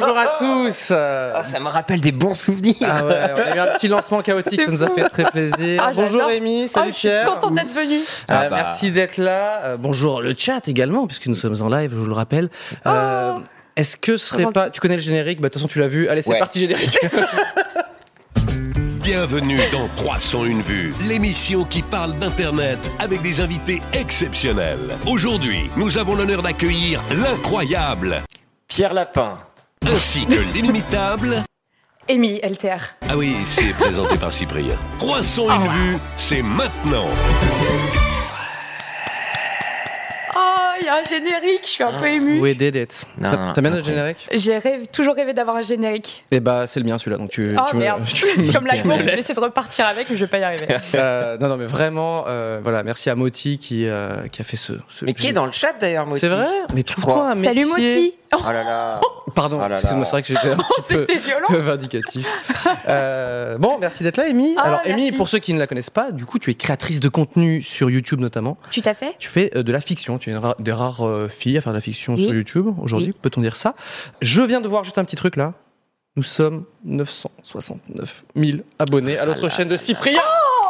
Bonjour à tous euh, Ah, ça me rappelle des bons souvenirs. ah ouais, on a eu un petit lancement chaotique, ça nous a fait très plaisir. Ah, bonjour j'adore. Rémi, salut Ah, je suis Pierre. contente d'être venue. Euh, Ah bah. Merci d'être là. Euh, bonjour le chat également, puisque nous sommes en live, je vous le rappelle. Euh, Est-ce que ce serait Oh. Comment- pas... Tu connais le générique Bah, De toute façon, tu l'as vu. Allez, c'est Ouais. parti générique. Bienvenue dans 301 vues, l'émission qui parle d'Internet avec des invités exceptionnels. Aujourd'hui, nous avons l'honneur d'accueillir l'incroyable Pierre Lapin. ainsi que l'inimitable. Émilie LTR. Ah oui, c'est présenté par Cyprien. 301 vues, c'est maintenant. Oh, il y a un générique, je suis un peu Ah, émue. We did it. Non, T'as t'as bien notre incroyable. générique J'ai rêve- toujours rêvé d'avoir un générique. Eh bah, c'est le mien celui-là, donc tu, Oh tu me- merde, tu me- comme la tu me courbe, je laisses. vais essayer de repartir avec, mais je vais pas y arriver. Euh, non, non, mais vraiment, euh, voilà, merci à Moti qui, euh, qui a fait ce. ce Mais qui est dans le chat d'ailleurs, Moti C'est vrai Ah, Mais Je trouve-toi un Salut métier. Moti Oh, Oh là là. Pardon, Oh là là. excuse-moi, c'est vrai que j'étais un petit peu. c'était violent peu vindicatif. Euh, bon, merci d'être là, Amy. Ah, Alors, Amy, merci. pour ceux qui ne la connaissent pas, du coup, tu es créatrice de contenu sur YouTube notamment. Tu t'as fait Tu fais euh, de la fiction. Tu es une ra- des rares euh, filles à faire de la fiction Oui. sur YouTube aujourd'hui. Peut-on dire ça Je viens de voir juste un petit truc là. Nous sommes 969 000 abonnés à Ah l'autre chaîne de Cyprien.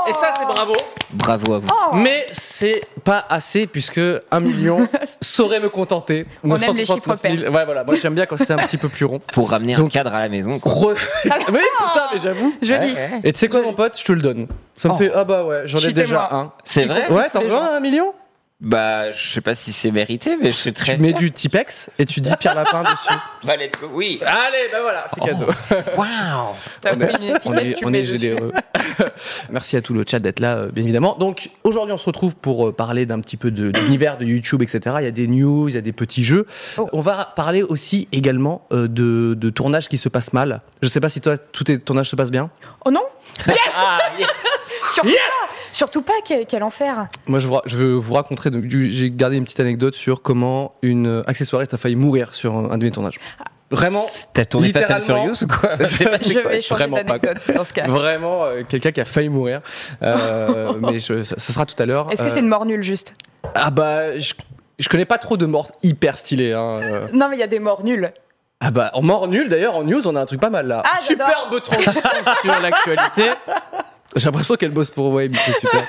Et ça, c'est bravo. Bravo à vous. Oh. Mais c'est pas assez puisque un million saurait me contenter. On aime les 969 000. Ouais, voilà. Moi, j'aime bien quand c'est un petit peu plus rond. Pour ramener Donc- un cadre à la maison. quoi. Re- oui, putain, mais j'avoue. Joli. Ouais, ouais. Et tu sais quoi, mon pote, je te le donne. Ça me Oh. fait ah bah ouais, j'en Je ai suis déjà témoin. un. C'est vrai Ouais, t'en Eh, les veux gens. un million Bah, je sais pas si c'est mérité, mais je suis très. Tu mets du Tipex et tu dis Pierre Lapin dessus. Bah, let's go. Oui. Allez, bah voilà, c'est cadeau. Waouh. T'as pris une étiquette, On est, tu on mets est E. dessus. généreux. Merci à tout le chat d'être là, euh, bien évidemment. Donc aujourd'hui, on se retrouve pour euh, parler d'un petit peu de, de l'univers de YouTube, etc. Il y a des news, il y a des petits jeux. Oh. On va parler aussi également euh, de, de tournages qui se passent mal. Je sais pas si toi, tous tes tournages se passent bien. Oh non Ah, yes. Surtout pas Surtout pas, quel, quel enfer Moi, je, vous ra- je veux vous raconter. donc, du- J'ai gardé une petite anecdote sur comment une euh, accessoiriste a failli mourir sur un, un de mes tournages. Vraiment, T'as tourné Fast and Littéralement. Furious ou quoi Ah. Je vais changer Vraiment pas, quoi. d'anecdote dans ce cas. vraiment, euh, quelqu'un qui a failli mourir. Euh, mais je- ça, ça sera tout à l'heure. Est-ce que Euh, c'est une mort nulle juste Ah bah, je, je connais pas trop de morts hyper stylées. hein, euh. Non, mais il y a des morts nulles. Ah bah, en mort nulle d'ailleurs, en news, on a un truc pas mal là. Ah, j'adore. Superbe transition sur l'actualité. J'ai l'impression qu'elle bosse pour Web, c'est super.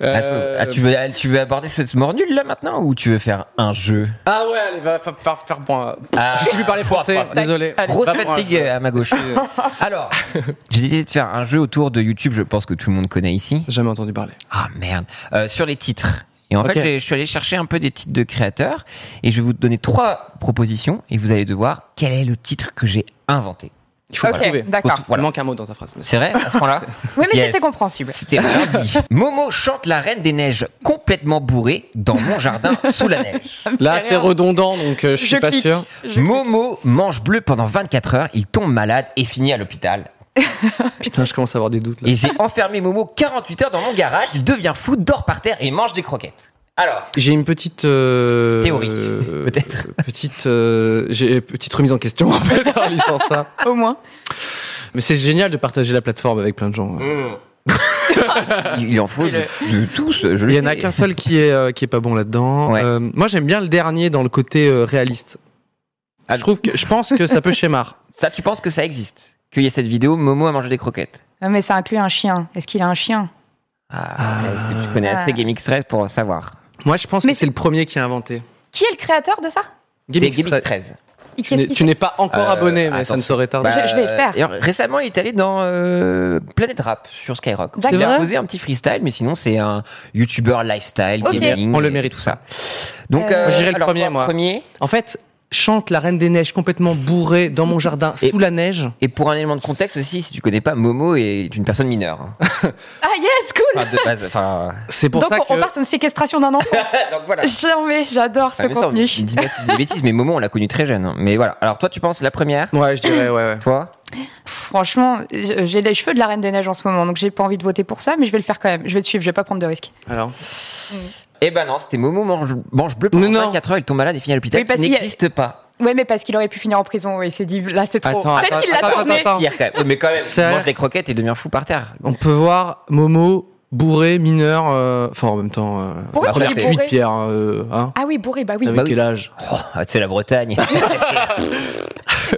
Euh, ah, tu, veux, tu veux aborder ce mort nul là maintenant ou tu veux faire un jeu ah ouais, allez, va fa- faire, faire point. Ah. Je sais plus parler français, Tac. désolé. Allez. Grosse Va pour un fatigue jeu. euh, à ma gauche. Ah. Alors, j'ai décidé de faire un jeu autour de YouTube, je pense que tout le monde connaît ici. Jamais entendu parler. Ah merde. Euh, sur les titres. Et en Ok. fait, j'ai- je suis allé chercher un peu des titres de créateurs et je vais vous donner trois propositions et vous allez devoir quel est le titre que j'ai inventé. Il faut Ok, pas trouver. d'accord. Faut- Voilà. Il manque un mot dans ta phrase. mais- C'est vrai à ce point-là Oui, mais Yes. c'était compréhensible. C'était lundi. Momo chante la reine des neiges complètement bourrée dans mon jardin sous la neige. Ça me Là, fait c'est rire. redondant, donc euh, je suis Je pas clique. sûr. Je- Momo mange bleu pendant 24 heures, il tombe malade et finit à l'hôpital. Putain, je commence à avoir des doutes là. Et j'ai enfermé Momo 48 heures dans mon garage, il devient fou, dort par terre et mange des croquettes. Alors, J'ai une petite euh, Théorie, euh, peut-être. Petite, euh, j'ai une petite remise en question en fait en lisant ça. Au moins. Mais c'est génial de partager la plateforme avec plein de gens. hein. Mmh. il il en faut de, de tous, je le Il y en a sais. qu'un seul qui est euh, qui est pas bon là-dedans. Ouais. Euh, moi, j'aime bien le dernier dans le côté euh, réaliste. Ah, je trouve que je pense que ça peut schémar. Ça, tu penses que ça existe Qu'il y ait cette vidéo, Momo a mangé des croquettes Non, mais ça inclut un chien. Est-ce qu'il a un chien ah, Ah. Est-ce que tu connais assez Ah. Game X13 pour savoir Moi, je pense Mais que c'est le premier qui a inventé. Qui est le créateur de ça C'est Game X Game Tra- X13. Il- Tu qu'est-ce n'es- qu'il Tu n'es pas encore Euh, abonné, mais ça ne attention. saurait tarder. Bah, je- je vais le faire. et récemment, il est allé dans euh, Planet Rap sur Skyrock. D'accord. Il C'est vrai a posé un petit freestyle, mais sinon, c'est un YouTuber lifestyle, Ok. gaming. On le et mérite. tout ça. Donc, Euh, J'irai le alors, premier, toi, moi. Premier. En fait, chante la Reine des Neiges complètement bourrée dans mon jardin Et- sous la neige. Et pour un élément de contexte aussi, si tu connais pas, Momo est une personne mineure. hein. Ah yes, cool Enfin, de base, enfin. C'est pour Donc ça on, que. on part sur une séquestration d'un enfant. Donc voilà. Jamais, j'adore ce Ah, mais ça, on- contenu. Dis-moi si je dis des bêtises, mais Momo, on l'a connu très jeune. hein. Mais voilà. Alors toi, tu penses la première Ouais, je dirais, ouais, ouais. Toi Franchement, je- j'ai les cheveux de la Reine des Neiges en ce moment, donc j'ai pas envie de voter pour ça, mais je vais le faire quand même. Je vais te suivre, je vais pas prendre de risques. Alors. Eh ben non, c'était Momo mange, mange bleu Mais non. pendant 4 heures, il tombe malade et finit à l'hôpital. Oui, parce qui qu'il y a- n'existe pas. Ouais, mais parce qu'il aurait pu finir en prison, et il s'est dit là c'est trop. Attends, Peut-être attends, qu'il l'a attends, tourné. attends, attends. Pire, quand même. Oh, Mais quand même, Ça- il mange des croquettes et devient fou par terre. On peut voir Momo bourré, mineur, euh, enfin en même temps. Euh, Pourquoi la tu première dis cuite, bourré Pierre, euh, hein Ah oui, bourré, bah oui. T'avais Bah oui. quel âge Oh, c'est la Bretagne.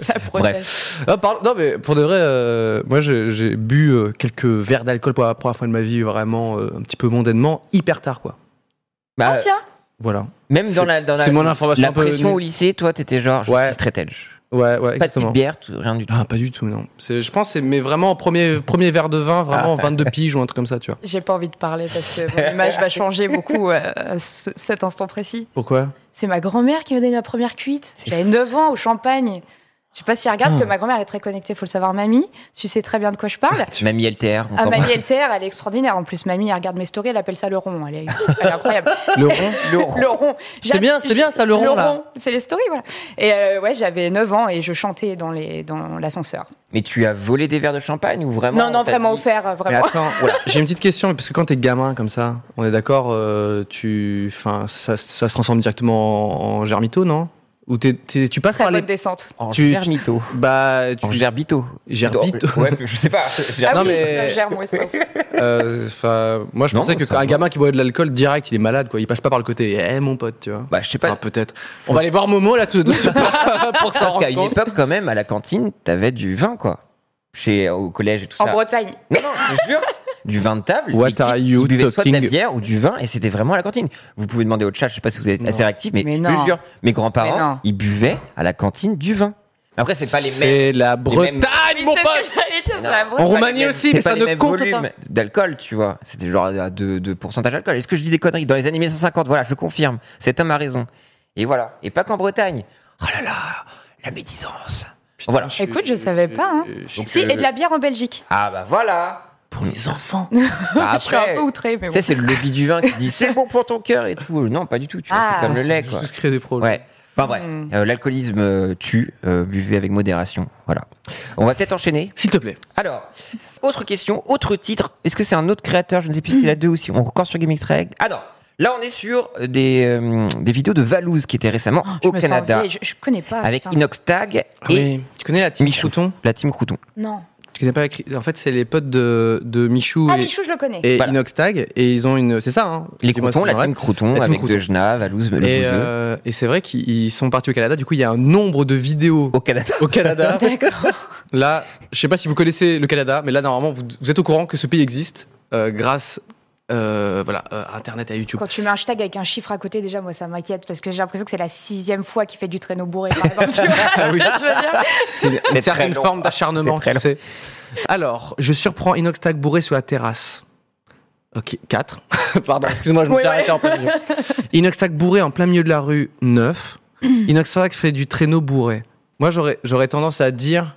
la prothèse. Ah, par- Non, mais pour de vrai, euh, moi j'ai j'ai bu euh, quelques verres d'alcool pour la première fois de ma vie, vraiment euh, un petit peu mondainement, hyper tard quoi. Bah, Euh, Ah tiens, Voilà. même dans la, dans la, C'est mon information la un peu pression nulle. au lycée, toi, t'étais genre, je Ouais. suis très belge. Ouais, ouais, Pas de petite exactement. bière, tout- rien du tout. Ah, pas du tout, non. C'est- Je pense, que c'est- mais vraiment, premier, premier verre de vin, vraiment Ah. 22 piges ou un truc comme ça, tu vois. j'ai pas envie de parler parce que mon image va changer beaucoup euh, à ce- cet instant précis. Pourquoi C'est ma grand-mère qui m'a donné ma première cuite. J'avais 9 ans au champagne. Je sais pas si elle regarde, Ah. parce que ma grand-mère est très connectée, faut le savoir, mamie. Tu sais très bien de quoi je parle. Mamie LTR, on Ah, t'embrasse. mamie LTR, elle est extraordinaire. En plus, mamie, elle regarde mes stories, elle appelle ça le rond. Elle est, elle est incroyable. Le rond Le rond. le rond. C'est bien, c'est bien ça, le rond, là. c'est les stories, voilà. Et euh, ouais, j'avais 9 ans et je chantais dans les dans l'ascenseur. Mais tu as volé des verres de champagne ou vraiment Non, non, on t'a vraiment dit- offert, euh, Mais vraiment. attends, j'ai une petite question, parce que quand t'es gamin comme ça, on est d'accord, euh, tu, enfin, ça, ça se transforme directement en, en germito, non Ou t'es- t'es- tu passes Très par bonne les, descente. En Tu- gerbito. bah, tu, En gerbito. Gerbito. Ouais, je sais pas. Ah Non, oui, mais- la germe, ouais, c'est pas ouf. euh, enfin, moi je Non, pensais que ça un va. gamin qui boit de l'alcool direct, il est malade, quoi. Il passe pas par le côté, eh mon pote, tu vois. Bah, je sais Enfin, pas. peut-être. On va aller voir Momo là tout de suite pour s'en Parce qu'à rendre une compte. époque, quand même, à la cantine, t'avais du vin, quoi. Chez, au collège et tout En ça. Bretagne. Non, non, je te jure. Du vin de table. What les are kids, you ils buvaient soit de la talking bière ou du vin, et c'était vraiment à la cantine. Vous pouvez demander au chat, je sais pas si vous êtes Non. assez réactif, mais, Mais je non. te jure, mes Mais non. grands-parents, ils buvaient à la cantine du vin. Après, c'est pas les mêmes. C'est la mêmes- Bretagne, Oui, mon c'est ce pote. que j'allais dire, c'est Non. la En Bretagne. Roumanie aussi, C'est mais pas ça les ne mêmes compte pas. volumes d'alcool, tu vois. C'était genre à 2, 2 pourcentage d'alcool. Est-ce que je dis des conneries Dans les années 1950, voilà, je le confirme. Cet homme a raison. Et voilà. Et pas qu'en Bretagne. Oh là là, la médisance. voilà. Écoute, je savais euh, pas, hein. Si, et de la bière en Belgique. Ah bah voilà. Pour les enfants. Ah, Bah, je suis un après, peu outré, tu mais bon. sais, c'est le lobby du vin qui dit c'est bon pour ton cœur et tout. Non, pas du tout. Tu vois, Ah. c'est comme le lait, quoi. Juste créer des problèmes. Ouais. Enfin bref, Mm. Euh, l'alcoolisme euh, tue, euh, buvez avec modération. Voilà. On va peut-être enchaîner. S'il te plaît. Alors, autre question, autre titre. Est-ce que c'est un autre créateur Je ne sais plus si c'est la 2 ou si on encore sur Game Extra Ah non Là, on est sur des, euh, des vidéos de Valouz qui étaient récemment Ah, Je au me sens Canada vieille, je, je connais pas. avec putain. Inox Tag et Ah oui. Tu connais la team Michou. Chouton la team Crouton. Non. Tu connais pas la cri- En fait, c'est les potes de, de Michou Ah, et, Michou, je le connais. et Voilà. Inox Tag. Et ils ont une. C'est ça, hein Les Dis-moi si Croutons, la c'est vrai. team Crouton La team avec Crouton. Dejna, Valouz, le Et, Bouzeux. euh, et c'est vrai qu'ils ils sont partis au Canada. Du coup, il y a un nombre de vidéos au Canada. au Canada. là, je sais pas si vous connaissez le Canada, mais là, normalement, vous, vous êtes au courant que ce pays existe euh, grâce euh, voilà, euh, à Internet et à YouTube. Quand tu mets un hashtag avec un chiffre à côté, déjà, moi, ça m'inquiète parce que j'ai l'impression que c'est la sixième fois qu'il fait du traîneau bourré, par exemple. Tu vois Ah oui. ce que je veux dire C'est une très certaine long. forme d'acharnement, C'est très tu sais. Alors, je surprends Inox Tag bourré sur la terrasse. Ok, 4. Pardon, excuse-moi, je me Ouais, suis ouais. arrêté en plein milieu. Inox Tag bourré en plein milieu de la rue, 9. Inox Tag fait du traîneau bourré. Moi, j'aurais j'aurais tendance à dire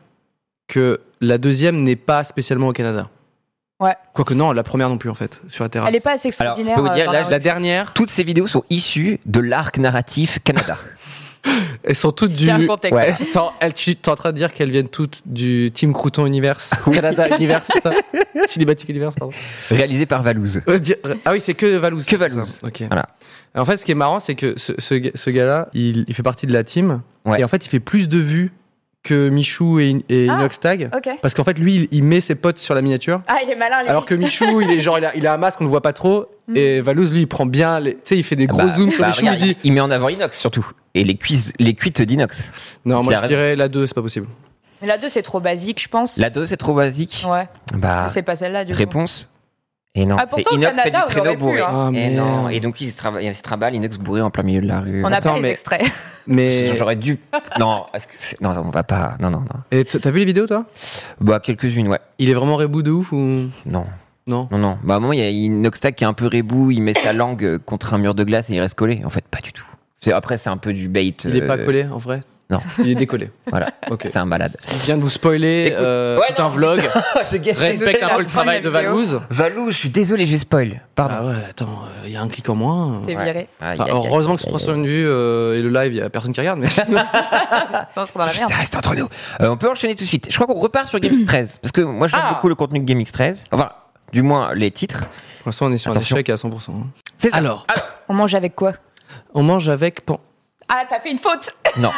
que la deuxième n'est pas spécialement au Canada. Ouais. Quoique non, la première non plus, en fait, sur la terrasse. Elle est pas assez Alors, je peux extraordinaire. vous dire, euh, là, dans La dernière, Toutes ces vidéos sont issues de l'arc narratif Canada. elles sont toutes Il du... Eh, y a un contexte. Ouais. Attends, elle- tu t'es en train de dire qu'elles viennent toutes du Team Crouton Universe, Canada Universe, c'est ça Cinématique Universe, pardon. réalisé par Valouz. Euh, dire- Ah oui, c'est que Valouz. Que Valouz. Ok. Voilà. En fait, ce qui est marrant, c'est que ce, ce, ga- ce gars-là, il, il fait partie de la team. Ouais. Et en fait, il fait plus de vues que Michou et, et Ah. Inox Tag. la- Ok. Parce qu'en fait, lui, il, il met ses potes sur la miniature. Ah, il est malin, lui. Alors que Michou, il est genre, il a, il a un masque, on le voit pas trop. Mm. Et Valouz, lui, il prend bien les. Tu sais, il fait des gros Bah, zooms sur bah, Michou, regarde, il dit. il met en avant Inox surtout. Et les, cuisses, les cuites d'Inox. Non, moi, il a je raison. dirais la 2, c'est pas possible. La 2, c'est trop basique, je pense. La 2, c'est trop basique. Ouais. Bah, C'est pas celle-là, du coup. réponse. Et non, Ah, c'est pourtant, au Inox fait Canada, du on traîneau aurait pu, bourré. hein. Ah, et, merde. non. et donc, il se, trava- il se traballe Inox bourré en plein milieu de la rue. On a Attends, pas les mais- extraits. Mais. Parce que J'aurais dû. non, est-ce que c'est- non, on va pas. Non, non, non. Et t- t'as vu les vidéos, toi Bah, quelques-unes, ouais. Il est vraiment rebou de ouf ou. Non. Non. Non, non. Bah, à un moment, il y a Inox Tag qui est un peu rebou, il met sa langue euh, contre un mur de glace et il reste collé. En fait, pas du tout. C'est- Après, c'est un peu du bait. Il est pas euh, collé en vrai non. Il est décollé. Voilà, Ok. c'est un malade. Il vient de vous spoiler Écoute. euh, Ouais, tout non. un vlog. Respecte un peu le la travail de vidéo. Valouz. Valou, je suis désolé, j'ai spoil. Pardon. Ah ouais, attends, il y a un clic en moins. T'es Ouais. Ah, viré. Aïe, Enfin, aïe, aïe, heureusement que aïe, aïe, 301 vues euh, et le live, il n'y a personne qui regarde. Mais... Enfin, c'est dans la aïe. merde. Ça reste entre nous. Euh, on peut enchaîner tout de suite. Je crois qu'on repart sur GameX 13. Parce que moi, j'aime Ah. beaucoup le contenu de GameX 13. Enfin, du moins les titres. Pour l'instant, on est sur Attention. un échec à 100%. hein. C'est ça. Ah, Alors, On mange avec quoi on mange avec. pen- Ah, t'as fait une faute Non.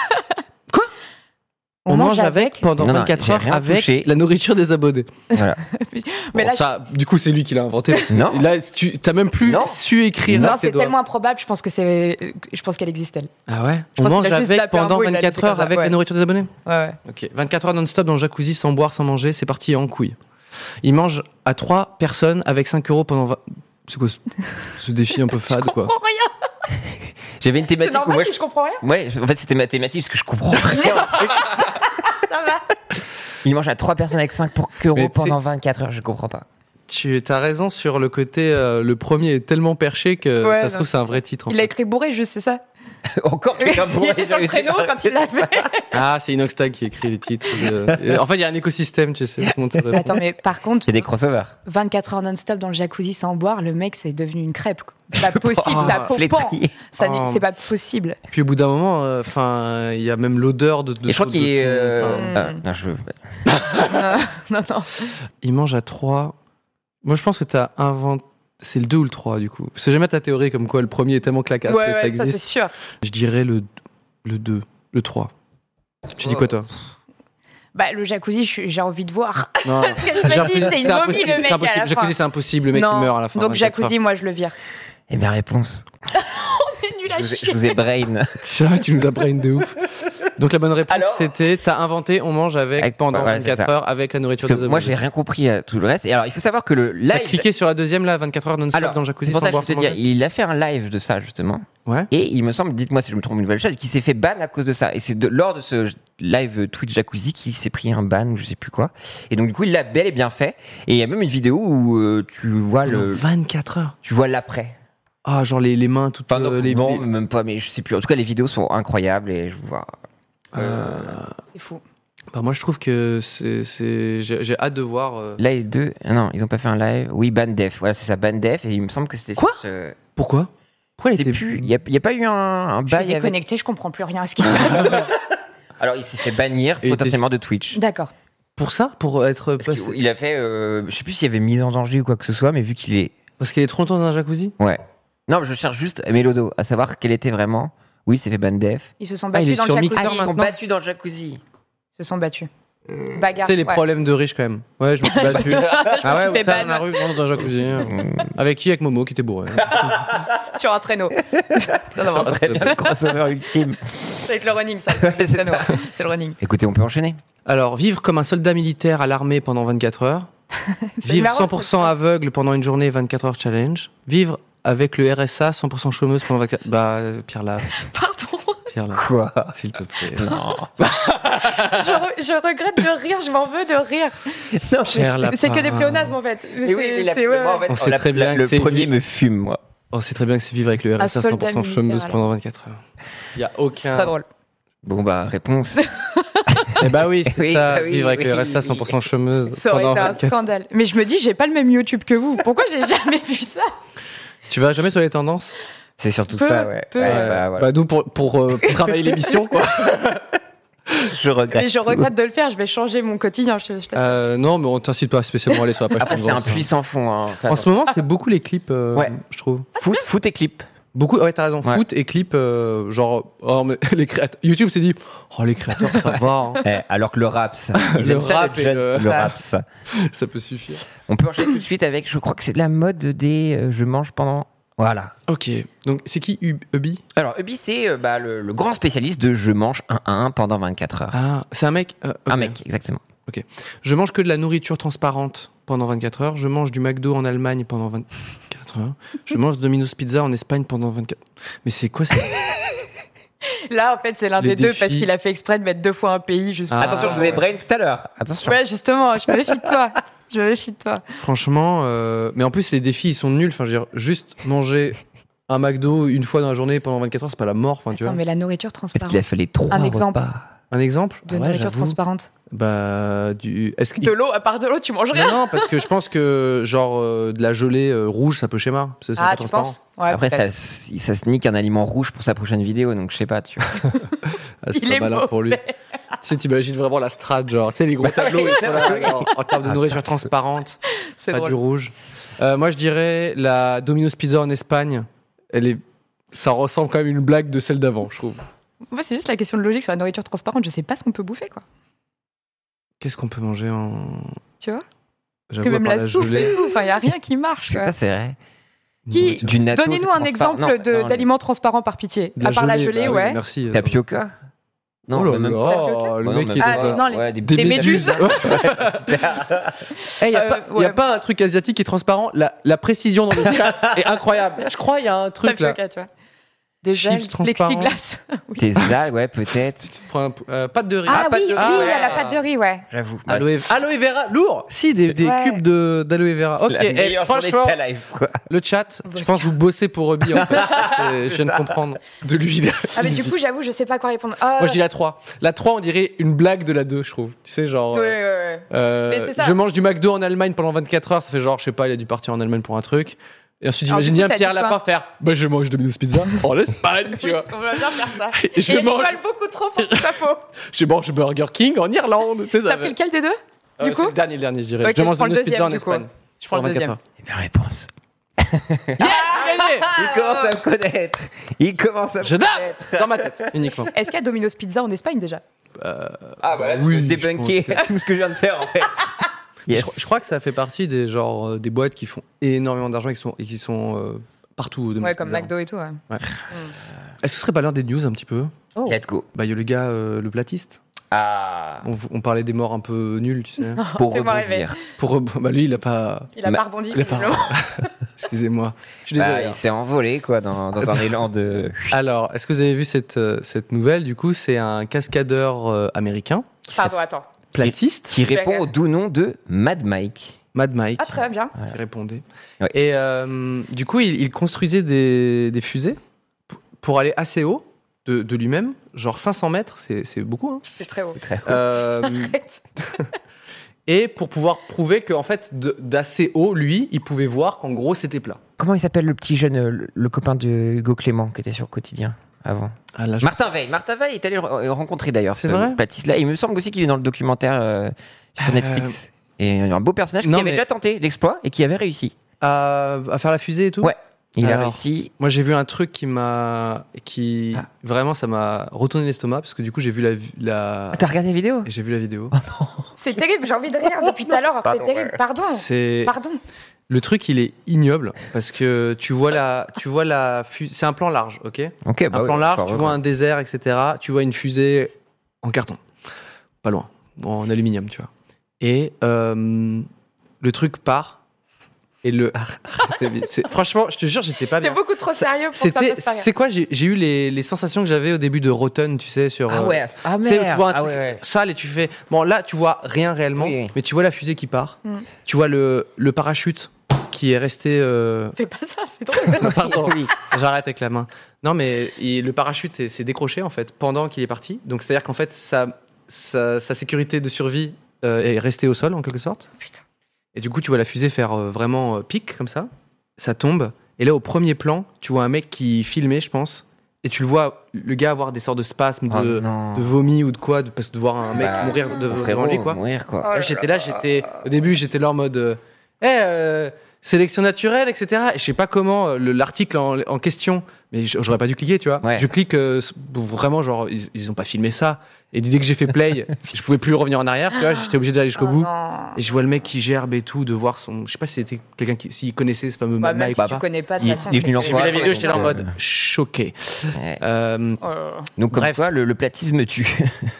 On, mange avec pendant Non, non, 24 j'ai heures rien avec touché. la nourriture des abonnés. Voilà. Mais Bon, là, ça, du coup, c'est lui qui l'a inventé. parce que Non. Là, tu t'as même plus Non. su écrire. Ah, non, avec tes c'est doigts. tellement improbable, je pense que c'est. euh, Je pense qu'elle existe, elle. Ah ouais Je On pense mange qu'il a juste avec zappé un pendant mot, il l'a 24 laissé heures comme ça, avec la ouais. nourriture des abonnés Ouais, ouais. Ok. 24 heures non-stop dans le jacuzzi, sans boire, sans manger, c'est parti en couille. Il mange à 3 personnes avec 5 euros pendant. 20 C'est quoi ce, ce défi un peu fade, quoi comprends rien J'avais une C'est thématique où normal moi, si je comprends rien je- ouais, je- en fait, c'était ma thématique parce que je comprends rien. Ça va Il mange à 3 personnes avec 5 pour euros Mais tu sais- pendant 24 heures, je comprends pas. Tu as raison sur le côté. euh, le premier est tellement perché que Ouais, ça se non, trouve, c'est un c'est vrai titre. en Il a fait. écrit bourré, juste, c'est ça Encore Il quelqu'un pour était sur le créneau quand il l'a fait Ah, c'est Inoxtag qui écrit les titres. de- Euh, En fait, il y a un écosystème, tu sais. tout le monde se répond. Attends, mais par contre, Il y a des crossovers. 24 heures non-stop dans le jacuzzi sans boire, le mec, c'est devenu une crêpe. quoi. C'est pas possible, Oh, ça pompant. flétri. Ça n'est- Oh. C'est pas possible. Puis au bout d'un moment, euh, enfin, il y a même l'odeur de. de Et je crois de- qu'il est. de- euh, enfin, enfin- ah, non, je- non, non. Il mange à 3. Moi, je pense que t'as inventé. C'est le 2 ou le 3, du coup. C'est jamais ta théorie comme quoi le premier est tellement claquasse ouais, que ça ouais, ça, c'est existe. sûr. je dirais le, le 2, le 3. Tu dis quoi, toi Bah, le jacuzzi, je suis- j'ai envie de voir. Non, Ah, Parce que je me dis, c'est une momie, le impossible. mec, C'est à la impossible. fin. Jacuzzi, c'est impossible. Le mec, Non. il meurt à la fin. Donc, 24 heures. jacuzzi, moi, je le vire. Eh bien, réponse. C'est nul Je à vous ai- chier. je vous ai brain. Tiens, tu nous apprends une de ouf. Donc, la bonne réponse, Alors c'était t'as inventé, on mange avec, Avec- pendant ouais, c'est 24 ça. heures avec la nourriture Parce des que moi, abonnés. j'ai rien compris à tout le reste. Et alors, il faut savoir que le T'as live. cliqué sur la deuxième, là, 24 heures non-stop Alors, dans le jacuzzi c'est pour sans ça que boire, je sans te dis, manger. il a fait un live de ça justement, Ouais. et il me semble, dites-moi si je me trompe, une nouvelle chaîne qui s'est fait ban à cause de ça. Et c'est de, lors de ce live Twitch Jacuzzi qu'il s'est pris un ban ou je sais plus quoi. Et donc du coup, il l'a bel et bien fait. Et il y a même une vidéo où euh, tu vois Pendant le, 24 heures. tu vois l'après. Ah, genre les, les mains toutes Enfin, non, euh, les, non, les- même pas, mais je sais plus. En tout cas, les vidéos sont incroyables et je vois. Euh, C'est fou. bah, moi, je trouve que c'est, c'est- j'ai, j'ai hâte de voir. euh, Live 2, ah non, ils ont pas fait un live. Oui, ban def. Voilà, c'est ça, ban def. Et il me semble que c'était. Quoi sur ce- Pourquoi Pourquoi Je sais plus. Il n'y a, il y a pas eu un, un Je suis bail. avec- déconnectée, je comprends plus rien à ce qui se passe. Alors, il s'est fait bannir Et potentiellement de Twitch. D'accord. Pour ça Pour être. Parce qu'il- il a fait. euh, je sais plus s'il y avait mise en danger ou quoi que ce soit, mais vu qu'il est. parce qu'il est trop longtemps dans un jacuzzi Ouais. Non, mais je cherche juste Mélodo, à savoir quel était vraiment. Oui, il s'est fait ban def. Ils se sont il battus est dans le sur jacuzzi. Mixer Ah, ils maintenant. battus dans le jacuzzi. se sont battus. Tu Bagarre. sais, Euh, les ouais. problèmes de riches quand même. Ouais, je me suis battu. me ah suis ouais, fait ça, ban. dans la rue, dans un jacuzzi. Avec qui Avec Momo qui était bourré. Sur un traîneau. Non, non, Sur un Très bien, le crossover ultime. ça va être le running, ça. Ouais, c'est c'est, c'est le running. Écoutez, on peut enchaîner. Alors, vivre comme un soldat militaire à l'armée pendant 24 heures. C'est Vivre marrant, 100% aveugle pendant une journée 24 heures challenge. Vivre avec le RSA 100% chômeuse pendant 24 Bah, euh, Pierre là, c'est- Pardon. Pierre là, Quoi s'il te plaît. Je, re- je regrette de rire, je m'en veux de rire. Non, Pierre Lapin. C'est que des pléonasmes en fait. Mais Mais oui, c'est- mais la- c'est- ouais, moi, en ouais. fait, On sait la- très bien la- que le c'est premier vi- me fume, moi. On sait très bien que Oh, c'est vivre avec le RSA soldat 100% chômeuse militaire, pendant 24 heures. Il y a C'est très aucun. drôle. Bon, bah, réponse. Eh bah oui, c'est Oui, ça, bah oui, vivre avec le oui, RSA oui. 100% chômeuse Ça aurait pendant été un 24 scandale. Mais je me dis, j'ai pas le même YouTube que vous. Pourquoi j'ai jamais vu ça Tu vas jamais sur les tendances C'est surtout Peu, ça, ouais. peu. Ouais, Euh, bah, voilà. bah, nous, pour, pour, euh, pour travailler l'émission, quoi. je Bah, regrette. Mais je regrette de le faire, je vais changer mon quotidien. je- je- Euh, non, mais on t'incite pas spécialement à aller sur la page Après, Ah bah, c'est un tendance, hein. puits sans fond. hein. Enfin, En ce moment, c'est beaucoup les clips, euh, Ouais. je trouve. Ah, foot, foot et clip. Beaucoup, ouais, t'as raison, Ouais. foot et clips, euh, genre, oh, mais les créateurs. YouTube s'est dit, oh, les créateurs, ça va, hein, Eh, alors que le rap, ça. Ils Le aiment ça, rap et jazz, le- le rap, ça. hein. ça peut suffire. On peut enchaîner tout de suite avec, je crois que c'est de la mode des euh, je mange pendant. Voilà. Ok, donc c'est qui Ub- Ubi Alors, Ubi, c'est euh, bah, le, le grand spécialiste de je mange 1 à 1 pendant 24 heures. Ah, c'est un mec euh, ok. Un mec, exactement. Je mange que de la nourriture transparente pendant 24 heures. Je mange du McDo en Allemagne pendant 24 heures. Je mange Domino's Pizza en Espagne pendant 24 Mais c'est quoi ça Là, en fait, c'est l'un Les des deux défis. parce qu'il a fait exprès de mettre deux fois un pays juste pour- Ah. Attention, je vous ai brain tout à l'heure. Attention. Ouais, justement, je me méfie de toi. Je me méfie de toi. Franchement, euh, mais en plus les défis ils sont nuls. Enfin, je veux dire, juste manger un McDo une fois dans la journée pendant 24 heures, c'est pas la mort. Enfin, tu Attends, vois. mais la nourriture Peut-être qu'il a transparente. fait les trois Un exemple. repas. Un exemple De Ah ouais, nourriture j'avoue. transparente. Bah, du. Est-ce que. De l'eau, à part de l'eau, tu manges Non, rien. non, parce que je pense que, genre, euh, de la gelée euh, rouge, ça peut schéma. parce que c'est un Ah, peu tu transparent. penses Ouais, Après, peut-être. ça, ça se nique un aliment rouge pour sa prochaine vidéo, donc je sais pas, tu vois. Ah, c'est Il pas est malin pour lui. Bah, Tu mauvais. sais, t'imagines vraiment la strade, genre, tu sais, les gros tableaux, ils sont là, genre, en termes de nourriture transparente, C'est pas du drôle. rouge. Euh, moi, je dirais la Domino's Pizza en Espagne, elle est. Ça ressemble quand même à une blague de celle d'avant, je trouve. Moi, c'est juste la question de logique sur la nourriture transparente. Je sais pas ce qu'on peut bouffer, quoi. Qu'est-ce qu'on peut manger en. Tu vois Parce que J'avoue, à même part la, la soupe et gelée. tout, enfin, il y a rien qui marche. Je sais quoi. pas, c'est vrai. Qui- nourriture- Du natto, Donnez-nous c'est un transparent. exemple Non, de- non, d'aliments transparents par pitié. de à part la bah gelée, ah oui, ouais. merci. les- Tapioca Non, euh, Oh là mais même là, pas. Tapioca le Ouais, mec non, il est Ah, dans mais un- non, ouais, des, Des Des méduses. méduses. Il n'y a, Euh, pas- y a ouais. pas un truc asiatique qui est transparent. La, la précision dans le chat est incroyable. Je crois qu'il y a un truc là. Tapioca, tu vois. Des Chips gels, transparents. plexiglas. Des algues, ouais, peut-être. Tu te prends un p- euh, pâte de riz. Ah, pâte oui, oui, de riz, ouais. la pâte de riz, ouais. J'avoue. Bah, Aloe, aloe vera, lourd Si, des, des Ouais. cubes de- d'aloe vera. Ok, la eh, meilleure journée franchement, de ta life, quoi. le chat, je pense que vous bossez pour Ruby en fait. Ça, c'est- je viens de comprendre. De l'huile. Ah, mais du coup, j'avoue, je sais pas quoi répondre. Moi je dis la 3. La 3, on dirait une blague de la 2, je trouve. Tu sais, genre. Oh, Ouais, euh, ouais, ouais. Euh, Mais c'est ça. je mange du McDo en Allemagne pendant 24 heures, ça fait genre, je sais pas, il a dû partir en Allemagne pour un truc. Et ensuite, Alors, j'imagine du coup, bien t'as Pierre dit quoi Lapin faire Bah, je mange Domino's Pizza en Espagne, tu Oui, vois. on va bien faire ça. Et je Et mange. ils valent beaucoup trop pour ce pas faux. Je mange Burger King en Irlande. Tu sais, ça T'as va- pris lequel des deux Euh, c'est du coup le dernier, le dernier, je dirais. Ok, je je mange prends le Domino's Pizza en deuxième, du coup. Espagne. Je prends le pendant 24 deuxième. heures. Eh bien, réponse. Ah, Il commence à me connaître. Il commence à me Je connaître. dors dans ma tête, uniquement. Est-ce qu'il y a Domino's Pizza en Espagne déjà Ah, bah là, Oui, oui, je débunker tout ce que je viens de faire, en fait. Je Yes. crois- Je, crois que ça fait partie des, genre, euh, des boîtes qui font énormément d'argent et qui sont, et qui sont euh, partout. Domino's Ouais, comme Pizza. McDo et tout. ouais. Est-ce que ce serait pas l'heure des news un petit peu Let's go. Bah, il y a le gars, euh, le platiste. Ah, On, on parlait des morts un peu nuls, tu sais. pour Fais-moi rebondir. Pour, bah, lui, il a pas. Il a Ma- pas rebondi. il a pas- visiblement. Excusez-moi. Je suis Bah, désolé. il s'est envolé, quoi, dans, dans un élan de. Alors, est-ce que vous avez vu cette, euh, cette nouvelle Du coup, c'est un cascadeur euh, américain, Pardon, attends. platiste, Qui répond au doux nom de Mad Mike. Mad Mike, Ah, très bien. qui répondait. Ouais. Et euh, du coup, il, il construisait des, des fusées p- pour aller assez haut de, de lui-même, genre 500 mètres, c'est c'est beaucoup. hein. C'est très haut. C'est très Euh, Arrête. et pour pouvoir prouver qu'en fait, de- d'assez haut, lui, il pouvait voir qu'en gros, c'était plat. Comment il s'appelle le petit jeune, euh, le, le copain de Hugo Clément qui était sur Quotidien avant Ah, là, je- Martin Veil. Martin Veil est allé le re- rencontrer d'ailleurs. C'est ce vrai Platiste-là. Il me semble aussi qu'il est dans le documentaire euh, sur Netflix. Et un beau personnage Non, qui avait mais- déjà tenté l'exploit et qui avait réussi. à, à faire la fusée et tout Ouais. Il a Alors. réussi. Moi, j'ai vu un truc qui m'a. qui. Ah. Vraiment, ça m'a retourné l'estomac, parce que du coup, j'ai vu la. vi- la... Ah, T'as Ah, regardé la vidéo et j'ai vu la vidéo. C'est terrible, j'ai envie de rire depuis tout à l'heure. alors que C'est Pardon, terrible. ouais. Pardon. C'est Pardon. le truc, il est ignoble parce que tu vois la, tu vois la, fu- c'est un plan large, ok, Ok, bah un ouais, plan large. encore Tu heureux. vois un désert, etc. Tu vois une fusée en carton, pas loin, en aluminium, tu vois. Et euh, le truc part et le. Arrêtez, mais c'est- Franchement, je te jure, j'étais pas T'es bien. beaucoup trop Ça- sérieux pour que ça C'était, peut se faire. c'est quoi J'ai j'ai eu les, les sensations que j'avais au début de Rotten, tu sais, sur Ah euh, ouais, ah tu sais, merde. tu vois un Ah truc ouais, ouais. sale et tu fais. Bon, là, tu vois rien réellement, Oui, oui. mais tu vois la fusée qui part. Mm. Tu vois le, le parachute qui est resté. euh, Fais pas ça, c'est drôle. Pardon, Oui. j'arrête avec la main. Non, mais il- le parachute est- s'est décroché en fait pendant qu'il est parti. Donc, c'est à dire qu'en fait, sa, sa, sa sécurité de survie euh, est restée au sol en quelque sorte. Putain. Et du coup, tu vois la fusée faire euh, vraiment euh, pic comme ça. Ça tombe. Et là, au premier plan, tu vois un mec qui filmait, je pense. Et tu le vois, le gars avoir des sortes de spasmes, Oh de, non. de vomi ou de quoi, de, parce que de voir un mec Bah, mourir de, Mon devant frérot, lui, quoi. Mourir, quoi. Oh là Là, là. j'étais là, j'étais. Au début, j'étais là en mode. euh, Eh, euh, sélection naturelle, etc. Et je sais pas comment, euh, le- l'article en, en question. Mais j- j'aurais pas dû cliquer, tu vois. Ouais. Je clique euh, s- vraiment, genre, ils, ils ont pas filmé ça. Et dès que j'ai fait play, je pouvais plus revenir en arrière, tu vois. J'étais obligé d'aller jusqu'au Oh bout. non. Et je vois le mec qui gerbe et tout, de voir son. Je sais pas si c'était quelqu'un qui. S'il connaissait ce fameux Bah, Mad même Mike si ou tu pas. connais pas de Il- toute façon. il est venu c'est- J'ai vu la Ouais, vidéo, j'étais là en donc, mode euh, choqué. Ouais. Euh, Oh là là. Donc comme Bref. quoi, le, le platisme tue.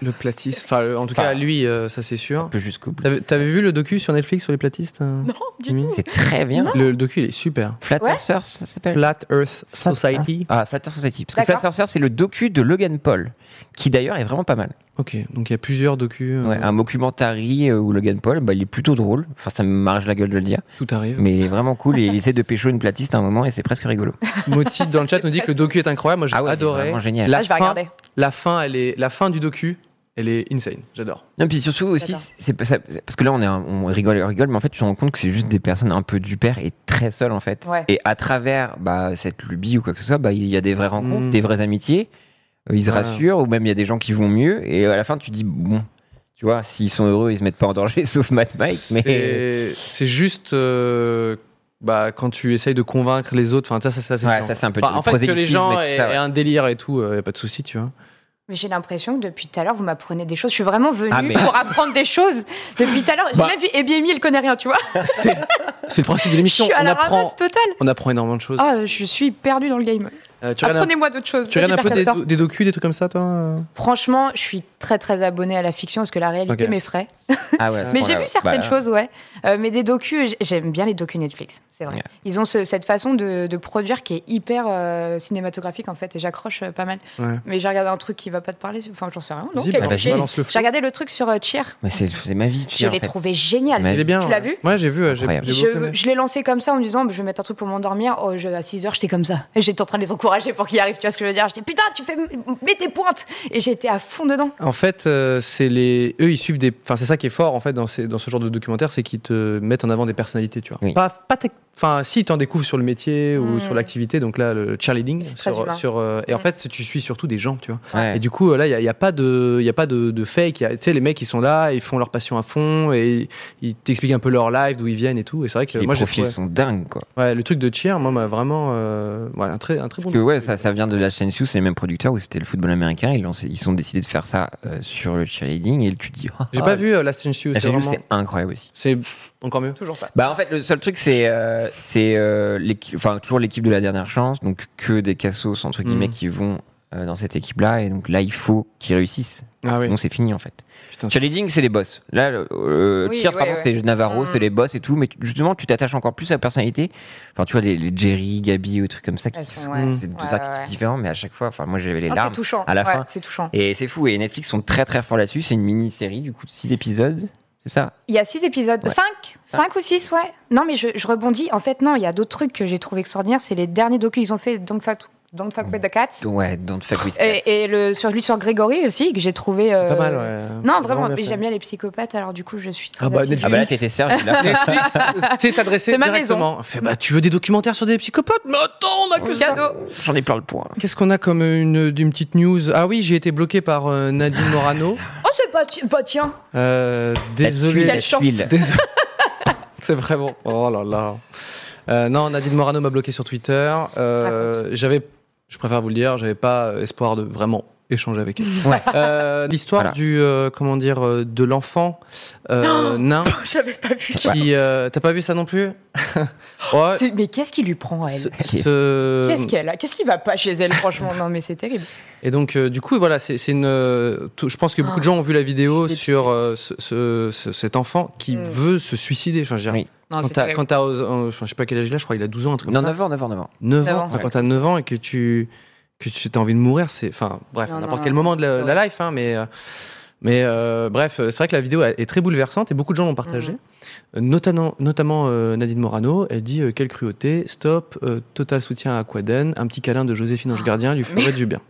le platiste. Enfin, euh, en tout Enfin, cas, lui, euh, ça c'est sûr. Un peu jusqu'au bout. T'avais- T'avais vu le docu sur Netflix sur les platistes euh Non, du Mimi tout. C'est très bien. Le le docu, il est super. Flat Ouais. Earthers, ça s'appelle. Flat Earth Society. Society Ah, Flatter Society. Parce que D'accord. Flatter Society, c'est le docu de Logan Paul, qui d'ailleurs est vraiment pas mal. Ok, donc il y a plusieurs docus. euh, Ouais, ah. un mockumentary euh, où Logan Paul, bah, il est plutôt drôle. Enfin, ça me marge la gueule de le dire. Tout arrive. Mais il est vraiment cool et il essaie de pécho une platiste à un moment et c'est presque rigolo. Motit dans le chat nous dit que le docu est incroyable. Moi, j'ai Ah ouais, il est adoré. vraiment génial. La Ah, je vais fin- regarder. La fin, elle est, la fin du docu, elle est insane. J'adore. Non, puis surtout aussi, D'accord. c'est pas- ça- c'est- parce que là on, est un- on rigole et on rigole, mais en fait tu te rends compte que c'est juste des personnes un peu du père et très seules en fait. Ouais. Et à travers bah, cette lubie ou quoi que ce soit, bah, il y a des vraies rencontres, Mm. des vraies amitiés, euh, ils se Ouais. rassurent, ou même il y a des gens qui vont mieux, et à la fin tu dis, bon, tu vois, s'ils sont heureux, ils se mettent pas en danger, sauf Matt Mike, mais. C'est c'est juste euh, bah, quand tu essayes de convaincre les autres. Enfin, ça, ça, ça, c'est Ouais, chiant. ça, c'est un peu Enfin, du En fait, que les prosélytisme gens et tout aient, ça, ouais. aient un délire et tout, euh, y a pas de souci, tu vois. Mais j'ai l'impression que depuis tout à l'heure, vous m'apprenez des choses. Je suis vraiment venue Ah, mais- pour apprendre des choses. Depuis tout à l'heure, j'ai Bah. même vu Ebiemi, il connaît rien, tu vois. C'est c'est le principe de Je l'émission. suis à On la apprend, ramasse totale. on apprend énormément de choses. Ah, je suis perdue dans le game. Euh, tu regardes un, Apprenez-moi d'autres choses. tu J'ai regardes un peu hyper des, capteur. do- des docus, des trucs comme ça, toi euh Franchement, je suis très très abonnée à la fiction parce que la réalité Ok. m'effraie. Ah ouais, à ce Mais j'ai point-là, vu certaines bah, choses, ouais. Euh, mais des docus, j- j'aime bien les docus Netflix, c'est vrai. Ouais. Ils ont ce- cette façon de, de produire qui est hyper euh, cinématographique en fait, et j'accroche euh, pas mal. Ouais. Mais j'ai regardé un truc qui va pas te parler, enfin j'en sais rien. Oh, non, Vas-y, quel bah, docu Ah, vas-y. balance le J'ai flou. regardé le truc sur euh, Cheer. Mais c'est c'est ma vie, tu Je vois, en l'ai fait. trouvé génial. Mais- Il est bien. Tu l'as ouais. vu Ouais, j'ai vu. ouais, j'ai- Incroyable. j'ai beaucoup Je, aimé. je l'ai lancé comme ça en me disant bah, je vais mettre un truc pour m'endormir. Oh, je- à 6 heures, j'étais comme ça. Et J'étais en train de les encourager pour qu'ils arrivent. Tu vois ce que je veux dire J'étais putain, tu fais mets tes pointes. Et j'étais à fond dedans. En fait, euh, c'est les eux ils suivent des enfin c'est ça qui est fort en fait dans, ces- dans ce genre de documentaire, c'est qu'ils te mettent en avant des personnalités, tu vois. Oui. Pas pas tec- enfin si tu en découvres sur le métier ou Mm. sur l'activité, donc là le cheerleading C'est très sur, humain. sur, euh, et en Mm. fait tu suis surtout des gens, tu vois. Ouais. Et du coup euh, là il y, a- il y a pas de il y a pas de, de fake, il y a- tu sais les mecs ils sont là, ils font leur passion à fond et ils t'expliquent un peu leur live, d'où ils viennent et tout et c'est vrai que Les moi j'ai profils trouvé sont dingues, quoi. ouais, le truc de cheer moi m'a vraiment euh, ouais, un très un très bon Parce que ouais, ça, ça vient de la chaîne Sioux, c'est les mêmes producteurs où c'était le football américain. Ils, ont, ils ont décidé de faire ça euh, sur le cheerleading et tu te dis. ah, J'ai pas vu euh, Last Chance You, La c'est chaîne Sioux, vraiment c'est incroyable aussi. c'est encore mieux. Toujours pas. Bah en fait, le seul truc, c'est euh, c'est euh, l'équipe- enfin toujours l'équipe de la dernière chance, donc que des cassos entre guillemets Mhm. qui vont euh, dans cette équipe-là et donc là il faut qu'ils réussissent. Ah oui. Sinon c'est fini en fait. Putain, Cheerleading, c'est les boss. Là, le- euh, Oui, cheer, ouais, pardon, ouais. c'est Navarro, Mhm. c'est les boss et tout, mais tu- justement, tu t'attaches encore plus à la personnalité. Enfin, tu vois, les, les Jerry, Gabi, ou trucs comme ça, qui Elles sont, sont- ouais. c'est deux Ouais, arcs ouais, ouais. différents, mais à chaque fois, enfin, moi j'avais les Ah, larmes. c'est touchant. à la Ouais, fin. C'est touchant. Et c'est fou, et Netflix sont très très forts là-dessus. C'est une mini-série, du coup, de 6 épisodes, c'est ça Il y a six épisodes. Ouais. 5 Cinq Cinq ou six, ouais. Non, mais je, je rebondis. En fait, non, il y a d'autres trucs que j'ai trouvé extraordinaires. C'est les derniers docus qu'ils ont fait. Don't fuck, Don't fuck with the cats. Ouais, Don't Fuck With Et, Cats. et le, sur, lui sur Grégory aussi, que j'ai trouvé. euh, Pas mal, ouais. Non, vraiment, mais bien fait. j'aime bien les psychopathes, alors du coup, je suis très. Ah bah, assidue. Netflix. Ah bah là, t'étais Serge, il l'a fait. Netflix, tu sais, t'adressais C'est ma directement. Fait, bah, tu veux des documentaires sur des psychopathes Mais attends, on a que ça Cadeau. J'en ai plein le poing. Qu'est-ce qu'on a comme une, d'une petite news Ah oui, j'ai été bloqué par euh, Nadine Morano. Oh, c'est pas, ti- bah, tiens. Euh, La désolé. Quelle chance. tuile. Désolé. C'est vraiment. Oh là là. Euh, non, Nadine Morano m'a bloqué sur Twitter. Euh, Raconte. j'avais, je préfère vous le dire, j'avais pas euh, espoir de vraiment échanger avec elle. Ouais. Euh, l'histoire Voilà. du euh, comment dire euh, de l'enfant euh, nain Je l'avais pas vu. qui euh, t'as pas vu ça non plus Ouais, C'est- Mais qu'est-ce qui lui prend à Ce- euh, ce- elle Qu'est-ce qu'elle a Qu'est-ce qui va pas chez elle, franchement Non, mais c'est terrible. Et donc, euh, du coup, voilà, c'est c'est une. euh, tout- je pense que beaucoup Ah, de gens ont vu la vidéo je suis sur euh, ce, ce- ce- cet enfant qui Mm. veut se suicider. Enfin, je veux dire, Oui. quand Non, Ah, c'est t'as, terrible. quand t'as, euh, enfin, je sais pas quel âge il a, je crois qu'il a 12 ans, un truc Non, comme ça. 9 ans, 9 ans, 9 ans. 9 Neuf ans. ans. Enfin, quand t'as 9 ans et que tu que tu as envie de mourir, c'est. Enfin, bref, Non, n'importe non, quel moment de la, c'est la life, hein, mais. euh, mais euh, bref, euh, c'est vrai que la vidéo est très bouleversante et beaucoup de gens l'ont partagée. Mhm. Euh, Notamment, notamment euh, Nadine Morano, elle dit euh, Quelle cruauté, stop, euh, total soutien à Aquaden, un petit câlin de Joséphine Ange Gardien lui ferait du bien.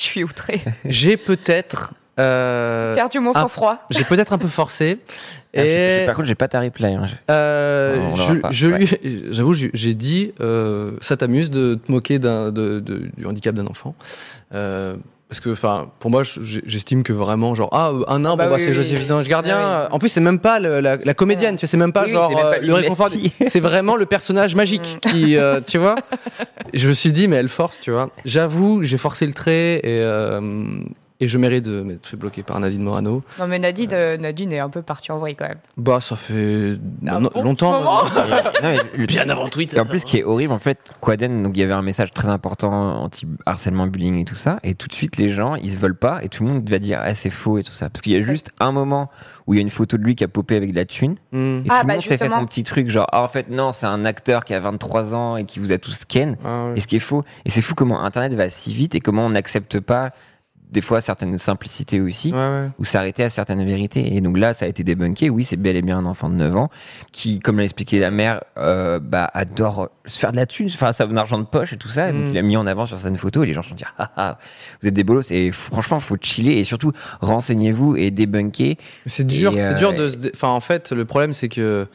Je suis outrée. J'ai peut-être. euh, Perdu mon sang-froid. j'ai peut-être un peu forcé. Ah, j'ai- j'ai- Et Par contre, j'ai pas ta replay. hein. euh, Non, on l'aura je- pas, je lui- j'avoue, je- j'ai dit euh, ça t'amuse de te moquer d'un- de- de- du handicap d'un enfant. Euh, parce que, enfin, pour moi, je- j'estime que vraiment, genre, ah, un nain, Ah bah bon, bah, oui, c'est oui, Joséphine oui. Ange Gardien. Ah oui. En plus, c'est même pas le- la, la comédienne, tu sais, c'est même pas Oui, genre c'est même euh, pas le réconfort. Lunetti. du- C'est vraiment le personnage magique Mm. qui, euh, tu vois. Je me suis dit, mais elle force, tu vois. J'avoue, j'ai forcé le trait et, euh, Et je mérite de m'être fait bloquer par Nadine Morano. Non, mais Nadine, euh, Nadine est un peu partie en vrille quand même. Bah, ça fait maintenant- bon longtemps. petit moment. maintenant. Bien avant Twitter. Et en plus, ce qui est horrible, en fait, Quaden, donc il y avait un message très important anti-harcèlement, bullying et tout ça, et tout de suite, les gens, ils se veulent pas, et tout le monde va dire, ah, c'est faux et tout ça. Parce qu'il y a juste un moment où il y a une photo de lui qui a popé avec de la thune, Hmm. et tout Ah, le bah, monde s'est fait justement. son petit truc, genre, ah, en fait, non, c'est un acteur qui a 23 ans et qui vous a tous ken. Ah, Et ouais. ce qui est faux, et c'est fou comment Internet va si vite et comment on n'accepte pas, des fois, certaines simplicités aussi Ouais, ouais. ou s'arrêter à certaines vérités. Et donc là, ça a été débunké. Oui, c'est bel et bien un enfant de 9 ans qui, comme l'a expliqué la mère, euh, bah, adore se faire de la thune, enfin, ça veut argent de poche et tout ça. Et donc Mm. il a mis en avant sur certaines photos et les gens se sont dit, ah, ah, vous êtes des bolos. Et franchement, faut chiller et surtout, renseignez-vous et débunker. C'est dur, Et, c'est euh, dur de. se dé- Enfin, en fait, le problème, c'est que.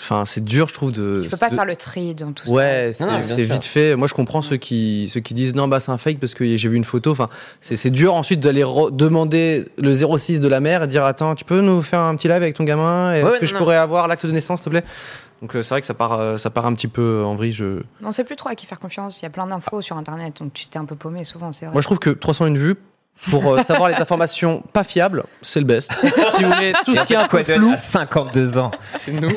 Enfin, c'est dur, je trouve, de. Tu peux pas Euh, de- faire le tri dans tout Ouais, Non, c'est bien c'est sûr. vite fait. Moi, je comprends ceux qui, ceux qui disent non, bah c'est un fake parce que j'ai vu une photo. Enfin, c'est c'est dur ensuite d'aller re- demander le 06 de la mère et dire attends, tu peux nous faire un petit live avec ton gamin et Ouais, Est-ce ouais, que non, je non. pourrais avoir l'acte de naissance, s'il te plaît Donc, euh, c'est vrai que ça part, euh, ça part un petit peu en vrille. Je... ça. On sait plus trop à qui faire confiance. Il y a plein d'infos sur Internet, donc tu t'es un peu paumé souvent, c'est vrai. Moi, je trouve que 301 vues. Pour euh, savoir les informations pas fiables, c'est le best. si vous voulez tout ce qui est un peu Quaden flou, à 52 ans. c'est nous.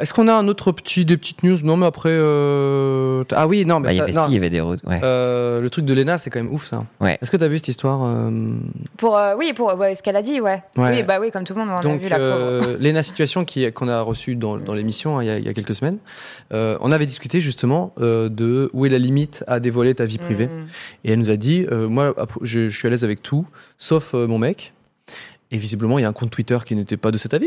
Est-ce qu'on a un autre petit, des petites news Non, mais après. euh, Ah oui, non, mais Bah, il y ça- avait non. si, il y avait des routes. Ouais. Euh, le truc de Lena, c'est quand même ouf ça. Ouais. Est-ce que t'as vu cette histoire euh, Pour, euh, oui, pour ouais, ce qu'elle a dit, ouais. Ouais. Oui, bah oui, comme tout le monde, on a Donc, vu la pauvre. euh, Lena Situation qui- qu'on a reçue dans, dans l'émission hein, il, y a- il y a quelques semaines, euh, on avait discuté justement euh, de où est la limite à dévoiler ta vie privée. Mm. Et elle nous a dit euh, Moi, appro- je, je suis à l'aise avec tout, sauf euh, mon mec. Et visiblement, il y a un compte Twitter qui n'était pas de cet avis.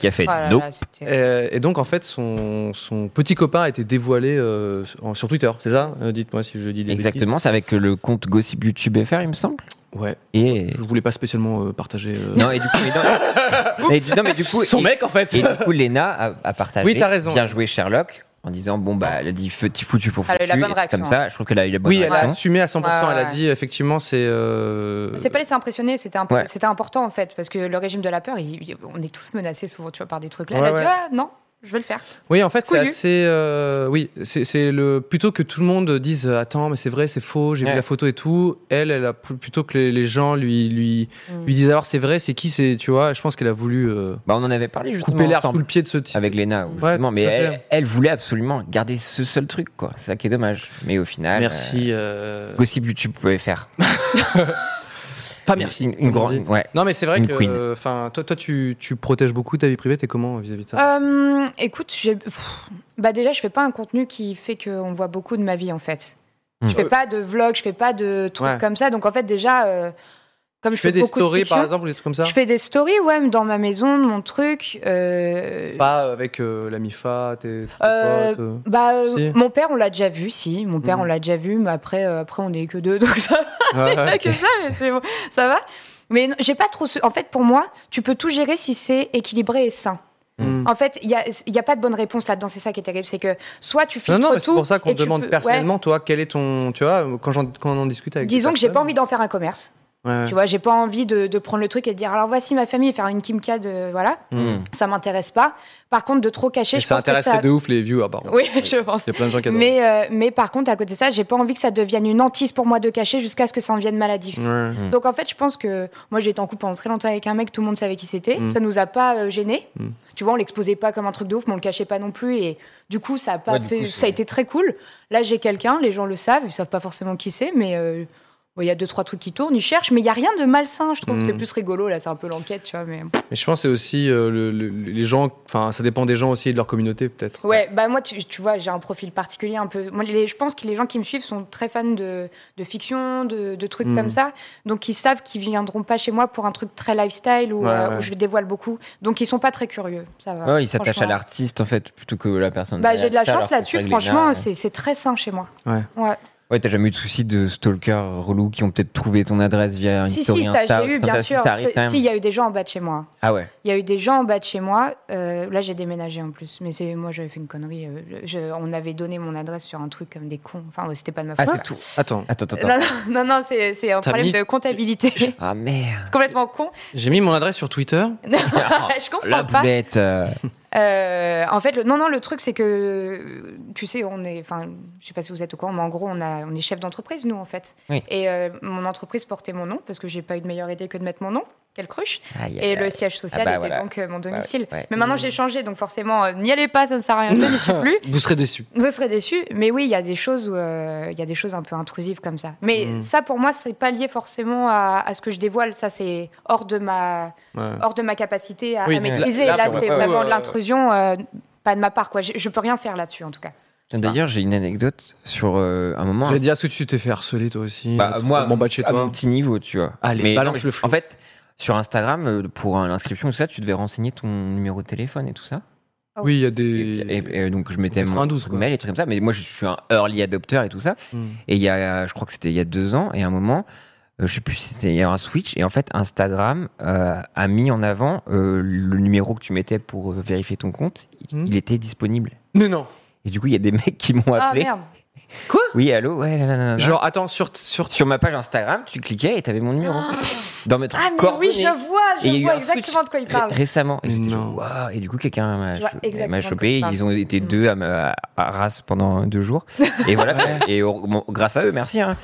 Qui a fait Oh là nope. là, c'était- Euh, et donc, en fait, son, son petit copain a été dévoilé euh, en- sur Twitter, c'est ça Euh, Dites-moi si je dis des Exactement, c'est avec le compte Gossip YouTube FR, il me semble. bêtises. Ouais. Et. Je voulais pas spécialement euh, partager. euh, Non, et du coup, mais non, mais du- non, mais du coup, son et- mec, en fait. Et du coup, Léna a, a partagé. Oui, t'as raison. Bien joué, Sherlock. En disant, bon, bah, elle a dit feu- petit foutu pour foutu. Elle a eu la bonne et réaction, Comme ça, je trouve qu'elle a eu la bonne Oui, elle a réaction. assumé à 100%. Ouais, ouais, Elle a ouais. dit effectivement, c'est. euh, C'est pas laissé impressionner, c'était imp- Ouais. c'était important en fait, parce que le régime de la peur, il- il- on est tous menacés souvent, tu vois, par des trucs là. Ouais, Elle a dit, ouais. ah non, je vais le faire. Oui, en fait, c'est couillu. assez. euh, Oui, c'est c'est le plutôt que tout le monde dise euh, attends, mais c'est vrai, c'est faux, j'ai Ouais. vu la photo et tout. Elle, elle a pl- plutôt que les, les gens lui lui Mm. lui disent alors c'est vrai, c'est qui, c'est tu vois. Je pense qu'elle a voulu euh, Bah, on en avait parlé justement. couper l'air sous ensemble, le pied de ce type. Avec Léna, Ouais, justement. mais tout à elle, fait. elle voulait absolument garder ce seul truc, quoi. C'est ça qui est dommage. Mais au final. Merci. euh, euh, Gossip YouTube pouvait faire. Pas Ah, merci. Une, une comme on grande. dit. Ouais. Non, mais c'est vrai Une que. queen. euh, Enfin, toi, toi, tu tu protèges beaucoup ta vie privée. T'es comment vis-à-vis de ça Euh, écoute, j'ai- pff, bah déjà, je fais pas un contenu qui fait qu'on voit beaucoup de ma vie en fait. Mm. Euh, Je fais pas de vlog, je fais pas de trucs Ouais. comme ça. Donc en fait, déjà, euh, comme Tu je fais, fais des beaucoup de stories fiction, par exemple ou des trucs comme ça je fais des stories, ouais, mais dans ma maison, de mon truc. euh, Pas avec euh, la Mifa, tes, tes Euh, potes, euh. Bah, euh, Si. mon père, on l'a déjà vu, si. Mon père, Mm. on l'a déjà vu, mais après, euh, après, on est que deux, donc ça Ouais, ouais. Pas que ça, mais c'est bon. Ça va Mais non, j'ai pas trop. ce- En fait, pour moi, tu peux tout gérer si c'est équilibré et sain. Mm. En fait, il n'y a, il y a pas de bonne réponse là-dedans. C'est ça qui est terrible. C'est que soit tu Non, filtres tout. non, mais c'est pour ça qu'on et te tu demande peux- personnellement, toi, quel est ton. Tu vois, quand, j'en- quand on en discute ouais. avec. Disons que j'ai pas envie d'en faire un commerce. Tu vois, j'ai pas envie de, de prendre le truc et de dire alors voici ma famille et faire une Kimka de. Voilà, Mm. ça m'intéresse pas. Par contre, de trop cacher, je Hmm. ça pense que intéresse ça. de ouf les viewers, par contre. Oui, je pense. Il y a plein de gens qui adorent. Mais, euh, mais par contre, à côté de ça, j'ai pas envie que ça devienne une hantise pour moi de cacher jusqu'à ce que ça en vienne maladif. Ouais. Mm. Donc en fait, je pense que moi j'ai été en couple pendant très longtemps avec un mec, tout le monde savait qui c'était, Mm. ça nous a pas euh, gênés. Mm. Tu vois, on l'exposait pas comme un truc de ouf, mais on le cachait pas non plus et du coup, ça a pas Ouais, du fait coup, c'est- ça a été très cool. Là, j'ai quelqu'un, les gens le savent, ils savent pas forcément qui c'est mais euh, bon, il y a deux trois trucs qui tournent, ils cherchent mais il y a rien de malsain, je trouve, Mm. c'est plus rigolo là, c'est un peu l'enquête, tu vois mais Mais je pense que c'est aussi euh, le- le- les gens. Enfin, ça dépend des gens aussi et de leur communauté, peut-être. Ouais, bah moi, tu, tu vois, j'ai un profil particulier un peu. moi, les- je pense que les gens qui me suivent sont très fans de, de fiction, de, de trucs Mm. Hmm. comme ça. Donc, ils savent qu'ils viendront pas chez moi pour un truc très lifestyle ou Ouais, euh, ouais. où je dévoile beaucoup. Donc, ils sont pas très curieux. Ça va. Ouais, il s'attache à Ah, franchement. l'artiste, en fait, plutôt que la personne. Bah, j'ai de la derrière. chance Ça, alors que là-dessus, c'est vrai que Léna, franchement, euh, c'est c'est très sain chez moi. Ouais. ouais. Ouais, t'as jamais eu de soucis de stalkers relous qui ont peut-être trouvé ton adresse via une Si, story si, ça, Insta, j'ai eu, comme ça, bien si, sûr. ça arrive Si, quand même. si, il y a eu des gens en bas de chez moi. Ah ouais. Il y a eu des gens en bas de chez moi. Euh, là, j'ai déménagé en plus. Mais c'est moi, j'avais fait une connerie. euh, je- on avait donné mon adresse sur un truc comme des cons. Enfin, ouais, c'était pas de ma Ah, faute. c'est tout. Attends, Attends, attends, Non, attends. non, non, non, c'est c'est un T'as problème mis- de comptabilité. C'est Ah merde. complètement con. j'ai mis mon adresse sur Twitter. Ah, je comprends La pas. boulette. euh, Euh, en fait, le, non, non, le truc, c'est que, tu sais, on est, enfin, je sais pas si vous êtes au courant, mais en gros, on, a, on est chef d'entreprise, nous, en fait. Oui. Et euh, mon entreprise portait mon nom, parce que j'ai pas eu de meilleure idée que de mettre mon nom. Quelle cruche Aïe, aïe, Et le aïe. siège social Ah bah était voilà. donc euh, mon domicile. ouais, Mmh. ouais. Mais maintenant, j'ai changé, donc forcément, euh, n'y allez pas, ça ne sert à rien, je n'y suis plus. Vous serez déçus. Vous serez déçus, mais oui, il y a des choses, où, euh, il y a des choses un peu intrusives comme ça. Mais Mm. ça, pour moi, c'est pas lié forcément à, à ce que je dévoile. Ça, c'est hors de ma, Ouais. hors de ma capacité à, Oui, à mais maîtriser. là- Là, là, pour c'est le coup, vraiment euh, de l'intrusion, euh, pas de ma part. Quoi. Je, je peux rien faire là-dessus, en tout cas. Tiens, D'ailleurs, j'ai une anecdote sur euh, un moment. J'allais dire, est-ce que tu t'es fait harceler toi aussi Bah, Trop- moi, bon bah de chez à toi. mon petit niveau, tu vois. Allez, balance le flou. En fait, sur Instagram, euh, pour euh, l'inscription, tout ça, tu devais renseigner ton numéro de téléphone et tout ça. Oui, il y a Et, des. et- et donc, je mettais mon 92, quoi. mail et trucs comme ça. Mais moi, je suis un early adopteur et tout ça. Hmm. Et il y a, je crois que c'était il y a deux ans, et à un moment, euh, je sais plus si c'était il y a eu un switch, et en fait, Instagram euh, a mis en avant euh, le numéro que tu mettais pour euh, vérifier ton compte, il, Hmm. il était disponible. Mais non. Et du coup, il y a des mecs qui m'ont Ah appelé. merde. oui, allô, ouais, là, là, là, là. Genre, attends, sur, sur Sur ma page Instagram, tu cliquais et t'avais mon numéro. Dans mes trucs Ah, mais oui, hein. coordonnées. je vois, Et il y a eu je vois un switch exactement de quoi il Ré- parle. récemment. Et, Mais j'étais non. genre, Waouh. et du coup, quelqu'un m'a Je vois cho- exactement m'a de quoi chopé. tu parles. Ils ont été Mm. deux à, ma- à Arras pendant deux jours. Et voilà. et au- bon, grâce à eux, merci. hein.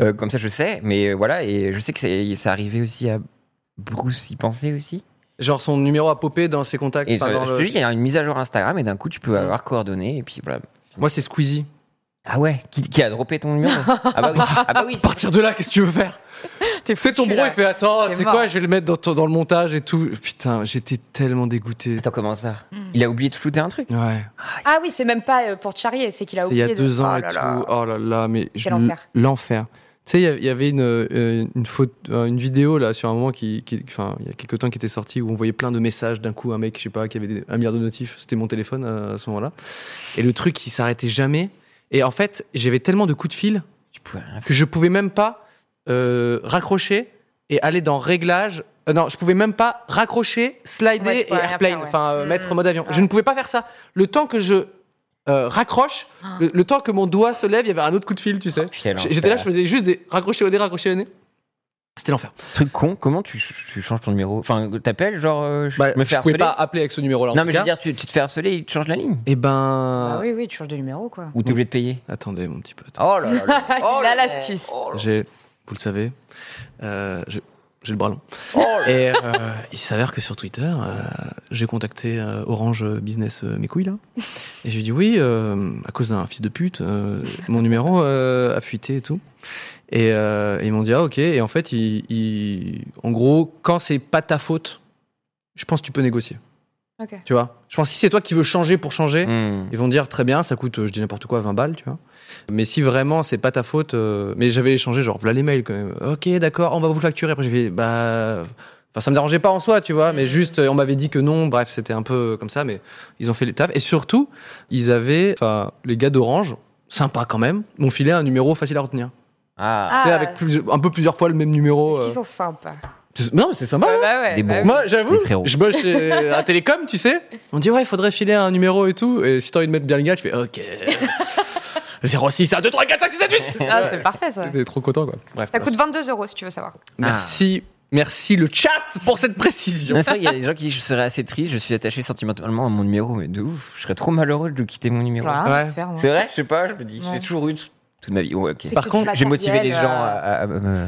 Euh, comme ça, je sais. Mais euh, voilà. Et je sais que c'est c'est arrivé aussi à Bruce y penser aussi. Genre son numéro a popé dans ses contacts. Et enfin, dans je te le- dis, il y a une mise à jour Instagram et d'un coup, tu Mm. peux avoir coordonnées. Et puis voilà. Moi, c'est Squeezie. Ah ouais, qui, qui a droppé ton numéro Ah bah oui, ah bah oui À partir de là, qu'est-ce que tu veux faire Tu sais, ton foutu, bro, là. il fait Attends, T'es tu sais mort. quoi, je vais le mettre dans, ton- dans le montage et tout. Putain, j'étais tellement dégoûté. Attends, comment ça Il a oublié de flouter un truc. Ouais. Ah oui, c'est même pas euh, pour te charrier, c'est qu'il a C'était il y oublié. a de- deux ans Oh et là tout. là. Oh là là, mais je- Quel enfer. l'enfer. Tu sais, il y a- il y avait une, euh, une, faute, euh, une vidéo là sur un moment qui, qui- enfin, il y a quelques temps qui était sorti où on voyait plein de messages d'un coup, un mec, je sais pas, qui avait des- un milliard de notifs. C'était mon téléphone euh, à ce moment-là. Et le truc, il s'arrêtait jamais. Et en fait, j'avais tellement de coups de fil Tu pouvais rien que je pouvais même pas euh, raccrocher et aller dans réglages. Euh, non, je pouvais même pas raccrocher, slider Ouais, tu et pouvais rien airplane, faire, ouais. enfin euh, Mm, mettre mode avion. ouais. Je ne pouvais pas faire ça. Le temps que je euh, raccroche, Ah. le, le temps que mon doigt se lève, il y avait un autre coup de fil, tu sais. faire. J- J'étais là, je faisais juste des raccrochés au nez, raccrochés au nez. C'était l'enfer. Truc con, comment tu, ch- tu changes ton numéro Enfin, t'appelles, genre, euh, je Bah, me je fais pouvais harceler. pas appeler avec ce numéro-là. en non, tout mais je veux cas. dire, tu, tu te fais harceler, ils te changent la ligne. Eh ben. Ah oui, oui, tu changes de numéro, quoi. Ou t'es obligé de payer. Attendez, mon petit pote. Oh là là. là. Oh il là a là. l'astuce. Oh là. J'ai, vous le savez, euh, j'ai j'ai le bras long. Oh là. Et euh, il s'avère que sur Twitter, euh, j'ai contacté euh, Orange Business euh, Mes Couilles, là. Et j'ai dit oui, euh, à cause d'un fils de pute, euh, mon numéro euh, a fuité et tout. Et, euh, ils m'ont dit ah ok. Et en fait, ils- ils- en gros, quand c'est pas ta faute, je pense que tu peux négocier. Ok. Tu vois Je pense que si c'est toi qui veux changer pour changer, Hmm. ils vont dire très bien, ça coûte, euh, je dis n'importe quoi, 20 balles, tu vois. Mais si vraiment c'est pas ta faute, euh, mais j'avais échangé genre voilà les mails quand même. Ok, d'accord, on va vous facturer. Après j'ai fait bah, enfin ça me dérangeait pas en soi, tu vois, mais juste euh, on m'avait dit que non. Bref, c'était un peu comme ça, mais ils ont fait les taf. Et surtout, ils avaient, enfin les gars d'Orange, sympa quand même, m'ont filé un numéro facile à retenir. Ah. Ah, Tu sais, avec plus- un peu plusieurs fois le même numéro. Parce qu'ils euh. sont sympas. Non, mais c'est sympa. Ouais, bah ouais, Des bah bons. oui. Moi, j'avoue, Les frérots. je bosse chez un télécom, tu sais. On dit, ouais, il faudrait filer un numéro et tout. Et si t'as envie de mettre bien le gars, je fais, ok. 06, 1, 2, 3, 4, 5, 6, 7, 8. Ah, c'est parfait, ça. T'es trop content, quoi. Bref. Ça coûte 22 euros, si tu veux savoir. Merci, merci le chat pour cette précision. Non, c'est vrai, il y a des gens qui disent je serais assez triste, je suis attaché sentimentalement à mon numéro, mais de ouf, je serais trop malheureux de quitter mon numéro. J'aurais rien à Ouais. faire, moi. C'est vrai, je sais pas, je me dis, Ouais. j'ai toujours eu toute ma vie. Ouais, ok. hein. C'est Par que contre, du J'ai motivé les matériel, gens à. euh, à- à me-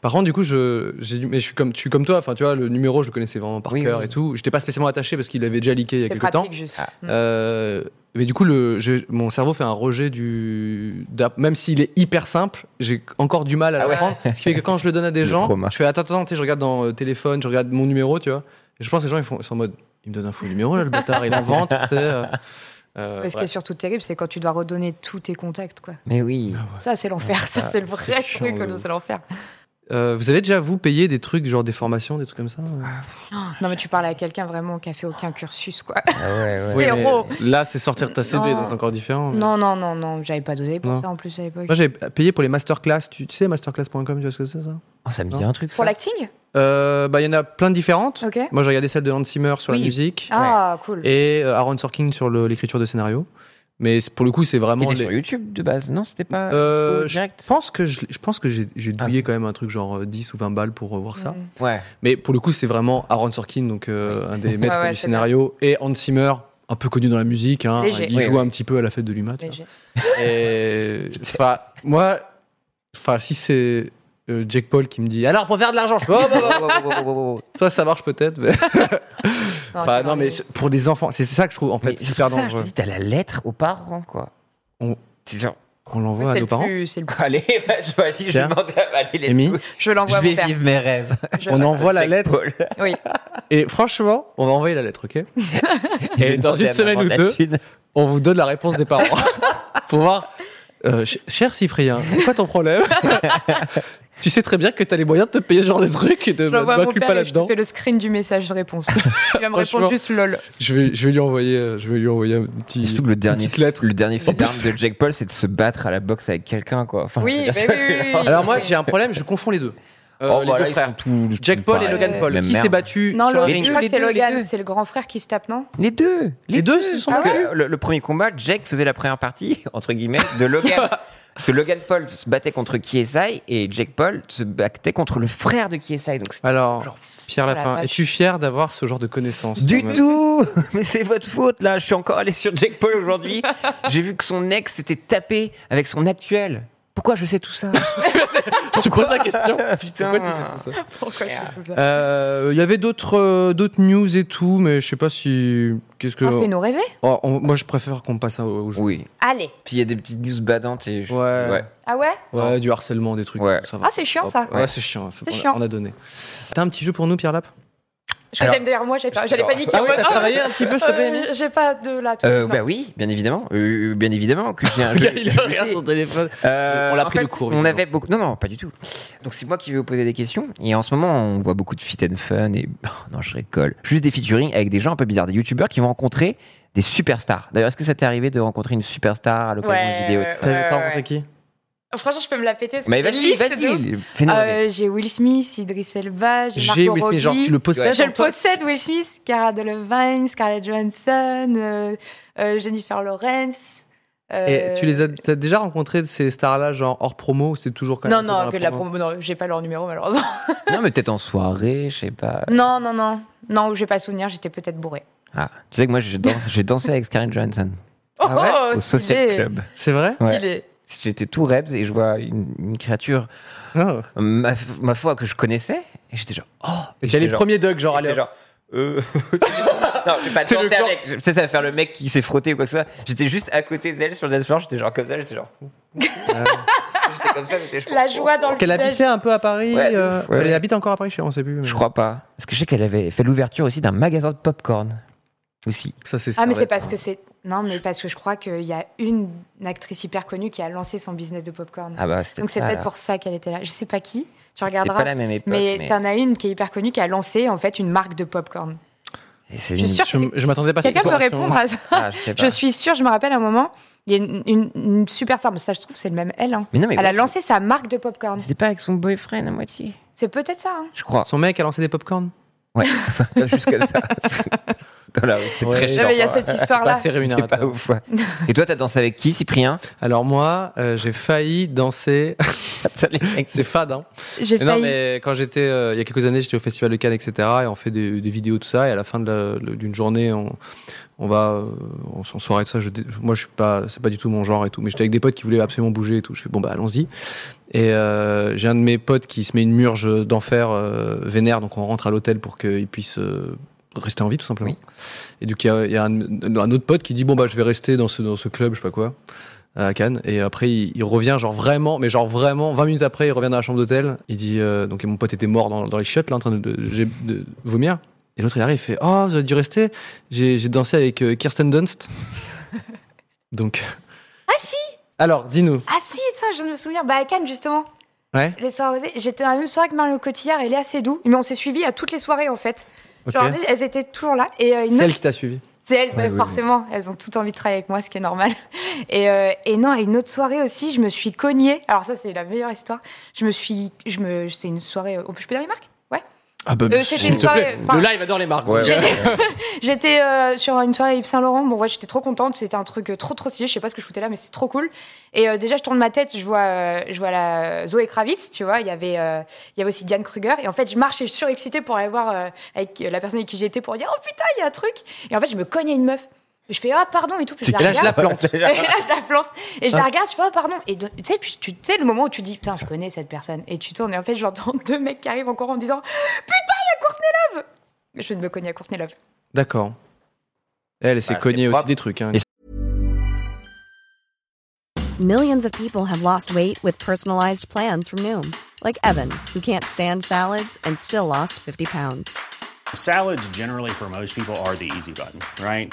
Par contre, du coup, je, j'ai dû, mais je suis comme, je suis comme toi. Enfin, tu vois, le numéro, je le connaissais vraiment par Oui, cœur oui. et tout. J'étais pas spécialement attaché parce qu'il avait déjà leaké il y a C'est quelques temps. pratique, juste. Ah. Mm. Euh, mais du coup, le, j'ai- mon cerveau fait un rejet du. d'app- Même s'il est hyper simple, j'ai encore du mal à Ah ouais. l'apprendre. Ce qui fait que quand je le donne à des Le gens, trauma. je fais attends, attends, tu sais, je regarde dans le téléphone, je regarde mon numéro, tu vois. Et je pense que les gens, ils, font, ils sont en mode, il me donne un faux numéro, là, le bâtard, il invente, tu sais. euh, euh, Mais ce qui ouais. est surtout terrible, c'est quand tu dois redonner tous tes contacts, quoi. Mais oui. Ça, c'est l'enfer. Ça, c'est le vrai Ah, c'est chiant, truc, de que ouf. c'est l'enfer. Euh, vous avez déjà, vous, payé des trucs, genre des formations, des trucs comme ça euh Non, mais tu parles à quelqu'un vraiment qui a fait aucun cursus, quoi. Ah ouais, ouais. Oui. mais Zéro. Là, c'est sortir ta CD, Non. donc c'est encore différent. mais- Non, non, non, non. J'avais pas dosé pour Non. ça, en plus, à l'époque. Moi, j'ai payé pour les masterclass. Tu, tu sais, masterclass.com, tu vois ce que c'est, ça Oh, ça me dit un truc. Pour Ça. l'acting Euh, Bah, il y en a plein de différentes. Ok. Moi, j'ai regardé celle de Hans Zimmer sur Oui. la musique. Ah, cool. et euh, Aaron Sorkin sur le- l'écriture de scénario. Mais c'est- pour le coup, c'est Il vraiment. était les- sur YouTube de base. Non, c'était pas. Euh, au je direct. pense que je, je pense que j'ai j'ai Ah. douillé quand même un truc genre euh, 10 ou 20 balles pour euh, voir ça. Mm. Ouais. Mais pour le coup, c'est vraiment Aaron Sorkin, donc euh, un des maîtres Ouais, ouais, du c'est scénario, et Hans Zimmer, un peu connu dans la musique. hein. Léger. Il Oui, joue oui. un petit peu à la fête de l'humain. tu vois. Léger. Et enfin, moi, enfin, si c'est euh, Jake Paul qui me dit alors pour faire de l'argent, je fais, oh, bah, bah. toi ça marche peut-être. Mais... Enfin, non, mais c'est- pour des enfants, c'est c'est ça que je trouve en Mais fait surtout super ça, je me dangereux. dis, t'as la lettre aux parents, quoi. On- C'est genre, On l'envoie C'est à le nos parents. plus- c'est le plus- allez, vas-y, vas-y, je vais Pierre demander à aller les Amy Je Je l'envoie à vais mon père. vivre mes rêves. Je- On envoie la lettre. Paul. Oui. Et franchement, on va envoyer la lettre, ok Je vais dans demander une à semaine maman ou de la deux. thune. On vous donne la réponse des parents. pour voir. euh, ch- cher Cyprien, c'est quoi ton problème Tu sais très bien que t'as les moyens de te payer ce genre de truc et de Je l'envoie à mon m'occuper pas père et je te là-dedans. fais le screen du message de réponse. Il va me Franchement. répondre juste lol. Je vais, je vais lui envoyer, euh, je vais lui envoyer un petit, Et surtout que le une dernier, petite lettre. le dernier fait En plus- d'armes de Jack Paul, c'est de se battre à la boxe avec quelqu'un, quoi. Enfin, Oui, je veux dire, bah ça, oui, c'est oui, oui. vraiment- Alors moi, j'ai un problème, je confonds les deux. Euh, Oh, les bah deux là, ils frères. sont tous- tous Jack Paul et pareils. Logan Paul. Même Qui s'est merde. battu Non, sur un le, les ring je deux, crois que les c'est deux, les Logan, deux. c'est le grand frère qui se tape, non Les deux Ah Les deux se sont Parce battus. que le, le premier combat, Jake faisait la première partie, entre guillemets, de Logan. Parce que Logan Paul se battait contre Kiesai et Jake Paul se battait contre le frère de Kiesai. Donc c'était Alors, Genre, Pierre la Lapin, vache. es-tu fier d'avoir ce genre de connaissances Du toi-même tout Mais c'est votre faute là, je suis encore allé sur Jake Paul aujourd'hui. J'ai vu que son ex s'était tapé avec son actuel. Pourquoi je sais tout ça Tu poses la question Putain. Pourquoi tu sais tout ça Pourquoi je Ah. fais tout ça Euh, Il y avait d'autres euh, d'autres news et tout, mais je sais pas si. Qu'est-ce que. Ah, Fais-nous rêver. Oh, on- moi, je préfère qu'on passe à- au jeu. Oui. Allez. Puis il y a des petites news badantes et je- Ouais. Ah ouais Ouais, du harcèlement, des trucs. Ouais. Ça va. Ah, c'est chiant ça. Hop. Ouais, c'est chiant. ça, C'est on a- chiant. On a donné. T'as un petit jeu pour nous, Pierre Lapin Je crois que t'allais me derrière moi, j'allais pas- j'allais Alors- paniquer. Ah ouais, t'as travaillé un petit peu, s'il te plaît, Amy Euh, J'ai pas de là. tout de Euh, suite, bah non. oui, bien évidemment, Euh, bien évidemment que j'ai un Le jeu. gars, Il regarde son téléphone. Euh, On l'a en pris de fait, court, On visiblement. avait beaucoup. Non, non, pas du tout. Donc c'est moi qui vais vous poser des questions. Et en ce moment, on voit beaucoup de fit and fun et oh, non, je récolte. Juste des featuring avec des gens un peu bizarres, des youtubeurs qui vont rencontrer des superstars. D'ailleurs, est-ce que ça t'est arrivé de rencontrer une superstar à l'occasion Ouais, d'une vidéo ouais, T'as t'as rencontré ouais. qui Franchement, je peux me la péter. parce que Mais j'ai une vas-y, liste de ouf. vas-y, fais-nous rêver. Euh, J'ai Will Smith, Idris Elba, j'ai J'ai Margot Will Smith, Robbie. genre, tu le possèdes Je le Antoine possède, Will Smith, Cara Delevingne, Scarlett Johansson, euh, euh, Jennifer Lawrence. euh, Et tu les as t'as déjà rencontré ces stars-là, genre hors promo ou c'est toujours quand Non, même dans non, que de la promo. Non, j'ai pas leur numéro malheureusement. Non, mais peut-être en soirée, je sais pas. Non, non, non. Non, j'ai pas le souvenir, j'étais peut-être bourré. Ah, tu sais que moi, j'ai dansé, j'ai dansé avec Scarlett Johansson Ah au Social Club. C'est vrai Ouais. Oh, Stylé. J'étais tout rebs et je vois une, une créature, Ah. ma, ma foi, que je connaissais. Et j'étais genre, oh Et tu as j'étais les genre- premiers Doug, genre, Et allez, j'étais genre, euh, non, j'ai pas C'est le dansé plan. avec. Tu sais, ça va faire le mec qui s'est frotté ou quoi que ce soit. J'étais juste à côté d'elle sur le dance floor, j'étais genre comme ça, j'étais genre. j'étais comme ça, j'étais genre. La joie dans Parce qu'elle le habitait visage. un peu à Paris. Ouais, de euh, ouf, ouais. Elle habite encore à Paris, je sais, on sait plus. mais- Je crois pas. Parce que je sais qu'elle avait fait l'ouverture aussi d'un magasin de popcorn. Aussi. Ça, c'est Ah, mais Scarlett. c'est parce hein. que c'est. Non, mais parce que je crois qu'il y a une actrice hyper connue qui a lancé son business de popcorn. Ah bah, c'était Donc c'est ça, peut-être alors. pour ça qu'elle était là. Je sais pas qui. Tu C'était pas regarderas. la même époque. Mais, Mais, t'en as une qui est hyper connue qui a lancé en fait une marque de popcorn. Et c'est Je suis une- sûre Je, je m'attendais pas à cette Quelqu'un peut information. répondre à ça Ah, je sais pas. Je suis sûre, je me rappelle un moment, il y a une, une, une superstar, mais ça je trouve c'est le même elle. hein. Mais non, mais elle a ouais, lancé sa marque de popcorn. C'était pas avec son boyfriend à moitié. C'est peut-être ça. hein. Je crois. Son mec a lancé des popcorn Ouais. Juste comme ça. Dans la rue, c'était Ouais. très Non, chiant. mais il y a cette Pas histoire-là. assez C'était rémunérateur. pas ouf, ouais. Et toi, t'as dansé avec qui, Cyprien Alors moi, euh, j'ai failli danser. Ça, les mecs, c'est fade, hein. J'ai Mais non, failli. mais quand j'étais, euh, il y a quelques années, j'étais au Festival de Cannes, etc. Et on fait des, des vidéos, tout ça. Et à la fin de la- le- d'une journée, on, on va euh, on s'en soirée, tout ça. Je, dé- moi, je suis pas, c'est pas du tout mon genre et tout. Mais j'étais avec des potes qui voulaient absolument bouger et tout. Je fais bon, bah, allons-y. Et euh, j'ai un de mes potes qui se met une murge d'enfer euh, vénère. Donc on rentre à l'hôtel pour qu'il puisse euh, rester en vie, tout simplement. Et du coup, il y a, il y a un, un autre pote qui dit bon, bah, je vais rester dans ce, dans ce club, je sais pas quoi à Cannes. Et après, il, il revient, genre vraiment, mais genre vraiment, 20 minutes après, il revient dans la chambre d'hôtel. Il dit, euh, donc et mon pote était mort dans, dans les chiottes, là, en train de, de- j'ai- de vomir. Et l'autre, il arrive, il fait, oh, vous avez dû rester. J'ai j'ai dansé avec euh, Kirsten Dunst. donc, Ah si alors, dis-nous. Ah si, ça je viens de me souvenir. Bah à Cannes justement, Ouais. les soirées rosées. J'étais dans la même soirée que Mario Cotillard et Léa Seydoux. Mais on s'est suivis à toutes les soirées en fait. ok. Genre, elles étaient toujours là. Et euh, une C'est autre- elle qui t'a suivi. C'est elles, Ouais, ouais, oui, forcément. Elles ont toutes envie de travailler avec moi, ce qui est normal. Et, euh, et non, à une autre soirée aussi, je me suis cognée. Alors ça, c'est la meilleure histoire. Je me suis, je me, c'est une soirée. oh, je peux dire les marques Ouais. Ah bah, Euh, c'était une soirée. Le pardon. live adore les marques. Ouais, donc, ouais. J'étais euh, sur une soirée à Yves Saint Laurent. Bon, ouais, j'étais trop contente. C'était un truc euh, trop trop stylé. Je sais pas ce que je foutais là, mais c'est trop cool. Et euh, déjà, je tourne ma tête, je vois, euh, je vois la Zoé Kravitz, tu vois. Il y avait, euh, il y avait aussi Diane Kruger. Et en fait, je marche et je suis surexcitée pour aller voir euh, avec euh, la personne avec qui j'étais pour dire, oh putain, il y a un truc. Et en fait, je me cognais une meuf. Je fais, ah, pardon, et tout. Puis je Et là, je la regarde. plante. Et là, je la plante. Et je Ah. la regarde, je fais, oh, pardon. Et de- tu sais, puis tu tu sais, le moment où tu dis, putain, je connais cette personne. Et tu tournes, et en fait, j'entends deux mecs qui arrivent encore en me disant, putain, il y a Courtney Love Je vais me cogner à Courtney Love. D'accord. Elle s'est Bah, c'est cognée aussi propre. des trucs. hein. Ah, Et- Millions of people have lost weight with personalized plans from Noom, like Evan, who can't stand salads and still lost 50 pounds. Salads, generally, for most people, are the easy button, right?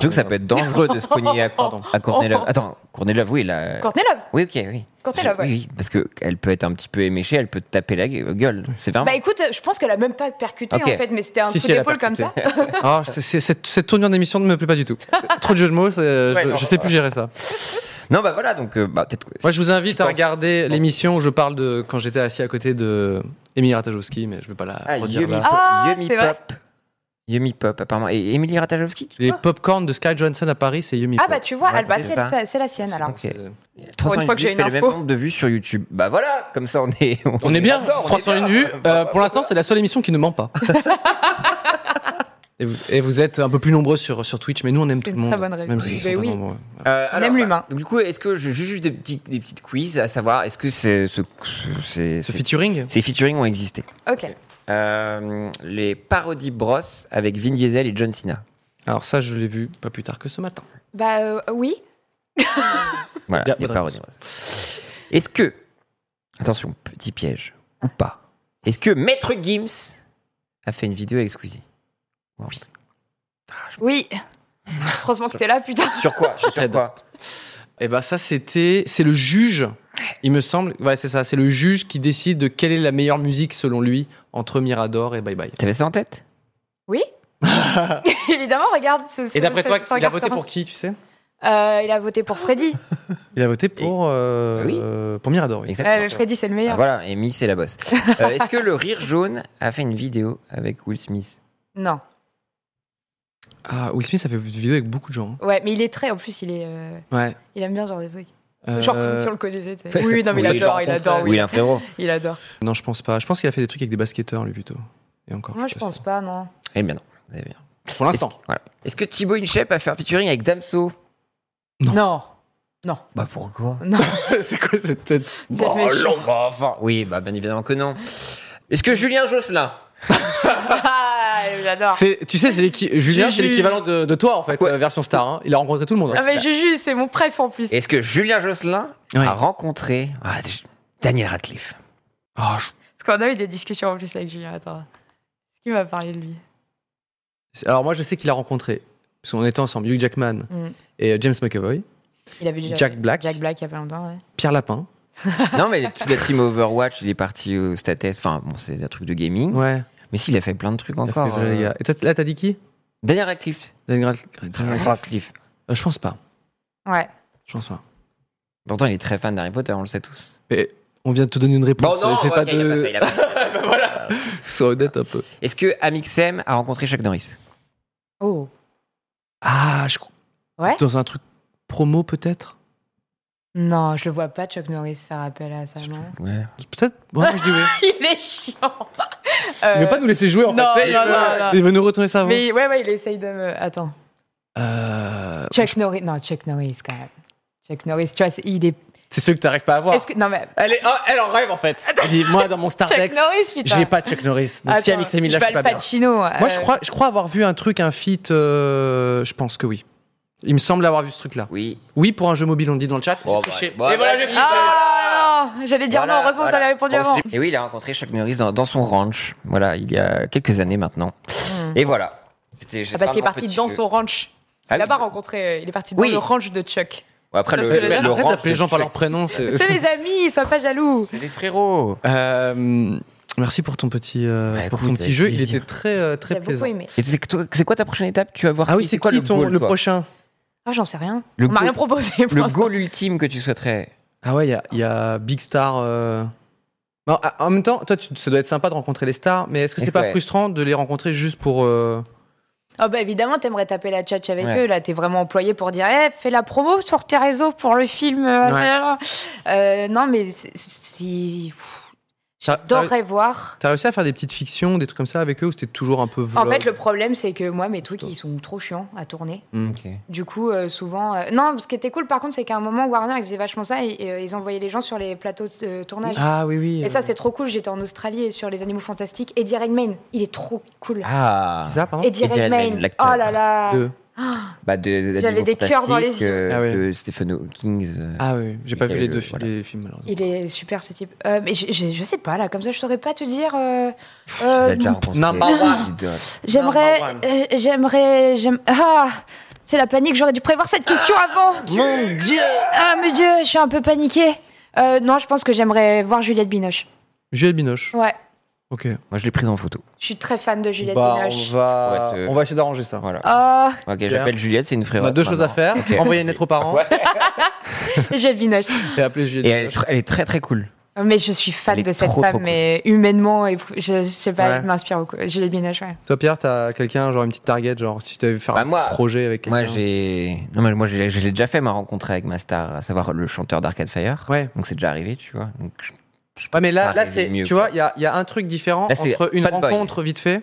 Surtout que ça peut être dangereux de se cogner à, Pardon. à Courtney Love. Attends, Courtney Love, oui, la... Courtney Love Oui, ok, oui. Courtney Love, Oui, ouais. oui, parce qu'elle peut être un petit peu éméchée, elle peut te taper la gue- gueule. C'est vraiment. Bah écoute, je pense qu'elle a même pas percuté Ok. en fait, mais c'était un Si, coup si, elle a d'épaule comme ça. percuté. Ah, c'est- c'est- cette, cette tournure d'émission ne me plaît pas du tout. Trop de jeux de mots, c'est- je, Ouais, non, je sais bah, plus gérer ça. Non, bah voilà, donc euh, bah, peut-être. Moi, je vous invite à pense- regarder l'émission où je parle de quand j'étais assis à côté de Émilie Ratajkowski, mais je vais pas la Ah, redire Yumi, là. Pop, Ah, Yumi c'est vrai. Pop. Yumi Pop, apparemment. Et Emily Ratajkowski, tu Les popcorn de Sky Johnson à Paris, c'est Yumi. Ah Pop. bah tu vois, Ouais, Alba, c'est c'est ça. la- c'est la sienne alors. Ok. C'est- euh, 301 fois que vues j'ai une fait le même info. nombre de vues sur YouTube. Bah voilà, comme ça on est. On est bien, d'accord, on est 301 bien. vues. Bah, Euh, pour l'instant, c'est la seule émission qui ne ment pas. et, vous, et vous êtes un peu plus nombreux sur, sur Twitch, mais nous, on aime C'est tout le une monde. très bonne raison. Même s'ils Mais sont pas oui. nombreux. Euh, On aime l'humain. donc, du coup, est-ce que je juste des, petits, des petites quiz à savoir est-ce que c'est ce, ce- c'est- Ce c'est- featuring ces featuring ont existé Ok. Euh, Les parodies Bros avec Vin Diesel et John Cena. Alors ça, je l'ai vu pas plus tard que ce matin. Bah euh, oui. Voilà, Bien, les bonne parodies Bros. Est-ce que attention petit piège ou pas Est-ce que Maître Gims a fait une vidéo avec Squeezie Oui. Oui. Heureusement que t'es là, putain. Sur quoi Sur Ted. quoi Eh ben ça, c'était... C'est le juge, il me semble. Ouais, c'est ça. C'est le juge qui décide de quelle est la meilleure musique, selon lui, entre Mirador et Bye Bye. T'avais ça en tête Oui. Évidemment, regarde ce. ce- Et d'après ce- toi, ce il a regard voté serein. pour qui, tu sais Euh, Il a voté pour Freddy. Il a voté pour... euh, Oui. euh, Pour Mirador, oui. Ouais, mais Exactement. Freddy, c'est le Ah, meilleur. voilà, Amy, c'est la bosse. Euh, Est-ce que le rire jaune a fait une vidéo avec Will Smith Non. Ah, Will Smith, ça fait des vidéos avec beaucoup de gens. Ouais, mais il est très. En plus, il est. euh, hein. Ouais. Il aime bien ce genre des trucs. Euh, Genre comme si on le connaissait. tu sais. Ouais, Oui, oui, non, mais il oui, adore, par il contre, adore, Oui, il oui, a un frérot. il adore. Non, je pense pas. Je pense qu'il a fait des trucs avec des basketteurs, lui, plutôt. Et encore. Moi, suis je pas pense pas, non. Eh bien non, vous avez bien. sûr. Pour l'instant. Voilà. Est-ce que Thibaut Inchep a fait un featuring avec Damso Non. Non. Oh, Non. Bah pourquoi Non. c'est quoi cette tête Bon, méchant. alors, bah, enfin, Oui, bah bien évidemment que non. Est-ce que Julien Josselin Ah, j'adore. c'est, Tu sais, c'est l'équi- Julien, Juju. c'est l'équivalent de, de toi, en fait, Ouais. euh, version star. hein. Il a rencontré tout le monde. hein. Ah, mais Juju, c'est mon préf en plus. Est-ce que Julien Josselin Oui. a rencontré ah, je- Daniel Radcliffe Ah, je- Parce qu'on a eu des discussions en plus avec Julien. Attends. Est-ce qu'il m'a parlé de lui c'est- Alors, moi, je sais qu'il a rencontré, parce qu'on était ensemble, Hugh Jackman Mm. et euh, James McAvoy, Il avait déjà. Jack Black, Jack Black il y a pas longtemps, ouais. Pierre Lapin. Non, mais toute la team Overwatch, il est parti au States. Enfin, bon, c'est un truc de gaming. Ouais. Mais s'il a fait plein de trucs Il a fait- encore. euh, il y a- Et toi, là, t'as dit qui Daniel Radcliffe. Daniel Radcliffe. Radcliffe. Euh, Je pense pas. Ouais. Je pense pas. Pourtant, il est très fan d'Harry Potter, on le sait tous. Et on vient de te donner une réponse. c'est pas de. voilà. Sois honnête un peu. Est-ce que Amixem a rencontré Chuck Norris Oh. Ah, je. Ouais. Dans un truc promo, peut-être Non, je le vois pas Chuck Norris faire appel à ça, non Ouais. Peut-être Ouais, moi, je dis oui. Il est chiant. Il veut pas nous laisser jouer en non, fait. tu sais, non, il, veut, non, non. il veut nous retourner ça. Euh, Mais ouais, ouais, il essaye de me. Attends. Euh, Chuck Norris. Non, Chuck Norris quand même. Chuck Norris, tu vois, c'est- il est. C'est celui que t'arrives pas à voir. Est-ce que. Non, mais. Elle, est, oh, elle en rêve en fait. Elle dit moi dans mon Chuck Stardex, Norris, putain. j'ai pas de Chuck Norris. Donc si Attends, avec Sammy là, je suis Val pas bien. Pacino. Moi je euh, crois, je crois avoir vu un truc, un feat. euh, je pense que oui. Il me semble avoir vu ce Oh, truc là. Oui. Oui pour un jeu mobile on dit dans le chat. J'ai Bon, triché. bah, bah, Et voilà bah, j'ai triché. Ah non, non, j'allais dire non, heureusement que ça t'avais répondu avant. Et oui, il a rencontré Chuck Norris dans, dans son ranch, voilà, il y a quelques années maintenant. Et voilà. C'était- j'ai Hmm. Ah, parce fait qu'il est un parti petit dans jeu. son ranch. Ah oui. il a pas rencontré, euh, il est parti dans Oui. le ranch de Chuck. Bon, Après, Parce le, que le- le, Arrête Arrête ranch d'appeler les de gens par Chuck- leur prénom. c'est- C'est les amis, sois pas jaloux. C'est les frérots. Euh, merci pour ton petit, euh, Bah, pour écoute, ton avec petit jeu. Il plaisir. était très, euh, très J'ai beaucoup plaisant. aimé. Et c'est toi- c'est quoi ta prochaine étape Tu vas voir. Ah oui, qui- c'est qui le ton goal, le toi prochain Ah, j'en sais rien. Le On m'a goal- rien proposé. pour Le l'instant. goal ultime que tu souhaiterais. Ah ouais, il y a- il y, a Big Star. euh, Non, a- en même temps, toi, tu- ça doit être sympa de rencontrer les stars, mais est-ce que c'est pas Ouais. frustrant de les rencontrer juste pour. euh, Ah bah évidemment, t'aimerais taper la tchatche avec Ouais. eux. Là, t'es vraiment employé pour dire Eh, fais la promo sur tes réseaux pour le film. euh, Ouais. là, là. Euh, non, mais c'est- c'est. pff, t'as- T'as J'adorerais voir. t'as réussi à faire des petites fictions, des trucs comme ça avec eux, ou c'était toujours un peu En vlog fait, le problème, c'est que moi, mes trucs, ils sont trop chiants à tourner. Hmm. Ok. Du coup, euh, souvent. euh, Non, ce qui était cool, par contre, c'est qu'à un moment, Warner, ils faisaient vachement ça et, et, euh, ils envoyaient les gens sur les plateaux de euh, tournage. Ah oui, oui. Et euh, ça, c'est trop cool. J'étais en Australie et sur les animaux fantastiques. Eddie Redmayne, il est trop cool. Ah. qui ça, pardon Eddie, Eddie Redmayne, Redmayne, l'acteur. oh là là. Ah, Deux. Bah, de, de- J'avais des d'Animal cœurs dans les Fantastique, euh, Ah ouais. De Stephen Hawking. euh, Ah oui, j'ai pas vu les Michael, deux euh, fi- voilà. les films, malheureusement. Il est super ce type. Euh, mais je, je, je sais pas là, comme ça je saurais pas te dire. euh, tu euh, l'as déjà rencontré. Number one. j'aimerais, Number euh, j'aimerais, j'aime. Ah, c'est la panique. J'aurais dû prévoir cette question avant. Ah, Mon dieu Ah mon dieu, je suis un peu paniquée. Euh, non, je pense que j'aimerais voir Juliette Binoche. Juliette Binoche. Ouais, Ok. Moi, je l'ai prise en photo. je suis très fan de Juliette Bah, on Binoche. va, Ouais, te- on va essayer d'arranger ça. Voilà. Oh, Ok, j'appelle Juliette, c'est une frère. Ah. On a deux choses à faire envoyer une lettre aux parents Juliette Binoche. et appeler Et Juliette elle, Binoche. est tr- elle est très très cool. Mais je suis fan Elle est de cette trop, femme, trop cool. mais humainement, et je, je sais pas, Ouais. elle m'inspire beaucoup. Juliette Binoche, ouais. Toi, Pierre, t'as quelqu'un, genre une petite target, genre si tu devais faire Bah, un moi- petit projet avec quelqu'un Moi, j'ai. Non, mais moi, j'ai- je l'ai déjà fait ma rencontre avec ma star, à savoir le chanteur d'Arcade Fire. Ouais. Donc, c'est déjà arrivé, tu vois. Donc, je- Ouais, mais là, Ah, là il est c'est, mieux, tu quoi. vois, il y a, il y a un truc différent Là, c'est entre une fanboy. rencontre vite fait,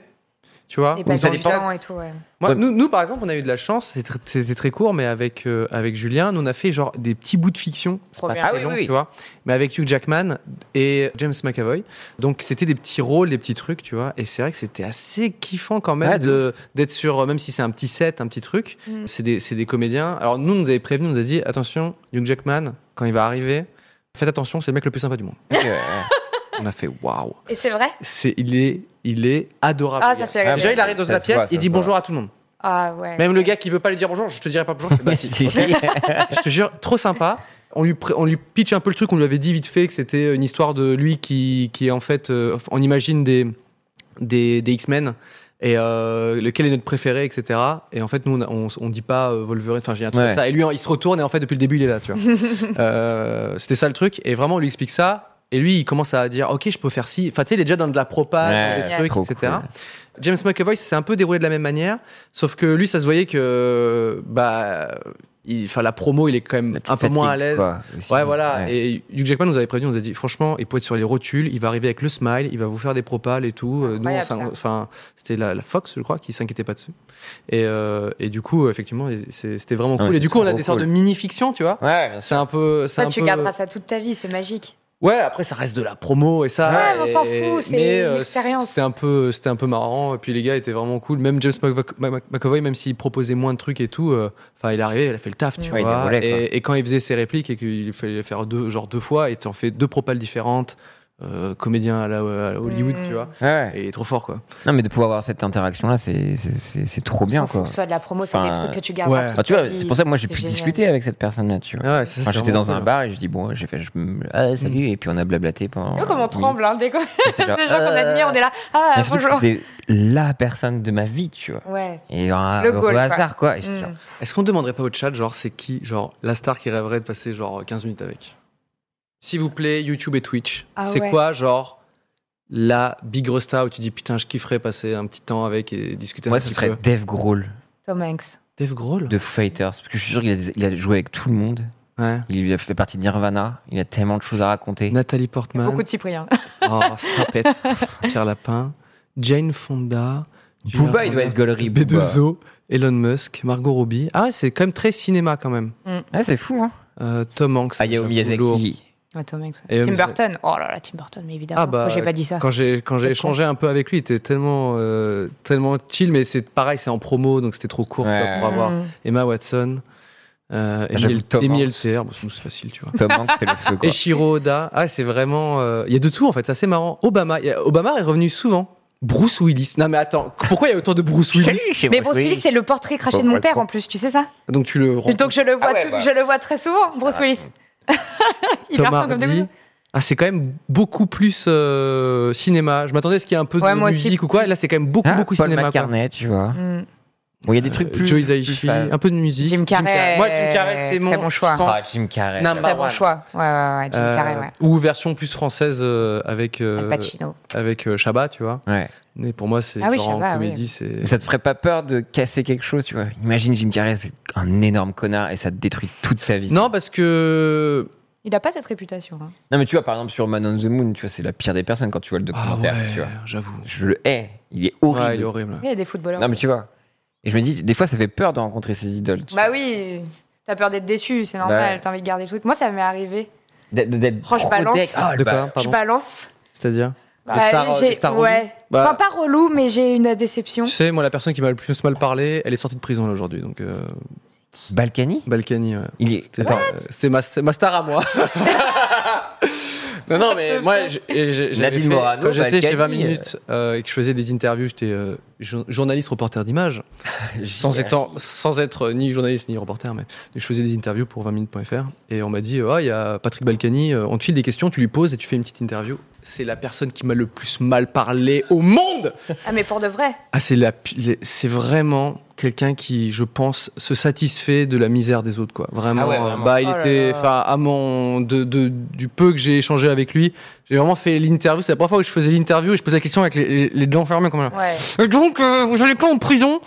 tu vois. Et où Ah, ça pas dépend- temps et tout, ouais. Moi, Ouais. nous, nous, par exemple, on a eu de la chance, c'est tr- c'était très court, mais avec, euh, avec Julien, nous, on a fait genre des petits bouts de fiction, c'est Trop pas bien. très Ah oui, long, oui, oui. tu vois, mais avec Hugh Jackman et James McAvoy. Donc, c'était des petits rôles, des petits trucs, tu vois, et c'est vrai que c'était assez kiffant quand même Ouais, de de- d'être sur, euh, même si c'est un petit set, un petit truc, Mm. c'est des, c'est des comédiens. Alors, nous, on nous avait prévenu, on nous a dit, attention, Hugh Jackman, quand il va arriver, faites attention, c'est le mec le plus sympa du monde. Ok, ouais, ouais. On a fait, waouh Et c'est vrai c'est il est il est adorable. Ah, le ça gars. fait rire. Déjà, il arrive dans Ça la se pièce, voit, ça il dit se voit. bonjour à tout le monde. Ah ouais. Même le gars qui veut pas lui dire bonjour, je te dirai pas bonjour. Bah, si, Si, si. je te jure, trop sympa. On lui, pré- on lui pitch un peu le truc, on lui avait dit vite fait que c'était une histoire de lui qui, qui est en fait, euh, on imagine des, des, des X-Men et euh, lequel est notre préféré, etc. Et en fait, nous, on, a- on, on dit pas euh, Wolverine, enfin, j'ai un truc Ouais. comme ça. Et lui, il se retourne et en fait, depuis le début, il est là, tu vois. Euh, c'était ça le truc. Et vraiment, on lui explique ça. Et lui, il commence à dire, OK, je peux faire ci. Enfin, tu sais, il est déjà dans de la propage, Ouais, des génial. trucs, trop etc. cool. James McAvoy, ça s'est un peu déroulé de la même manière, sauf que lui, ça se voyait que bah, il, enfin, la promo, il est quand même La un peu petite moins à fatigue, l'aise. quoi, aussi. Ouais, voilà. Ouais. Et Hugh Jackman nous avait prévenu, on nous a dit, franchement, il peut être sur les rotules, il va arriver avec le smile, il va vous faire des propales et tout. Euh, Nous, on Incroyable, s'in- ça. enfin, c'était la, la Fox, je crois, qui s'inquiétait pas dessus. Et, euh, et du coup, effectivement, c'est- c'était vraiment Ah, cool. mais Et du c'est coup, on a trop des sortes de cool. mini-fictions, tu vois. Ouais, bien sûr. C'est un peu, c'est Toi, un tu peu. garderas ça toute ta vie, c'est magique. Ouais, après ça reste de la promo et ça. Ouais, mais on et- s'en fout, c'est mais, une euh, expérience. C'est un peu, c'était un peu marrant. Et puis les gars étaient vraiment cool. Même James McVo- Mc- McAvoy, même s'il proposait moins de trucs et tout, euh, enfin il est arrivé, il a fait le taf, tu Ouais, il vois. déroulait, quoi. et, et quand il faisait ses répliques et qu'il fallait faire deux, genre deux fois, et t'en fais deux propales différentes, euh, comédien à la, à la Hollywood, Mm. tu vois. Ouais. Et il est trop fort, quoi. Non, mais de pouvoir avoir cette interaction-là, c'est- c'est c'est- c'est trop bien, S'en fout quoi. Que ce soit de la promo, c'est Enfin, des trucs que tu garderas. ouais. toute Enfin, tu vois, ta vie. c'est pour ça que moi j'ai C'est pu génial. discuter avec cette personne-là, tu vois. Ah ouais, ça, c'est Enfin, j'étais vraiment Mm. dans un cool. bar et je dis bon, j'ai fait je me- ah, salut et puis on a blablaté pendant. Tu vois comment on oui. tremble, hein, dès qu'on J'étais genre, des gens qu'on euh, admire, on est là. Ah, mais surtout que bonjour. C'était la personne de ma vie, tu vois. Ouais. Et genre, Le au goal, quoi. hasard quoi. Et j'étais Mm. genre, Est-ce qu'on demanderait pas au chat, genre, c'est qui, genre, la star qui rêverait de passer, genre, 15 minutes avec S'il vous plaît, YouTube et Twitch, Ah c'est ouais. quoi, genre, la big resta où tu dis, putain, je kifferais passer un petit temps avec et discuter Moi, un ce petit serait peu Dave Grohl Tom Hanks. Dave Grohl de Fighters parce que je suis sûr qu'il a, des- il a joué avec tout le monde. Ouais. Il a fait partie de Nirvana. Il a tellement de choses à raconter. Nathalie Il y a Portman. Beaucoup de Cyprien. Oh, Strapette. Pierre Lapin. Jane Fonda. Booba, il doit être gaulerie, Booba. B2O. Elon Musk. Margot Robbie. Ah, ouais, c'est quand même très cinéma, quand même. Ah, c'est fou, hein. Euh, Tom Hanks. Hayao j'avoue, lourd. Miyazaki. Ouais, Tom Hanks. Et, euh, ouais. Tim mais- Burton. Oh là là, Tim Burton, mais évidemment. Ah bah, Pourquoi j'ai pas dit ça Quand j'ai quand j'ai Peut-être échangé un peu avec lui, il était tellement euh, tellement chill, mais c'est pareil, c'est en promo, donc c'était trop court tu Ouais. vois, pour avoir Mm. Emma Watson, euh, J'avoue, Emil Tom Emil Hanks. Thayer, bon, c'est c'est facile, tu vois. Tom Hanks, c'est le feu, hein. quoi. Et Shiro Oda, ah c'est vraiment, euh, il y a de tout en fait, c'est assez marrant. Obama, il y a- Obama est revenu souvent. Bruce Willis, non mais attends, pourquoi il y a autant de Bruce Willis Mais Bruce Willis, c'est le portrait craché de mon Bon, père bon. en plus, tu sais ça Donc tu le rends. Donc je le vois, ouais, tout- bah. je le vois très souvent, Bruce Willis. Il Tom leur ressemble comme des Hardy. couilles. Ah, c'est quand même beaucoup plus euh, cinéma. Je m'attendais à ce qu'il y ait un peu Ouais, de moi aussi. musique ou quoi. Là, c'est quand même beaucoup, Ah, beaucoup Paul cinéma. quoi. McCartney, tu vois. Euh, Mm. Bon, il y a des trucs plus. Joe plus Hisaishi, fast. un peu de musique. Jim Carrey. euh, Moi, Jim Carrey, c'est Très mon bon choix. je pense, Ah, Jim Carrey. Non, Très bah, bon voilà. choix. Ouais, ouais, ouais. Jim euh, Carrey, ouais. Ou version plus française euh, avec Al euh, Pacino. avec euh, Chabat, tu vois. Ouais. Mais pour moi, c'est Ah oui, genre en Chabat, oui. comédie, c'est. Mais ça te ferait pas peur de casser quelque chose, tu vois Imagine Jim Carrey, c'est un énorme connard et ça te détruit toute ta vie. Non, parce que Il a pas cette réputation. hein. Non, mais tu vois, par exemple, sur Man on the Moon, tu vois, c'est la pire des personnes quand tu vois le ah documentaire, tu ouais, vois. j'avoue. Je le hais. Il est horrible. Ouais, il est horrible. Il y a des footballeurs. Non, mais tu vois. Et je me dis, des fois, ça fait peur de rencontrer ces idoles. tu Bah oui, t'as peur d'être déçu, c'est normal, Bah. Ouais. t'as envie de garder le truc. Moi, ça m'est arrivé. D'être- D'être Oh, je trop balance. deck. Ah, De bah, quoi Je Pardon. balance. C'est-à-dire. Les Bah, stars- j'ai- les stars ouais. Bah- Enfin, pas relou, mais j'ai une déception. Tu sais, moi, la personne qui m'a le plus mal parlé, elle est sortie de prison là, aujourd'hui, donc euh, Balkany Balkany. ouais. Il est- C'était, Attends. euh, c'est ma, c'est ma star à moi. non, non, mais moi, j'ai- j'ai- j'avais Nadine fait- Morano, quand j'étais Balkany, chez 20 euh. minutes euh, et que je faisais des interviews, j'étais euh, jour- journaliste, reporter d'image, sans, étant- sans être euh, ni journaliste ni reporter, mais je faisais des interviews pour 20 minutes.fr et on m'a dit, Ah, il y a Patrick Balkany, euh, on te file des questions, tu lui poses et tu fais une petite interview. C'est la personne qui m'a le plus mal parlé au monde Ah, mais pour de vrai. ah, c'est la pi- les- c'est vraiment quelqu'un qui, je pense, se satisfait de la misère des autres, quoi. Vraiment. Ah ouais, euh, vraiment. Bah, il Oh là était, là. enfin, à mon, de, de- du peu que j'ai échangé avec lui, j'ai vraiment fait l'interview. C'est la première fois que je faisais l'interview et je posais la question avec les, les- les dents fermées, comme ça. Ouais. Et Donc, euh, vous allez quand en prison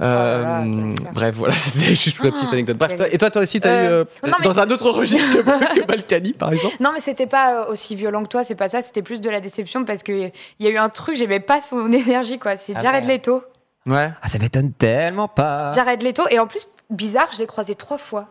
Euh, Oh là là, quel Ah, bref, voilà, c'était juste la petite anecdote. Bref, quel- toi- et toi, toi aussi, t'as Euh, eu euh, non, mais- dans un autre registre que, que Balkany, par exemple. Non, mais c'était pas euh, aussi violent que toi, c'est pas ça, c'était plus de la déception parce que il y a eu un truc, j'aimais pas son énergie, quoi. C'est Ah Jared ouais. Leto. Ouais. Ah. Ah, ça m'étonne tellement pas. Jared Leto, et en plus, bizarre, je l'ai croisé trois fois.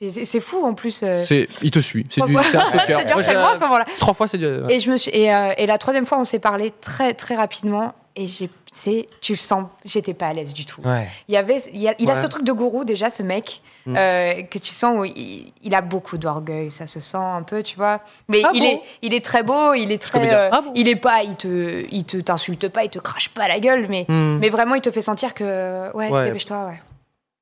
C'est- C'est c'est fou en plus. euh. C'est, il te suit. C'est Trois du, fois. c'est un stalker. Ça dure Moi, j'ai- tellement à ce moment-là. Trois fois, c'est du. ouais. Et je me suis et, euh, et la troisième fois, on s'est parlé très très rapidement et j'ai c'est tu le sens, j'étais pas à l'aise du tout. Ouais. Il y avait il, y a, il a Ouais. ce truc de gourou déjà ce mec Mm. euh, que tu sens où il, il a beaucoup d'orgueil, ça se sent un peu, tu vois. Mais Ah il bon est il est très beau, il est très comédien. euh, Ah bon il est pas il te il te t'insulte pas, il te crache pas à la gueule mais Hmm. mais vraiment il te fait sentir que ouais, Ouais. dépêche-toi ouais.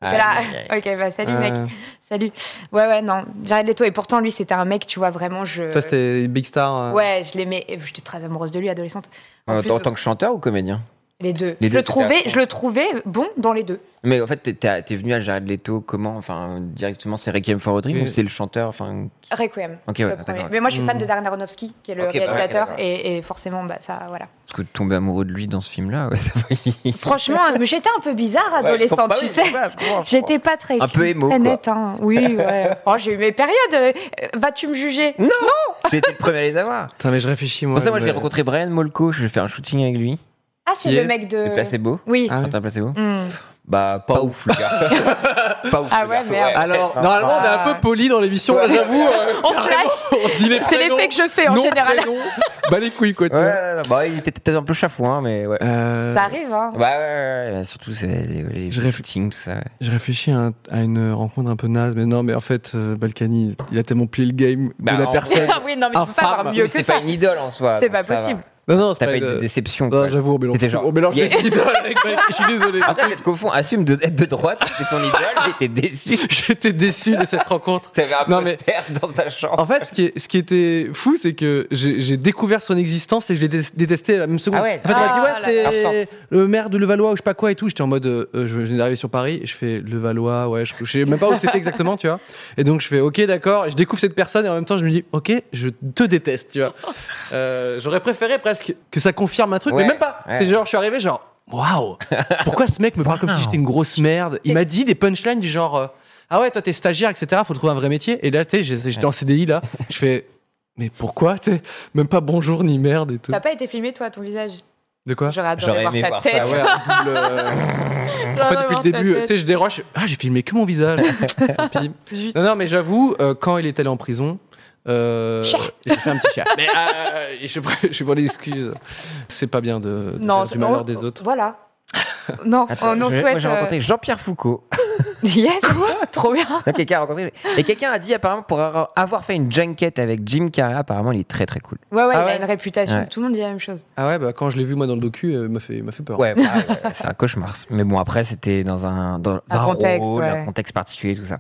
Ah, T'es là, aïe, aïe, aïe. OK, bah salut Euh, mec. Salut. Ouais ouais non, Jared Leto et pourtant lui c'était un mec, tu vois vraiment je Toi, c'était Big Star. euh, Ouais, je l'aimais. et J'étais très amoureuse de lui, adolescente. En En, plus, en tant que chanteur ou comédien les deux. Les je, deux, le trouvais, c'était à je le trouvais bon dans les deux. Mais en fait, t'es- t'es t'es venu à Jared Leto comment Enfin, directement, c'est Requiem for a Dream Et- ou c'est le chanteur Enfin, Requiem. ok, Hmm. le ouais, premier. d'accord. Mais moi, je suis fan Mm. de Darren Aronofsky, qui est le Ok, bah ouais, réalisateur, d'accord. et, et forcément, bah, ça, voilà. Parce que de tomber amoureux de lui dans ce film-là, ouais, ça va. Franchement, mais j'étais un peu bizarre je comprends adolescente, Bah pas, tu oui, sais. je comprends, je comprends. J'étais pas très, Un peu émo, très quoi. nette. hein. Oui, ouais. Oh, j'ai eu mes périodes. euh, euh, Vas-tu me juger J'étais le premier à les avoir. Putain, mais je réfléchis, moi. Pour ça, moi, mais- j'ai rencontré Brian Molko, je vais faire un shooting avec lui. Ah, c'est Qui le est mec de. Le placebo Oui. Ah. Ah, oui. Chanteur placebo Mm. Bah, pas, ouf, le gars. pas ouf. Ah le ouais, gars. merde. Eh, Alors, Eh, normalement, on est ah. un peu poli dans l'émission, là, j'avoue. euh, On carrément, on dit les C'est l'effet que je fais en non, général. Prénom, bah les couilles, quoi, tu Ouais, vois. ouais, ouais, bah, il était peut-être un peu chafouin, mais ouais. Euh, Ça arrive, hein. Bah, ouais, ouais, ouais, surtout c'est les, les Je réfl- shootings, tout ça. ouais. je réfléchis à, un- à une rencontre un peu naze, mais non, mais en fait, euh, Balkany, il a tellement plié le game Bah, de la en- personne. Ah oui, non, mais tu peux pas Infâme. avoir mieux Mais que c'est ça. pas une idole en soi. C'est donc pas ça va. possible. Non, non, c'est T'as pas eu une- de Bah, déception, Non, quoi. j'avoue, on mélange, T'étais genre- on mélange Yes. Ah. les idoles avec Balkany. Je suis désolé. Après, t'es confond, assume de- d'être de droite, c'était ton idole, t'étais déçu. J'étais déçu de cette rencontre. T'avais un Non, mais- poster dans ta chambre. En fait, ce qui, est- ce qui était fou, c'est que j'ai j'ai découvert son existence et je l'ai dé- détesté à la même seconde. Ah ouais. En fait, on m'a Ah dit, là là. ouais, c'est Instant. le maire de Levallois ou je sais pas quoi et tout. J'étais en mode, euh, euh, je venais d'arriver sur Paris, et je fais Levallois, ouais, je, je sais même pas où c'était exactement, tu vois. Et donc, je fais, ok, d'accord, et je découvre cette personne et en même temps, je me dis, ok, je te déteste, tu vois. Euh, J'aurais préféré presque que ça confirme un truc, Ouais, mais même pas. ouais. C'est genre, je suis arrivé, genre, waouh, pourquoi ce mec me parle comme si j'étais une grosse merde Il m'a dit des punchlines du genre. euh, ah ouais, toi t'es stagiaire, etc. Faut trouver un vrai métier. Et là, tu sais, j'ai- j'étais en CDI là. Je fais, mais pourquoi t'es même pas bonjour ni merde et tout. T'as pas été filmé, toi, ton visage De quoi J'aurais J'aurais adoré voir aimé ta voir ça, tête. Ah ouais, un double, euh, En fait, depuis le début, tu sais, je déroche. je fais, Ah, j'ai filmé que mon visage. Tant pis. Non, non, mais j'avoue, euh, quand il est allé en prison. euh, Cher. j'ai fait un petit chat. Mais euh, je, je suis pas d'excuses. C'est pas bien de, de non, faire c'est- du malheur on- des autres. Ah, Voilà. Non, Attends, on en je- souhaite. Moi, j'ai euh, rencontré Jean-Pierre Foucault. Yes, trop bien. Là, quelqu'un a rencontré. Et quelqu'un a dit, apparemment, pour avoir avoir fait une junket avec Jim Carrey, apparemment, il est très très cool. Ouais, ouais, Ah il ouais. a une réputation. Ouais. Tout le monde dit la même chose. Ah ouais, bah quand je l'ai vu moi dans le docu, euh, il m'a fait, il m'a fait peur. Ouais, pareil, ouais, c'est un cauchemar. Mais bon, après, c'était dans un, dans un contexte, rôle, ouais. un contexte particulier, tout ça.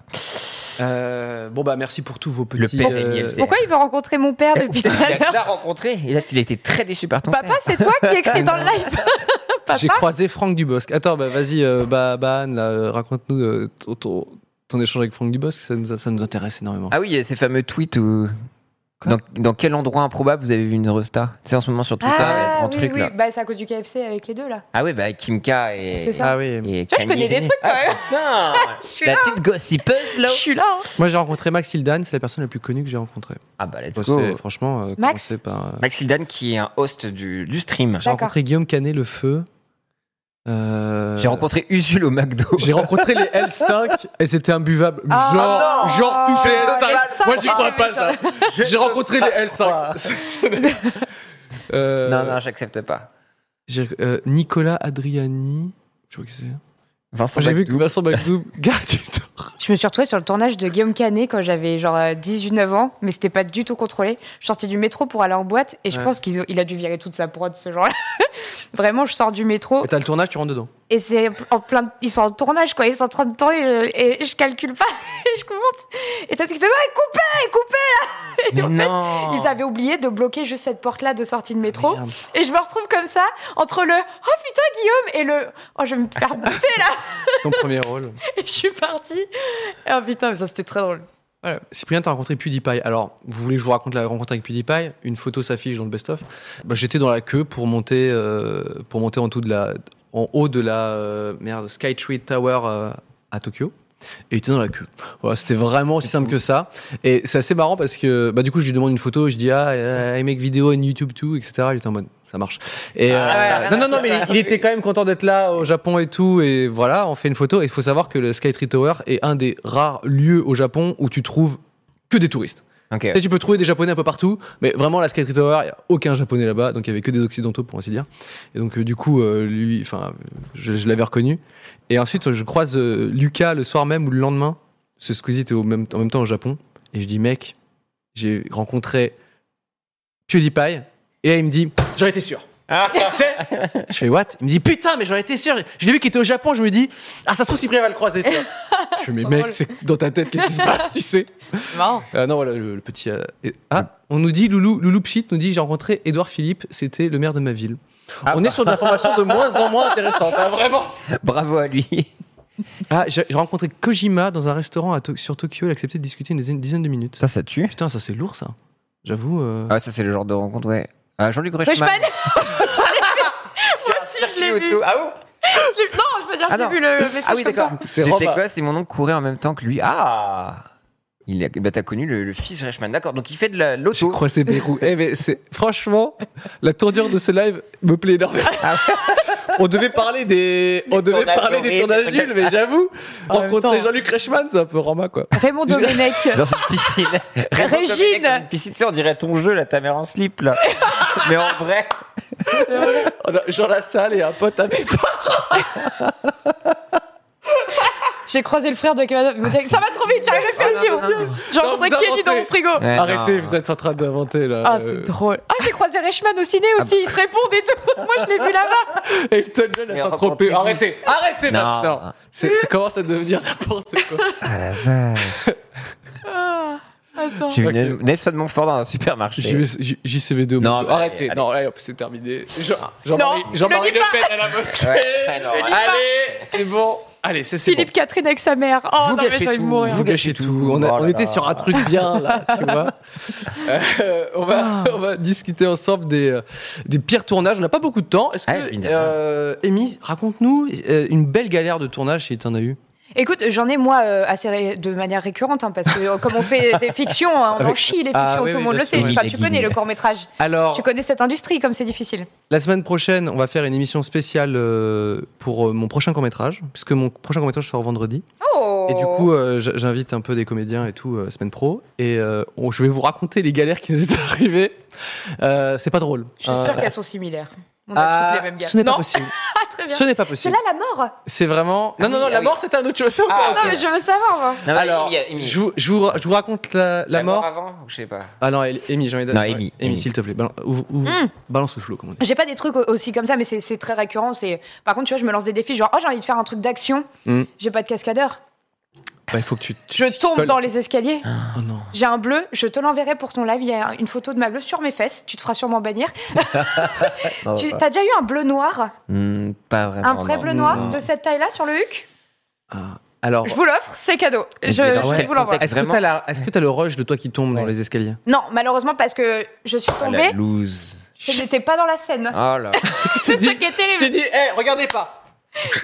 Euh, bon bah merci pour tous vos Le petits. père euh, Emile. Pourquoi il veut rencontrer mon père Ah, depuis tout Putain, à il a l'heure déjà rencontré. Et là, il a été très déçu par ton Papa, père. c'est toi qui écris dans le live. papa. J'ai croisé Franck Dubosc. Attends, bah, vas-y, euh, bah, bah, Anne, là, euh, raconte-nous euh, ton, ton- ton échange avec Franck Dubosc, ça nous, ça nous intéresse énormément. Ah oui, il y a ces fameux tweets où. Quoi Dans, dans quel endroit improbable vous avez vu une Eurostar Tu sais, en ce moment sur Twitter, Ah, en oui, truc oui. là. Bah, c'est à cause du KFC avec les deux, là. Ah oui, bah Kim K et. C'est ça. Ah oui. et Tu vois, je Kanye. connais des trucs, quand Ah, même. putain suis La là. petite gossipeuse là Je suis là. hein. Moi, j'ai rencontré Max Hildan, c'est la personne la plus connue que j'ai rencontrée. Ah bah let's Bah, go c'est- Franchement, euh, Max commencer par. euh, Max Hildan qui est un host du, du stream. J'ai D'accord. rencontré Guillaume Canet, le feu. Euh, J'ai rencontré Usul au McDo. J'ai rencontré les L5 et c'était imbuvable. Ah, genre, non. genre toucher Ah, L5. Ah. les Moi, cinq, j'y crois les pas, ça. gens. J'ai rencontré les L5. Euh, Non, non, j'accepte pas. j'ai- euh, Nicolas Adriani. Je vois qui c'est. Vincent J'ai vu que Bagdou. Vincent Bagdou. Garde du temps. Je me suis retrouvée sur le tournage de Guillaume Canet quand j'avais genre euh, 18-9 ans, mais c'était pas du tout contrôlé. Je sortais du métro pour aller en boîte et je Ouais. pense qu'il a dû virer toute sa prod, ce genre-là. Vraiment, je sors du métro Et T'as le tournage, tu rentres dedans. et c'est en plein. de- Ils sont en tournage, quoi. Ils sont en train de tourner je- et je calcule pas. et je monte. Et toi, tu fais, ouais, coupez, coupez Mais en fait, non Ils avaient oublié de bloquer juste cette porte-là de sortie de métro. Merde. Et je me retrouve comme ça, entre le Oh putain, Guillaume et le Oh, je vais me faire buter là Ton premier rôle. Et je suis partie. Et Oh putain, mais ça c'était très drôle. Voilà. Cyprien, t'as rencontré PewDiePie. Alors, vous voulez que je vous raconte la rencontre avec PewDiePie Une photo s'affiche dans le best-of. Bah, J'étais dans la queue pour monter, euh, pour monter en, tout de la, en haut de la euh, merde, Skytree Tower euh, à Tokyo. Et il était dans la queue. Voilà, C'était vraiment aussi simple que ça. Et c'est assez marrant parce que bah, du coup, je lui demande une photo. Je dis Ah, euh, I make video on YouTube too, etc. Il était en mode Ça marche. Et, euh, Ah Ah, ouais, non, non, non, mais il, il était quand même content d'être là au Japon et tout. Et voilà, on fait une photo. Et il faut savoir que le Skytree Tower est un des rares lieux au Japon où tu trouves que des touristes. Ok. Tu sais, tu peux trouver des japonais un peu partout, mais vraiment, la Skytree Tower, il n'y a aucun japonais là-bas, donc il n'y avait que des occidentaux, pour ainsi dire. Et donc, euh, du coup, euh, lui, enfin, je, je l'avais reconnu. Et ensuite, je croise euh, Lucas le soir même ou le lendemain. Ce Squeezie était au même, en même temps au Japon. Et je dis, mec, j'ai rencontré PewDiePie. Et là, il me dit, j'en étais sûr. Tu sais je fais what Il me dit putain mais j'en étais sûr. Je l'ai vu qu'il était au Japon. Je me dis ah ça se trouve Cyprien va le croiser. tu vois. je fais mais Trop mec drôle. c'est dans ta tête qu'est-ce qui se passe tu sais Marrant. euh, non, voilà, le, le petit. euh, et- ah, on nous dit, Loulou, Loulou Pchit nous dit j'ai rencontré Édouard Philippe, c'était le maire de ma ville. on est sur de l'information de moins en moins intéressante, hein, vraiment. Bravo à lui. Ah, j'ai j'ai rencontré Kojima dans un restaurant à To- sur Tokyo, il a accepté de discuter une dizaine, dizaine de minutes. Ça, ça tue. Putain, ça c'est lourd ça. J'avoue. euh, Ah, ça, c'est le genre de rencontre, ouais. Ah, Jean-Luc Reichmann. Reichmann. Moi aussi, je l'ai vu. Auto- Ah bon Je l'ai- Non, je veux dire, Ah, j'ai non. vu le message. Ah oui, comme d'accord. toi. C'est J'étais Rob- gosse et mon oncle courait en même temps que lui. Ah il a, bah, t'as connu le, le fils Reichmann, d'accord. Donc il fait de la- J'ai l'auto. croisé Bérou. Eh, mais c'est, franchement, la tournure de ce live me plaît énormément. on devait parler Ah des, on devait tournages parler des horribles. tournages nuls, mais j'avoue, En même rencontrer temps. Jean-Luc Reichmann, c'est un peu Rama, quoi. Raymond Domenech. Dans une piscine. Raymond Régine. Domenech dans une piscine, tu sais, on dirait ton jeu, là, ta mère en slip, là. Mais en vrai. On a Jean Lassalle et un pote à mes J'ai croisé le frère de Kevin. Domenech. ça va trop vite, j'arrive à faire suivre. J'ai rencontré Non, vous Kenny dans mon inventez. frigo. Ouais, Arrêtez, Eh, non. vous êtes en train d'inventer là. Ah, c'est Euh, drôle. Ah, j'ai croisé Reichmann au ciné aussi, ils se répondent et tout. Moi, je l'ai vu là-bas. Euh, Elton John Mais a s'entropé. racontez-vous. Arrêtez, arrêtez Non. maintenant. C'est, ça commence à devenir n'importe quoi. Ah la vache. Ah, attends. J'ai vu Ok. Nel- Nelson Montfort dans un supermarché. JV- J- JCV2. au Non, McDo. bah, arrêtez. allez, Non, allez, hop, c'est terminé. Jean, Non, Jean-Marie, Jean-Marie le dis Le Pen à la Mosquée. Ouais, Ah, non, ouais. allez, c'est bon. Allez, c'est, c'est Philippe Catherine avec sa mère. Oh, Vous non, mais gâchez j'ai envie de tout. bon. mourir. Vous gâchez tout. On, a- Oh là on là. était sur un truc bien là, tu vois. Euh, on, va, on va discuter ensemble des, euh, des pires tournages. On n'a pas beaucoup de temps. Est-ce Ah, que, mine de rien. euh, Amy, raconte-nous euh, une belle galère de tournage si t'en as eu. Écoute, j'en ai moi euh, assez ré- de manière récurrente hein, parce que euh, comme on fait des fictions, hein, on en Avec- chie les fictions, Ah, tout oui, le oui, Oh. monde bien le sûr. sait. Oui, la Enfin, tu guinée. connais le court métrage, Alors, tu connais cette industrie comme c'est difficile. la semaine prochaine, on va faire une émission spéciale euh, pour euh, mon prochain court-métrage, puisque mon prochain court-métrage sort vendredi. Oh. Et du coup, euh, j- j'invite un peu des comédiens et tout, euh, semaine pro. Et euh, on- je vais vous raconter les galères qui nous étaient arrivées. Euh, c'est pas drôle. je suis Euh, sûre qu'elles sont similaires. On a ah, toutes les mêmes gars. ce n'est pas Non. possible. Ah, très bien. Ce n'est pas C'est possible. là la mort. C'est vraiment. Non, non, non, oui, la ah mort, c'était un autre chose. Ah, Non, mais je veux savoir. moi. Non, mais Alors, Amy, Amy. je vous, je vous- je vous raconte la, la mort. avant ou je sais pas. Ah non, Amy, j'ai envie de- Non, ouais, Amy, Amy, Amy. s'il te plaît, balan- ouvre- ouvre- Mm. balance le flot, comme on dit. J'ai pas des trucs au- aussi comme ça, mais c'est- c'est très récurrent. C'est par contre, tu vois, je me lance des défis genre oh j'ai envie de faire un truc d'action. Mm. J'ai pas de cascadeur. Bah, il faut que tu. tu- Je tu tombe colles. dans les escaliers. Oh non. J'ai un bleu, je te l'enverrai pour ton live. Il y a une photo de ma bleue sur mes fesses. Tu te feras sûrement bannir. Non, Tu- pas- T'as déjà eu un bleu noir Hmm, pas vraiment. Un vrai non. bleu noir Non. de cette taille-là sur le huc Ah, alors. Je vous l'offre, c'est cadeau. Je, je vais je dans quel vous l'envoie. contexte Est-ce que Vraiment t'as la- est-ce que t'as le rush de toi qui tombe dans Ouais. les escaliers Non, malheureusement, parce que je suis Ah, la tombée, loose. je n'étais pas dans la scène. Oh là. C'est ça qui est terrible. dit, hé, regardez pas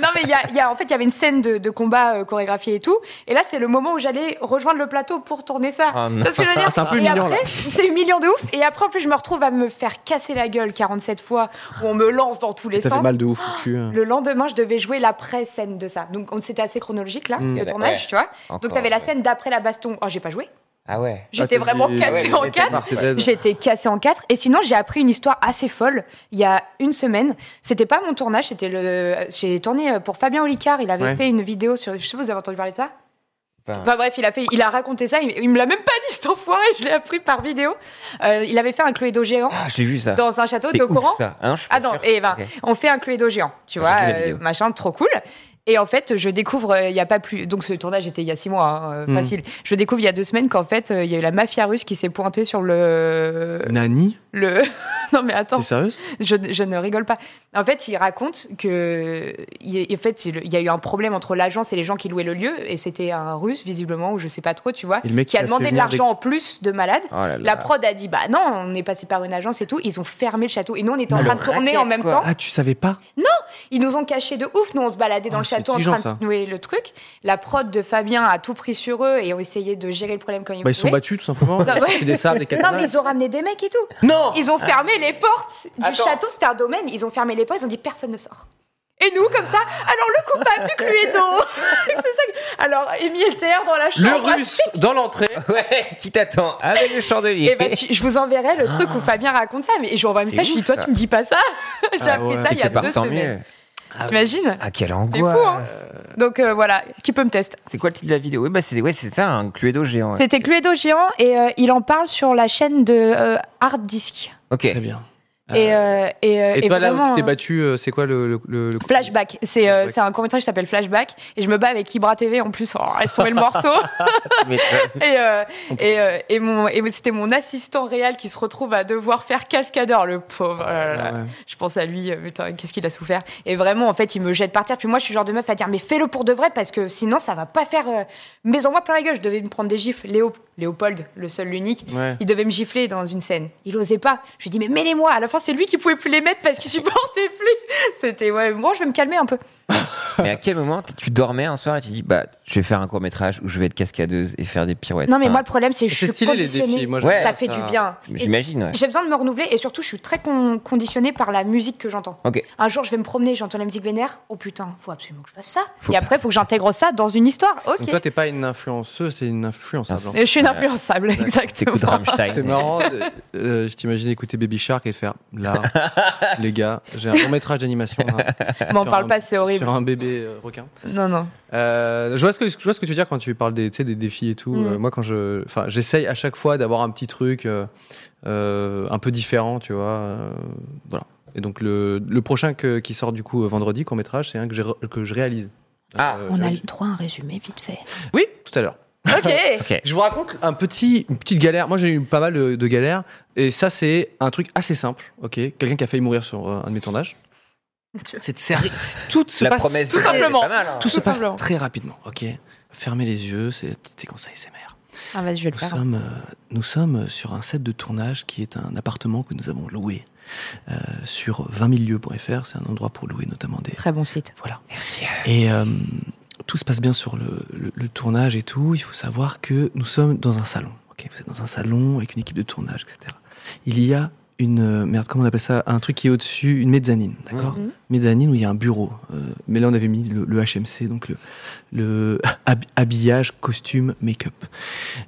Non, mais il y a, il y a- en fait, il y avait une scène de, de combat euh, chorégraphié et tout. Et là, c'est le moment où j'allais rejoindre le plateau pour tourner ça. Ah, non. C'est ce que je veux dire C'est un peu Et humiliant, après, là. C'est humiliant de ouf. Et après, en plus, je me retrouve à me faire casser la gueule 47 fois où on me lance dans tous les Ça sens. fait mal de ouf au cul. hein. Le lendemain, je devais jouer l'après-scène de ça. Donc, on- c'était assez chronologique, là, Mm. le tournage, Ouais. tu vois. Encore, Donc, t'avais la ouais. scène d'après la baston. Oh, j'ai pas joué. Ah ouais. Ah, J'étais t'as vraiment dit- cassée Ouais, en mais t'as quatre. dit- C'est dead. J'étais cassée en quatre. Et sinon, j'ai appris une histoire assez folle il y a une semaine. C'était pas mon tournage, c'était le. J'ai tourné pour Fabien Olicard. Il avait Ouais. fait une vidéo sur. Je sais pas, vous avez entendu parler de ça Pas- Enfin bref, il a fait, il a raconté ça. Il, il me l'a même pas dit cet enfoiré. Je l'ai appris par vidéo. Euh, il avait fait un Cluedo géant Ah, j'ai vu ça. dans un château. C'est T'es au ouf, courant ça. Ah non, je suis pas Ah non, sûr. et ben, Ok. on fait un Cluedo géant, tu J'ai vu vois, la euh, vidéo. machin, trop cool. Et en fait, je découvre, euh, il y a pas plus. Donc, ce tournage était il y a six mois, hein, euh, Hmm. Mm. facile. Je découvre il y a deux semaines qu'en fait, euh, il y a eu la mafia russe qui s'est pointée sur le. Nani le... non, mais attends, T'es sérieuse je, je ne rigole pas. En fait, il raconte que. il- En fait, il il y a eu un problème entre l'agence et les gens qui louaient le lieu, et c'était un russe, visiblement, ou je sais pas trop, tu vois, Et le mec qui a qui a demandé fait de venir des- l'argent en plus de malade. Oh là là. La prod a dit bah non, on est passé par une agence et tout. Ils ont fermé le château et nous on était en Ah, train le de tourner racket, en même quoi. temps. Ah, tu savais pas Ils nous ont cachés de ouf. Nous on se baladait dans Ah, le c'est château en intelligent, train de nouer le truc. La prod de Fabien a tout pris sur eux et ont essayé de gérer le problème comme ils Bah, ils pouvaient. sont battus, tout simplement. Non, ouais. C'est des sables, des non mais katanas. ils ont ramené des mecs et tout. Non Ils ont fermé les portes du Attends. château, c'était un domaine, ils ont fermé les portes, ils ont dit personne ne sort. Et nous, comme ça, alors le coupable du Cluedo C'est ça que- Alors, Amy et Terre dans la chambre. Le russe dans l'entrée. Ouais, qui t'attend avec le chandelier. Et ben, tu- je vous enverrai le truc où Ah. Fabien raconte ça, mais je lui envoie un message, je ouf, dis Toi, ça. tu me dis pas ça J'ai Ah appris ouais. ça T'es il y a Quelque part, deux Eh ben, tant semaines. mieux. T'imagines Ah, quelle C'est fou, angoisse. hein Donc euh, voilà, qui peut me tester C'est quoi le titre de la vidéo Oui, bah, c'est ouais, c'est ça, un Cluedo géant. ouais. C'était Cluedo Géant et euh, il en parle sur la chaîne de euh, Hard Disk. Ok. Très bien. Et, euh, et, euh, Ah. Et et toi, là vraiment, où tu t'es euh, battu, euh, c'est quoi le. le- le- le- Flashback, c'est euh, Flashback. c'est un court métrage qui s'appelle Flashback et je me bats avec Ibra TV en plus, oh, laisse tomber le morceau Mais ça- et, euh, et, euh, et, mon- et c'était mon assistant réel qui se retrouve à devoir faire cascadeur, le pauvre. euh, Ah ouais. Je pense à lui, euh, putain, qu'est-ce qu'il a souffert. Et vraiment, en fait, il me jette par terre. Puis moi, je suis le genre de meuf à dire, mais fais-le pour de vrai, parce que sinon, ça va pas faire. euh, Mais envoie plein la gueule. Je devais me prendre des gifles. Léo, Léopold, le seul, l'unique, Ouais. il devait me gifler dans une scène. Il osait pas. Je lui dis, mais mets-les-moi. À la fin, c'est lui qui pouvait plus les mettre parce qu'il supportait plus. C'était, ouais, bon, je vais me calmer un peu. Mais à quel moment t- tu dormais un soir et tu dis bah je vais faire un court métrage où je vais être cascadeuse et faire des pirouettes. Hein. Non, mais Enfin, moi, le problème, c'est que je C'est suis stylé les conditionnée. défis. Moi, Ouais. j'aime ça fait du bien. j'imagine. Ouais. J'ai besoin de me renouveler et surtout, je suis très con- conditionnée par la musique que j'entends. Ok. Un jour, je vais me promener, j'entends la musique vénère. Oh putain, faut absolument que je fasse ça. Faut Et après, faut que j'intègre ça dans une histoire. Donc Ok. toi, t'es pas une influenceuse, t'es une influençable. Ah, Je suis une Ouais. influençable, exactement. T'écoutes Rammstein. C'est marrant, euh, euh, je t'imagine écouter Baby Shark et faire là, les gars, j'ai un long métrage d'animation. là, M'en sur parle un- pas, c'est horrible. Sur un bébé euh, requin. Non, non. Euh, je, vois ce que, je vois ce que tu veux dire quand tu parles des, tu sais, des défis et tout. Mm. Euh, moi, quand je, enfin, j'essaye à chaque fois d'avoir un petit truc euh, euh, un peu différent, tu vois. euh, voilà. Et donc le, le prochain que- qui sort du coup euh, vendredi, court métrage, c'est un que, j'ai re- que je réalise. Ah. Euh, On a j'ai- le droit à un résumé vite fait. Oui, tout à l'heure. Ok. Ok. Je vous raconte un petit, une petite galère. Moi, j'ai eu pas mal de, de galères. Et ça, c'est un truc assez simple. Ok, Quelqu'un qui a failli mourir sur euh, un de mes tournages. C'est c'est- c'est- tout se La passe promesse. tout de- simplement. c'est pas mal, hein. tout se passe simplement. très rapidement. Ok, fermez les yeux. C'est la petite séquence ASMR. Ah, vas-y, je vais le Nous faire. sommes, euh, nous sommes sur un set de tournage qui est un appartement que nous avons loué euh, sur 20milieux.fr. C'est un endroit pour louer notamment des. Très bon site. Voilà. Et euh, tout se passe bien sur le, le- le tournage et tout. Il faut savoir que nous sommes dans un salon. Ok, vous êtes dans un salon avec une équipe de tournage, etc. Il y a une euh, merde, comment on appelle ça Un truc qui est au-dessus, une mezzanine, d'accord Mhm. Mezzanine où il y a un bureau. Euh, mais là, on avait mis le, le HMC, donc le, le hab- habillage, costume, make-up.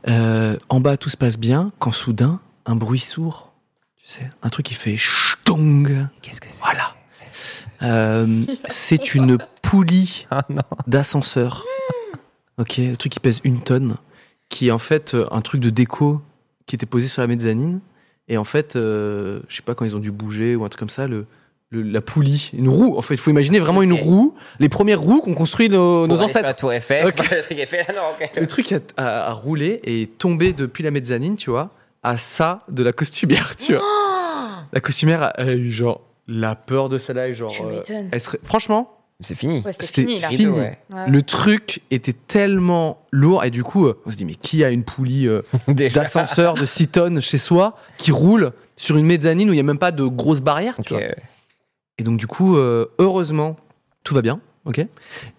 Euh, en bas, tout se passe bien, quand soudain, un bruit sourd, tu sais, un truc qui fait schtong. Qu'est-ce que c'est Voilà. Euh, c'est une poulie Ah non. d'ascenseur. Hmm. Ok, un truc qui pèse une tonne, qui est en fait euh, un truc de déco qui était posé sur la mezzanine. Et en fait, euh, je sais pas quand ils ont dû bouger ou un truc comme ça, le, le- la poulie, une roue. En fait, il faut imaginer vraiment une Ok. roues, les premières roues qu'ont construit nos, nos Pour aller sur ancêtres. La tour Eiffel, Ok. le truc Eiffel, ah non, ok. Le truc a, a- a roulé et est tombé depuis la mezzanine, tu vois, à ça de la costumière, tu vois. Ah La costumière a, a eu genre la peur de celle-là, et genre. Tu euh, m'étonnes. elle serait- franchement, C'est fini. Ouais, c'était c'était fini là. fini. Ouais. Ouais. Ah. Le truc était tellement lourd et du coup, euh, on se dit mais qui a une poulie euh, Déjà. d'ascenseur de 6 tonnes chez soi qui roule sur une mezzanine où il n'y a même pas de grosse barrière, Ok, tu vois. ouais. Et donc du coup, euh, heureusement, tout va bien, ok.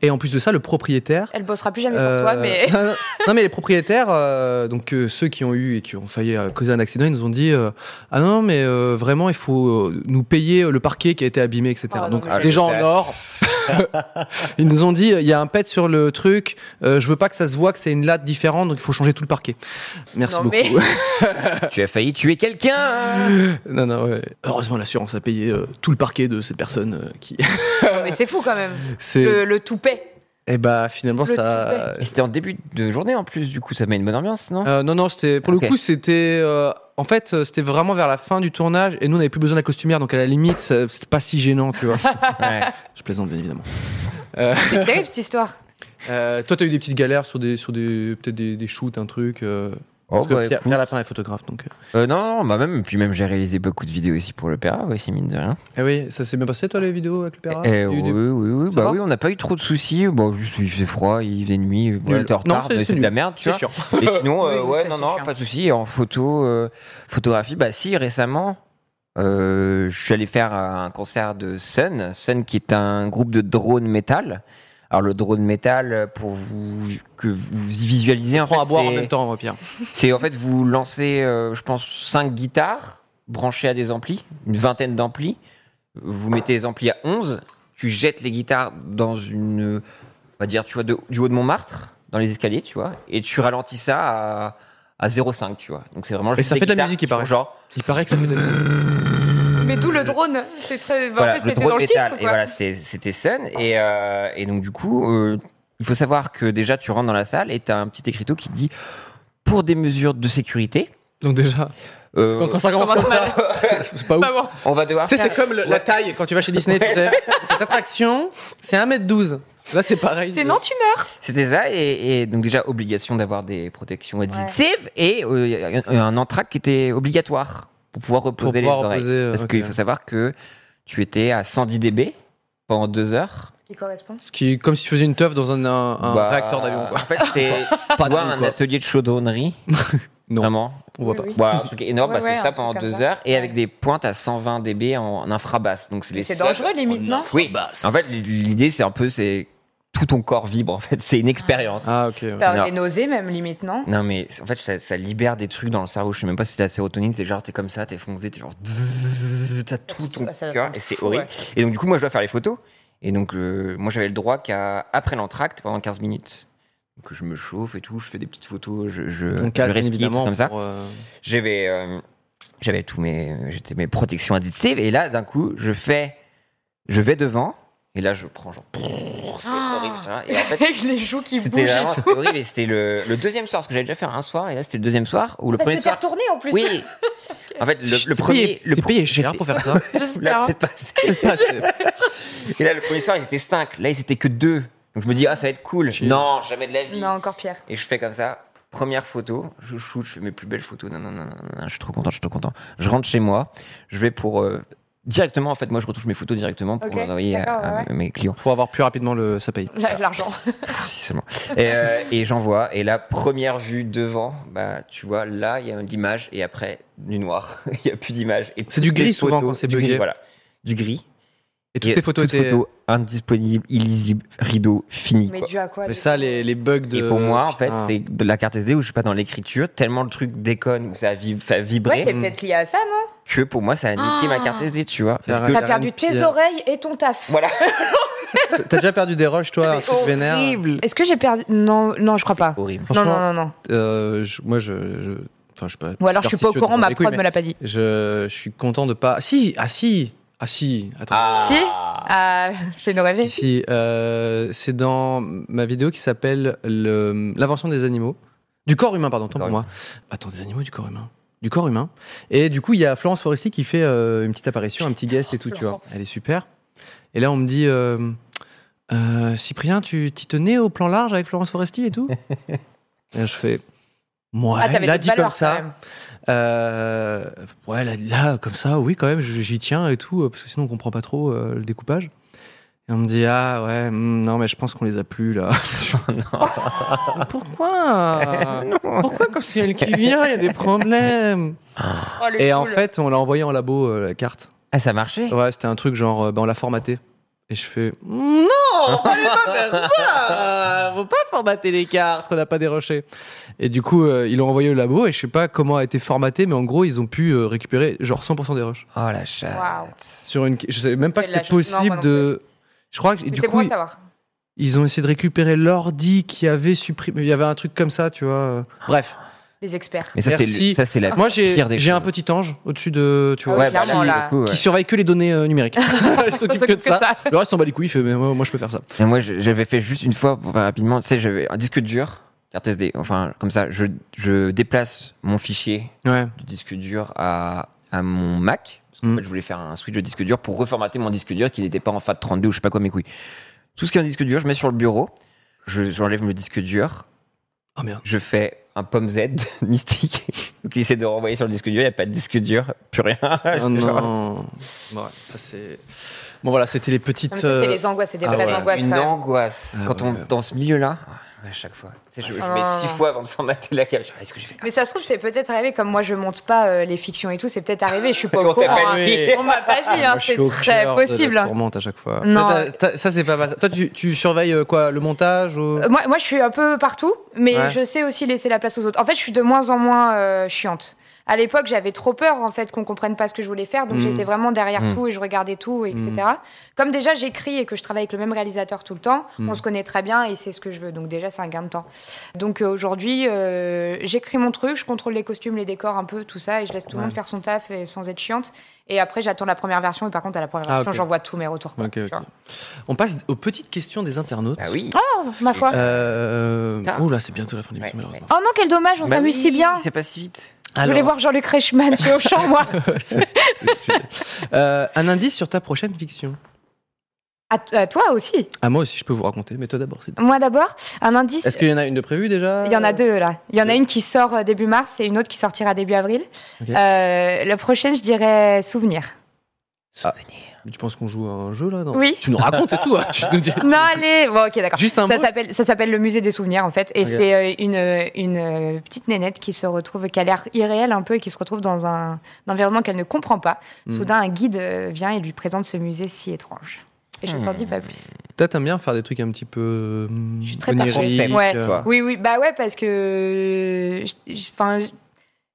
Et en plus de ça, le propriétaire Elle bossera plus jamais pour toi, euh, mais. non, non, mais les propriétaires, euh, donc euh, ceux qui ont eu et qui ont failli euh, causer un accident, ils nous ont dit euh, Ah non, non, mais euh, vraiment, il faut euh, nous payer euh, le parquet qui a été abîmé, etc. Oh, non, donc mais- des gens en ça- or, ils nous ont dit Il y a un pet sur le truc, euh, je veux pas que ça se voit que c'est une latte différente, donc il faut changer tout le parquet. Merci Non, mais- beaucoup. Tu as failli tuer quelqu'un. non, non, ouais. Heureusement, l'assurance a payé euh, tout le parquet de cette personne euh, qui. Non, mais c'est fou quand même. c'est... Le, le toupet. Et bah finalement, le ça. Et c'était en début de journée en plus, du coup, ça met une bonne ambiance, non Euh, non, non, c'était pour Ok. le coup, c'était euh, en fait, euh, c'était vraiment vers la fin du tournage et nous, on n'avait plus besoin de la costumière, donc à la limite, ça- c'était pas si gênant, tu vois. Ouais. Je plaisante, bien évidemment. C'est terrible cette histoire. Euh, toi, t'as eu des petites galères sur des, sur des, peut-être des, des shoots, un truc. euh, Oh, parce que bah, Pierre, écoute. Pierre Lapin est photographe, donc. euh. Euh, non, non, bah même, puis même j'ai réalisé beaucoup de vidéos aussi pour l'opéra, aussi mine de rien. Eh oui, ça s'est bien passé, toi, les vidéos avec le Pera Eh, Il y a eu oui, des- oui, oui, Ça bah va oui, on n'a pas eu trop de soucis. Bon, juste il faisait froid, il faisait nuit, voilà, Nul. t'es en Non, retard, c'est- mais c'est c'est de la nul. merde, tu C'est vois. chiant. Et sinon, euh, Oui, ouais, ça, non, c'est non, chiant. pas de souci. Et En photo, euh, photographie, bah si, récemment, euh, je suis allé faire un concert de Sun, Sun qui est un groupe de drone métal. Alors le drone métal, pour vous que vous y visualisez, en Prends fait, à boire en c'est- même temps, Pierre. c'est en fait vous lancez, euh, je pense, cinq guitares branchées à des amplis, une vingtaine d'amplis. Vous mettez les amplis à 11, tu jettes les guitares dans une, on va dire, tu vois, de- du haut de Montmartre, dans les escaliers, tu vois, et tu ralentis ça à, à 0,5, tu vois. Donc c'est vraiment. Et ça des fait de la guitares musique, qui il paraît. font Genre, Il paraît que ça fait de la musique. Mais Euh, d'où le drone C'est très. bah, en voilà, fait, le c'était dans drone le titre. métal. Quoi. Et voilà, c'était- c'était Sun. Et, euh, et donc, du coup, euh, il faut savoir que déjà, tu rentres dans la salle et tu as un petit écriteau qui te dit pour des mesures de sécurité. Donc déjà, euh, quand, quand ça commence comme ça, c'est pas ouf. Pas bon. on va devoir Tu sais, faire c'est comme le- la Ouais. taille quand tu vas chez Disney. tu sais. Cette attraction, c'est 1m12. Là, c'est pareil. C'est non, tu meurs. C'était ça, et, et donc déjà obligation d'avoir des protections auditives et euh, y a un, un entracte qui était obligatoire pour pouvoir reposer Pour les pouvoir oreilles. reposer, euh, Parce ok. qu'il faut savoir que tu étais à 110 dB pendant deux heures. Ce qui correspond. Ce qui est comme si tu faisais une teuf dans un, un- un Bah, réacteur d'avion. quoi. En fait, c'est tu Pas vois, d'avion, un quoi. atelier de chaudronnerie. Non. Vraiment. On voit Oui, pas. oui. Voilà, un truc énorme, Ouais, bah, ouais, c'est un ça truc pendant comme deux ça. heures et avec Ouais. des pointes à 120 dB en, en infrabasse. Donc c'est les C'est seuls- dangereux, limite, non Oui. En fait, l'idée c'est un peu c'est tout ton corps vibre. En fait, c'est une expérience. Ah, ok. ouais. T'as Non. des nausées, même, limite, non Non, mais en fait, ça, ça libère des trucs dans le cerveau. Je sais même pas si c'est la sérotonine. T'es genre, t'es comme ça, t'es foncé, t'es genre. T'as tout ton Ah, ça doit cœur être et c'est fou, horrible. ouais. Et donc, du coup, moi, je dois faire les photos. Et donc, euh, moi, j'avais le droit qu'à après l'entracte, pendant 15 minutes, que je me chauffe et tout, je fais des petites photos, je, je, On je casse, bien respire, tout évidemment. comme ça. pour, euh, J'avais, euh, j'avais tous mes, j'étais mes protections additives. Et là, d'un coup, je fais, je vais devant. Et là, je prends genre. C'est horrible, ça. Et en fait, Avec les joues qui c'était bougent et vraiment- tout. c'était horrible et c'était le, le deuxième soir, parce que j'avais déjà fait un soir, et là c'était le deuxième soir, ou le Parce premier que t'es soir. retourné en plus. Oui! En fait, t'es le, payé- le premier. Le T'es pr- payé cher j'étais- pour faire ça. Ah, Là, J'espère. peut-être pas assez. C'est pas assez. Et là, le premier soir, ils étaient 5. Là, ils étaient que 2. Donc je me dis, ah, ça va être cool. Chier. Non, jamais de la vie. Non, encore pire. Et je fais comme ça. Première photo, je shoot, je fais mes plus belles photos. Non, non, non, non, non, je suis trop content, je suis trop content. Je rentre chez moi, je vais pour. euh, directement, en fait, moi, je retouche mes photos directement pour Ok, les envoyer à, d'accord, ouais, à ouais. mes clients. Pour avoir plus rapidement le, ça paye. La- L'argent. Si seulement. Et, euh, et j'envoie. Et la première vue devant, bah, tu vois, là, il y a l'image. Et après, du noir. Il n'y a plus d'image. Et C'est du toutes les gris souvent photos- quand c'est du bugué. gris, Voilà. Du gris. Et toutes tes photos étaient. photos indisponibles, illisibles, rideau, fini. Mais quoi. dû à quoi Mais du ça, coup les, les bugs de. Et pour moi, en fait, Putain. c'est de la carte SD où je suis pas dans l'écriture, tellement le truc déconne, où ça a vib- fait Ouais, vibrer, c'est peut-être lié à ça, non que pour moi, ça a niqué Ah. ma carte SD, tu vois. C'est Parce vrai. que T'as Karen perdu tes Pierre. oreilles et ton taf. voilà, T'as déjà perdu des rushs, toi, un truc vénère. horrible. Est-ce que j'ai perdu Non, non, je crois pas. Horrible. Non, Franchement, non, non, non. euh, je- moi, je. je- Enfin, je suis pas. Ou alors je suis pas au superstitieux, courant, donc, ma les couilles, prod me mais l'a pas dit. Je je suis content de pas. Si, ah si, ah si. Attends. Ah. Si Ah, je fais nous rêver. Si, si, euh, c'est dans ma vidéo qui s'appelle le- L'invention des animaux. Du corps humain, pardon, tant corps pour moi. Attends, des animaux, du corps humain. du corps humain. Et du coup, il y a Florence Foresti qui fait euh, une petite apparition, un petit guest et tout, tu vois. Florence. Elle est super. Et là, on me dit, euh, Euh, Cyprien, tu t'y tenais au plan large avec Florence Foresti et tout Et là, je fais, moi, Ah, t'avais là, d'autres dit comme valeurs, quand ça. même. Euh, ouais, là, là, comme ça, oui, quand même, je- j'y tiens et tout, euh, parce que sinon on comprend pas trop euh, le découpage. Et on me dit, ah ouais, hmm, non, mais je pense qu'on les a plus là. Oh, Mais Pourquoi Pourquoi quand c'est elle qui vient, il y a des problèmes Oh, le Et en cool. fait, on l'a envoyé en labo, euh, la carte. Ah, ça marchait Ouais, c'était un truc genre, euh, ben, on l'a formaté. Et je fais, non, fallait pas faire ça Faut pas formater les cartes, on n'a pas déroché. Et du coup, euh, ils l'ont envoyé au labo, et je sais pas comment a été formaté, mais en gros, ils ont pu euh, récupérer genre 100% des rushs. Oh la chatte. Waouh. Sur une... Je savais même pas que Quelle c'était lâche. Non, moi possible non plus. de... Je crois que et Mais du c'est coup, bon à ils- savoir. ils ont essayé de récupérer l'ordi qui avait supprimé. Il y avait un truc comme ça, tu vois. euh, Bref. Les experts. Mais ça, c'est Merci. le- ça, c'est la Moi, j'ai pire des j'ai un choses. petit ange au-dessus de, tu Ah vois, Ouais, clairement, bah, là. du coup, ouais. qui surveille que les données euh, numériques. Ils s'occupent que de ça. Le reste, on bat les couilles. Il fait, mais moi, moi, je peux faire ça. Et moi, je- j'avais fait juste une fois, pour faire rapidement, tu sais, j'avais un disque dur, carte SD, enfin, comme ça, je, je déplace mon fichier Ouais. du disque dur à, à mon Mac. Parce qu'en Mm. fait, je voulais faire un switch de disque dur pour reformater mon disque dur qui n'était pas en FAT32 ou je sais pas quoi, mes couilles. Tout ce qui est un disque dur, je mets sur le bureau, je- j'enlève le disque dur, Oh merde. je fais un pomme Z mystique qui essaie de renvoyer sur le disque dur, il n'y a pas de disque dur, plus rien. Oh non. Ouais, ça c'est. Bon voilà, c'était les petites. Non, mais ça, c'est euh, les angoisses, c'est des ah vraies ouais. angoisses quand Une même. angoisse. Ah Quand ouais. on dans ce milieu-là, à chaque fois. Tu sais, Je, je Ah. mets six fois avant de formater la carte. Ah, Est-ce que j'ai fait Mais ça se trouve, c'est peut-être arrivé, comme moi je monte pas euh, les fictions et tout, c'est peut-être arrivé, je suis pas au On t'a courant. pas hein. dit. On m'a pas dit, hein, moi, je c'est suis au très cœur de la possible. hein. tourmente à chaque fois. Non. Toi, t'as- t'as- ça c'est pas mal. Toi, tu, tu surveilles euh, quoi Le montage ou... Euh, Moi, moi, je suis un peu partout, mais Ouais. je sais aussi laisser la place aux autres. En fait, je suis de moins en moins euh, chiante. À l'époque, j'avais trop peur en fait qu'on comprenne pas ce que je voulais faire, donc Mm. j'étais vraiment derrière Mm. tout et je regardais tout, etc. Comme déjà j'écris et que je travaille avec le même réalisateur tout le temps, Mm. on se connaît très bien et c'est ce que je veux, donc déjà c'est un gain de temps. Donc euh, aujourd'hui, euh, j'écris mon truc, je contrôle les costumes, les décors un peu, tout ça, et je laisse tout le monde faire son taf et, sans être chiante. Et après, j'attends la première version et par contre à la première Ah, version, ok. j'envoie tous mes retours. quoi, Ok, tu ok. vois. On passe aux petites questions des internautes. Ah oui. Oh, ma foi. Euh... Ah. Oh là, c'est bientôt la fin de l'émission Ouais, malheureusement. Oh non, quel dommage, on Bah s'amuse oui, si bien. C'est pas si vite. Je voulais voir Jean-Luc Reichmann, je suis au champ, moi. Euh, un indice sur ta prochaine fiction. À, t- à toi aussi. Ah moi aussi, je peux vous raconter, mais toi d'abord. c'est- Moi d'abord, un indice. euh, Est-ce qu'il y en a une de prévue déjà Il y en a deux, là. Il y en a une qui sort euh, début mars et une autre qui sortira début avril. Ok. Euh, la prochaine, je dirais Souvenir. Ah. Tu penses qu'on joue à un jeu là non Oui. Tu nous racontes c'est tout. hein. Tu nous dis- Non, allez Bon, ok, d'accord. Juste un Ça mot s'appelle, ça s'appelle le musée des souvenirs, en fait. Et Ok. c'est euh, une, euh, une euh, petite nénette qui se retrouve, qui a l'air irréelle un peu et qui se retrouve dans un, un environnement qu'elle ne comprend pas. Soudain, un guide euh, vient et lui présente ce musée si étrange. Et je t'en dis pas plus. Toi, t'aimes bien faire des trucs un petit peu. euh, Je suis très Ouais. Oui, oui, bah ouais, parce que. Enfin.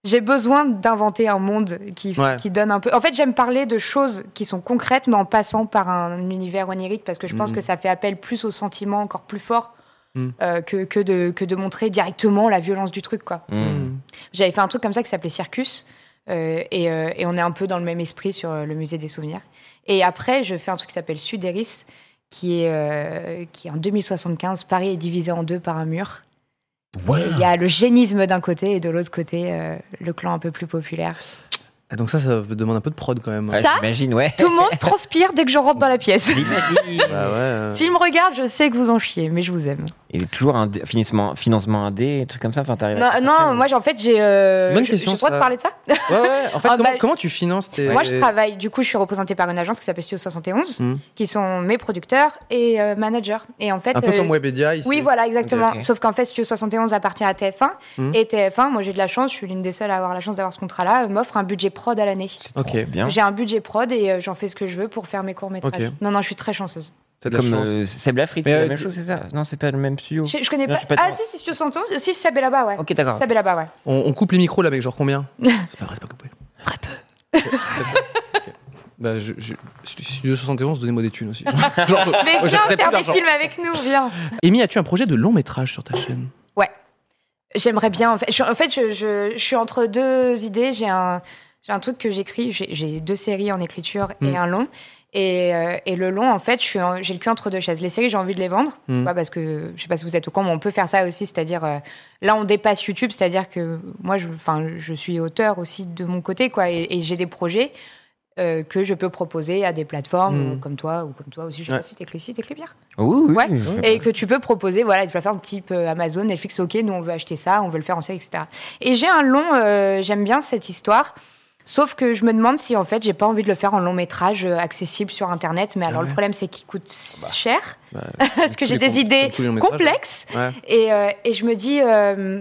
J'ai besoin d'inventer un monde qui, Ouais. qui donne un peu. En fait, j'aime parler de choses qui sont concrètes, mais en passant par un univers onirique, parce que je pense Mhm. que ça fait appel plus au sentiment encore plus fort Mhm. euh, que, que, de, que de montrer directement la violence du truc, quoi. Hmm. hmm. J'avais fait un truc comme ça qui s'appelait Circus. euh, et, euh, et on est un peu dans le même esprit sur euh, le musée des souvenirs. Et après, je fais un truc qui s'appelle Suderis, qui est, euh, qui est en 2075. Paris est divisé en deux par un mur. Et Il y a le génisme d'un côté et de l'autre côté, euh, le clan un peu plus populaire. Ah, donc ça, ça demande un peu de prod quand même. Ouais, Ça J'imagine, ouais. Tout le monde transpire dès que je rentre dans la pièce. J'imagine. Bah ouais. euh, S'il me regarde, je sais que vous en chiez, mais je vous aime. Il y a toujours un dé- financement, financement indé, un truc comme ça. Enfin, Eh, t'arrives. Non, à faire ça, non mais- moi, j'ai- en fait, j'ai. C'est Euh, une bonne j'ai- question, j'ai le droit de ça. euh, parler de ça Ouais, ouais. En fait, Ah, comment, bah, comment tu finances tes. Moi, je travaille. Du coup, je suis représentée par une agence qui s'appelle Studio 71, Hmm. qui sont mes producteurs et euh, managers. Et en fait, Un peu euh, comme Webedia ici. oui, voilà, exactement. ok. Sauf qu'en fait, Studio 71 appartient à TF1 Hmm. et TF1. Moi, j'ai de la chance. Je suis l'une des seules à avoir la chance d'avoir ce contrat-là. euh, M'offre un budget prod à l'année. Ok. Trop Bien. J'ai un budget prod et euh, j'en fais ce que je veux pour faire mes courts métrages. Ok. Non, non, je suis très chanceuse. T'as de la Comme chance. euh, Seb Lafrite, Mais, c'est euh, la même tu- chose, c'est ça Non, c'est pas le même studio. Je, je connais Non, pas. je suis pas ah, dedans. si, si, Studio 71. Si, Sab est là-bas, ouais. Ok, Oh, d'accord. Sab est là-bas, ouais. On, on coupe les micros là avec genre combien C'est pas vrai, c'est pas coupé. Très peu. Bah, je, je... Studio 71, donnez-moi des thunes aussi. Genre, Mais oh, viens j'accepte faire plus des d'argent. films avec nous, viens. Amy, as-tu un projet de long métrage sur ta chaîne J'aimerais bien. En fait, je, en fait, je, je- je suis entre deux idées. J'ai un, J'ai un truc que j'écris. J'ai- J'ai deux séries en écriture Mm. et un long. Et, euh, et le long, en fait, je suis en- j'ai le cul entre deux chaises. Les séries, j'ai envie de les vendre, Mm. tu vois, parce que je sais pas si vous êtes au courant, mais on peut faire ça aussi. C'est-à-dire, euh, là, on dépasse YouTube. C'est-à-dire que moi, je, enfin, je suis auteur aussi de mon côté, quoi, et, et j'ai des projets euh, que je peux proposer à des plateformes Mm. ou comme toi ou comme toi aussi. Je sais Ouais. pas si t'écris si t'écris bien. Oui, oui. Ouais. oui, je- Et que tu peux proposer voilà, des plateformes type euh, Amazon, Netflix, ok, nous on veut acheter ça, on veut le faire en série, etc. Et j'ai un long, euh, j'aime bien cette histoire, sauf que je me demande si en fait j'ai pas envie de le faire en long métrage euh, accessible sur Internet, mais alors Ah ouais. le problème c'est qu'il coûte cher, Bah, parce que tous j'ai les des com- idées comme tous les longs métrages, hein. complexes, Ouais. et, euh, et je me dis, euh,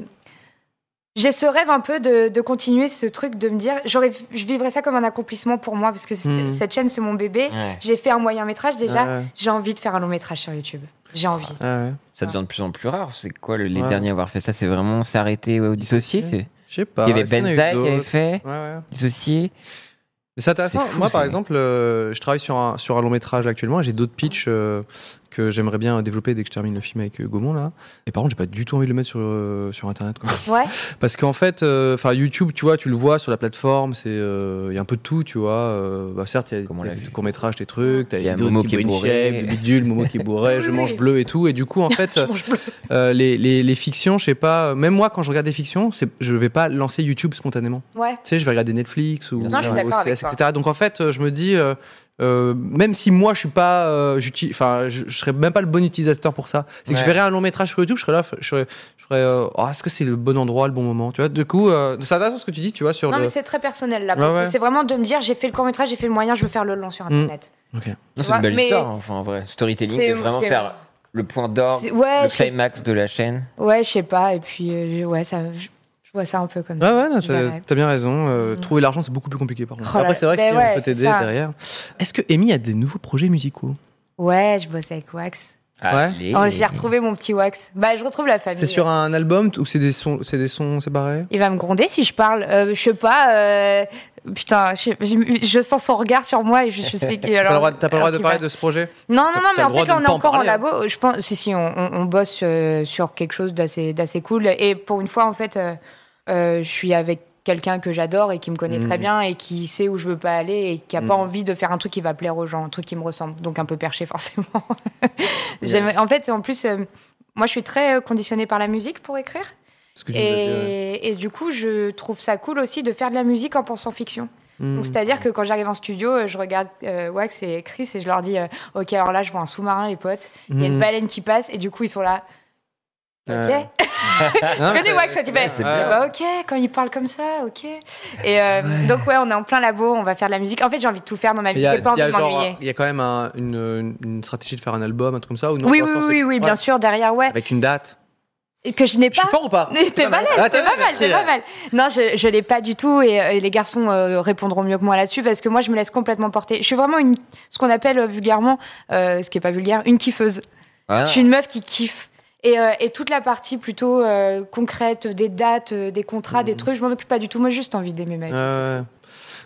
j'ai ce rêve un peu de, de continuer ce truc, de me dire, j'aurais, je vivrais ça comme un accomplissement pour moi, parce que c'est- Mhm. cette chaîne c'est mon bébé, Ouais. j'ai fait un moyen métrage déjà, Ouais. j'ai envie de faire un long métrage sur YouTube. J'ai envie. Ah ouais. Ça devient de plus en plus rare. C'est quoi le- les Ouais. derniers à avoir fait ça C'est vraiment s'arrêter ouais, ou dissocier c'est- Je sais pas. Il y avait est-ce qu'il en a eu Benzaï qui avait d'autres fait Ouais, ouais. dissocier. Mais c'est intéressant. C'est fou, Moi, ça. par exemple, euh, je travaille sur un, sur un long métrage actuellement et j'ai d'autres pitchs euh, que j'aimerais bien développer dès que je termine le film avec euh, Gaumont. Là. Et par contre, j'ai pas du tout envie de le mettre sur, euh, sur Internet. Quoi. Ouais. Parce qu'en fait, euh, enfin YouTube, tu vois, tu le vois sur la plateforme, c'est euh, il y a un peu de tout, tu vois. Euh, bah, certes, il y a, Comme on il y a l'a vu. des courts métrages, des trucs, t'as Il y a les vidéos de Momo qui Thibaut est bourré. InShape, de Bidule, Momo qui est bourré, Oui, je oui. mange bleu et tout. Et du coup, en fait, euh, les, les, les fictions, je sais pas. euh, Même moi, quand je regarde des fictions, c'est- je vais pas lancer YouTube spontanément. Ouais. Tu sais, je vais regarder Netflix ou, Non, je suis ou d'accord avec OCS, etc. Donc en fait, euh, je me dis, euh, euh, même si moi je suis pas, euh, j'uti- enfin, je, je serais même pas le bon utilisateur pour ça. C'est que Ouais. je verrais un long métrage sur YouTube, je serais là, je serais, je serais, euh, Oh, est-ce que c'est le bon endroit, le bon moment, tu vois. Du coup, euh, c'est intéressant ce que tu dis, tu vois, sur Non, le. mais c'est très personnel là. Ouais, ouais. Mm. C'est vraiment de me dire j'ai fait le court métrage, j'ai fait le moyen, je veux faire le long sur internet. Ok. Non, c'est Ouais, une belle mais- histoire, hein, enfin, en vrai. Storytelling, C'est- c'est vraiment c'est- faire le point d'or, C'est- ouais, le c'est- climax de la chaîne. Ouais, je sais pas. Et puis, euh, je- ouais, ça, je je vois ça un peu comme Ouais, ça. ouais, non, Je t'as verrais. t'as bien raison. euh, Trouver l'argent, c'est beaucoup plus compliqué, par contre. Mm. Oh là Après, là, c'est vrai que ben si ouais, on peut c'est t'aider ça. derrière. Est-ce que Amy a des nouveaux projets musicaux Ouais, je bosse avec Wax. Allez. Oh, j'ai retrouvé mon petit Wax. Bah, je retrouve la famille. C'est sur euh, un album t- ou c'est des sons, c'est des sons séparés Il va me gronder si je parle. Euh, je sais pas. euh, Putain, je, je- je sens son regard sur moi et je, je sais qu'il. T'as pas le alors- droit, t'as pas le droit alors de qu'il parler va- de ce projet Non, non, non, T'as mais le en droit fait, de là, on ne est pas en encore en parler, hein. labo. Je pense, si, si, on, on- on bosse euh, sur quelque chose d'assez d'assez cool. Et pour une fois, en fait, euh, euh, je suis avec quelqu'un que j'adore et qui me connaît très Mhm. bien et qui sait où je veux pas aller et qui a pas Mm. envie de faire un truc qui va plaire aux gens, un truc qui me ressemble. Donc, un peu perché, forcément. J'aime- En fait, en plus, euh, moi, je suis très euh, conditionnée par la musique pour écrire. Ce que tu nous as dit, ouais. Et, et du coup, je trouve ça cool aussi de faire de la musique en pensant fiction. Hmm. Donc, C'est-à-dire que quand j'arrive en studio, euh, je regarde euh, Wax et Chris et je leur dis euh, Ok, alors là, je vois un sous-marin, les potes. Il y a une Mhm. baleine qui passe et du coup, ils sont là. Ok. Ouais. tu connais Wax, toi, tu fais, c'est Ah bien. bah, Ok, quand ils parlent comme ça, ok. Et euh, donc, ouais, on est en plein labo, on va faire de la musique. En fait, j'ai envie de tout faire dans ma vie, Il y a, j'ai pas il y envie a de genre m'ennuyer. un- il y a quand même un- une, une- une stratégie de faire un album, un truc comme ça ou non, Oui, pour oui, l'instant, oui, c'est- oui, ouais. bien sûr, derrière, ouais. Avec une date. Bah, Et Que je n'ai Je pas. suis fort ou pas Mais T'es pas mal, Ah, t'es pas mal, merci. t'es pas mal. Non, je, je l'ai pas du tout et, euh, et les garçons euh, répondront mieux que moi là-dessus parce que moi je me laisse complètement porter. Je suis vraiment une, ce qu'on appelle euh, vulgairement, euh, ce qui est pas vulgaire, une kiffeuse. Ah. Je suis une meuf qui kiffe. Et, euh, et toute la partie plutôt euh, concrète euh, des dates, euh, des contrats, des trucs, je m'en occupe pas du tout. Moi, j'ai juste envie d'aimer ma vie. Ouais, ouais.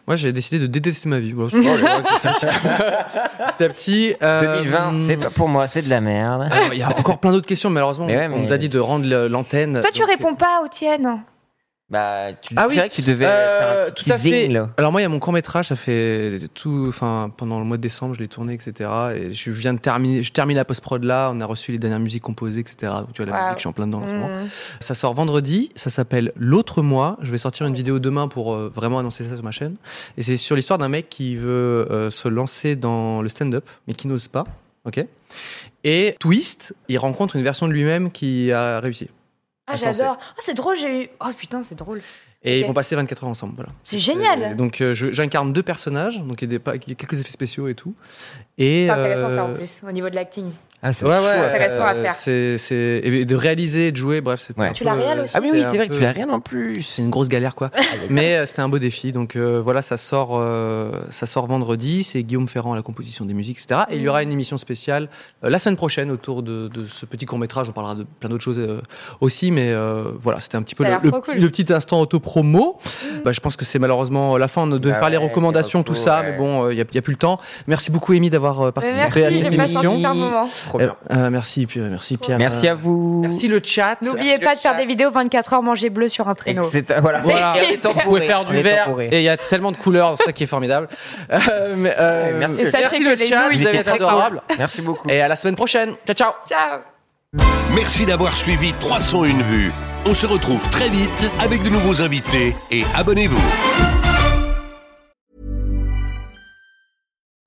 Moi, j'ai décidé de détester ma vie. Voilà, c'est- oh, là, là, j'ai fait petit à petit. euh, 2020, c'est pas pour moi, c'est de la merde. Alors, Il y a encore plein d'autres questions, malheureusement, Mais ouais, on mais- nous a dit de rendre le- l'antenne. Toi, tu Donc, réponds pas aux tiennes. Bah, tu Ah oui. c'est vrai que tu devais Euh, faire un petit tout à fait. zing, là. Alors moi, il y a mon court métrage, ça fait tout, enfin pendant le mois de décembre, je l'ai tourné, etc. Et je viens de terminer, je termine la post prod là. On a reçu les dernières musiques composées, etc. Donc tu vois la Wow. musique, je suis en plein dedans en ce moment. Mmh. Ça sort vendredi, ça s'appelle L'autre moi. Je vais sortir Oh. une vidéo demain pour euh, vraiment annoncer ça sur ma chaîne. Et c'est sur l'histoire d'un mec qui veut euh, se lancer dans le stand-up, mais qui n'ose pas. Ok. Et twist, il rencontre une version de lui-même qui a réussi. Ah, Ah, je pensais. j'adore. Ah, c'est drôle, j'ai eu. Oh putain, c'est drôle. Et Ok. ils vont passer 24 heures ensemble. Voilà. C'est génial. Et donc euh, je- j'incarne deux personnages, donc il y a des pa- il y a quelques effets spéciaux et tout. Et C'est intéressant ça en euh, plus, au niveau de l'acting. Ah, c'est Ouais, ouais, chaud à faire. Intéressant à euh, faire. C'est, c'est, et de réaliser, et de jouer, bref, c'est euh, Ouais. Tu la réelles aussi Ah, oui, oui, c'est vrai que tu l'as réalisé rien en plus. C'est une grosse galère quoi. Mais euh, c'était un beau défi. Donc euh, voilà, ça sort, euh, ça sort vendredi. C'est Guillaume Ferrand à la composition des musiques, etc. Et il y aura une émission spéciale euh, la semaine prochaine autour de, de ce petit court métrage. On parlera de plein d'autres choses euh, aussi, mais euh, voilà, c'était un petit peu Ça le, a l'air le trop petit, cool. Mm. le petit instant auto promo. Bah, je pense que c'est malheureusement euh, la fin. On devait Bah faire les ouais, les recommandations, tout recos, ça, ouais. mais bon, il n'y a, y a plus le temps. Merci beaucoup Amy d'avoir euh, Mais participé merci, à j'ai cette passé un émission. super moment. Trop bien. Eh, euh, merci, Pierre. Merci, Pierre. Merci Euh, à vous. Merci le chat. N'oubliez pas de faire des vidéos 24 heures manger bleu sur un Et traîneau. c'est- Voilà. Voilà. Et on est Vous pouvez temporaire. faire On du est vert temporaire. et il y a tellement de couleurs, c'est ça qui est formidable. Euh, mais, euh, Ouais, merci merci, le chat. Sachez que le les chat, nouilles vous avez sont été très adorable. Merci beaucoup. Et à la semaine prochaine. Ciao, ciao. Ciao Merci d'avoir suivi 301 vues. On se retrouve très vite avec de nouveaux invités et abonnez-vous.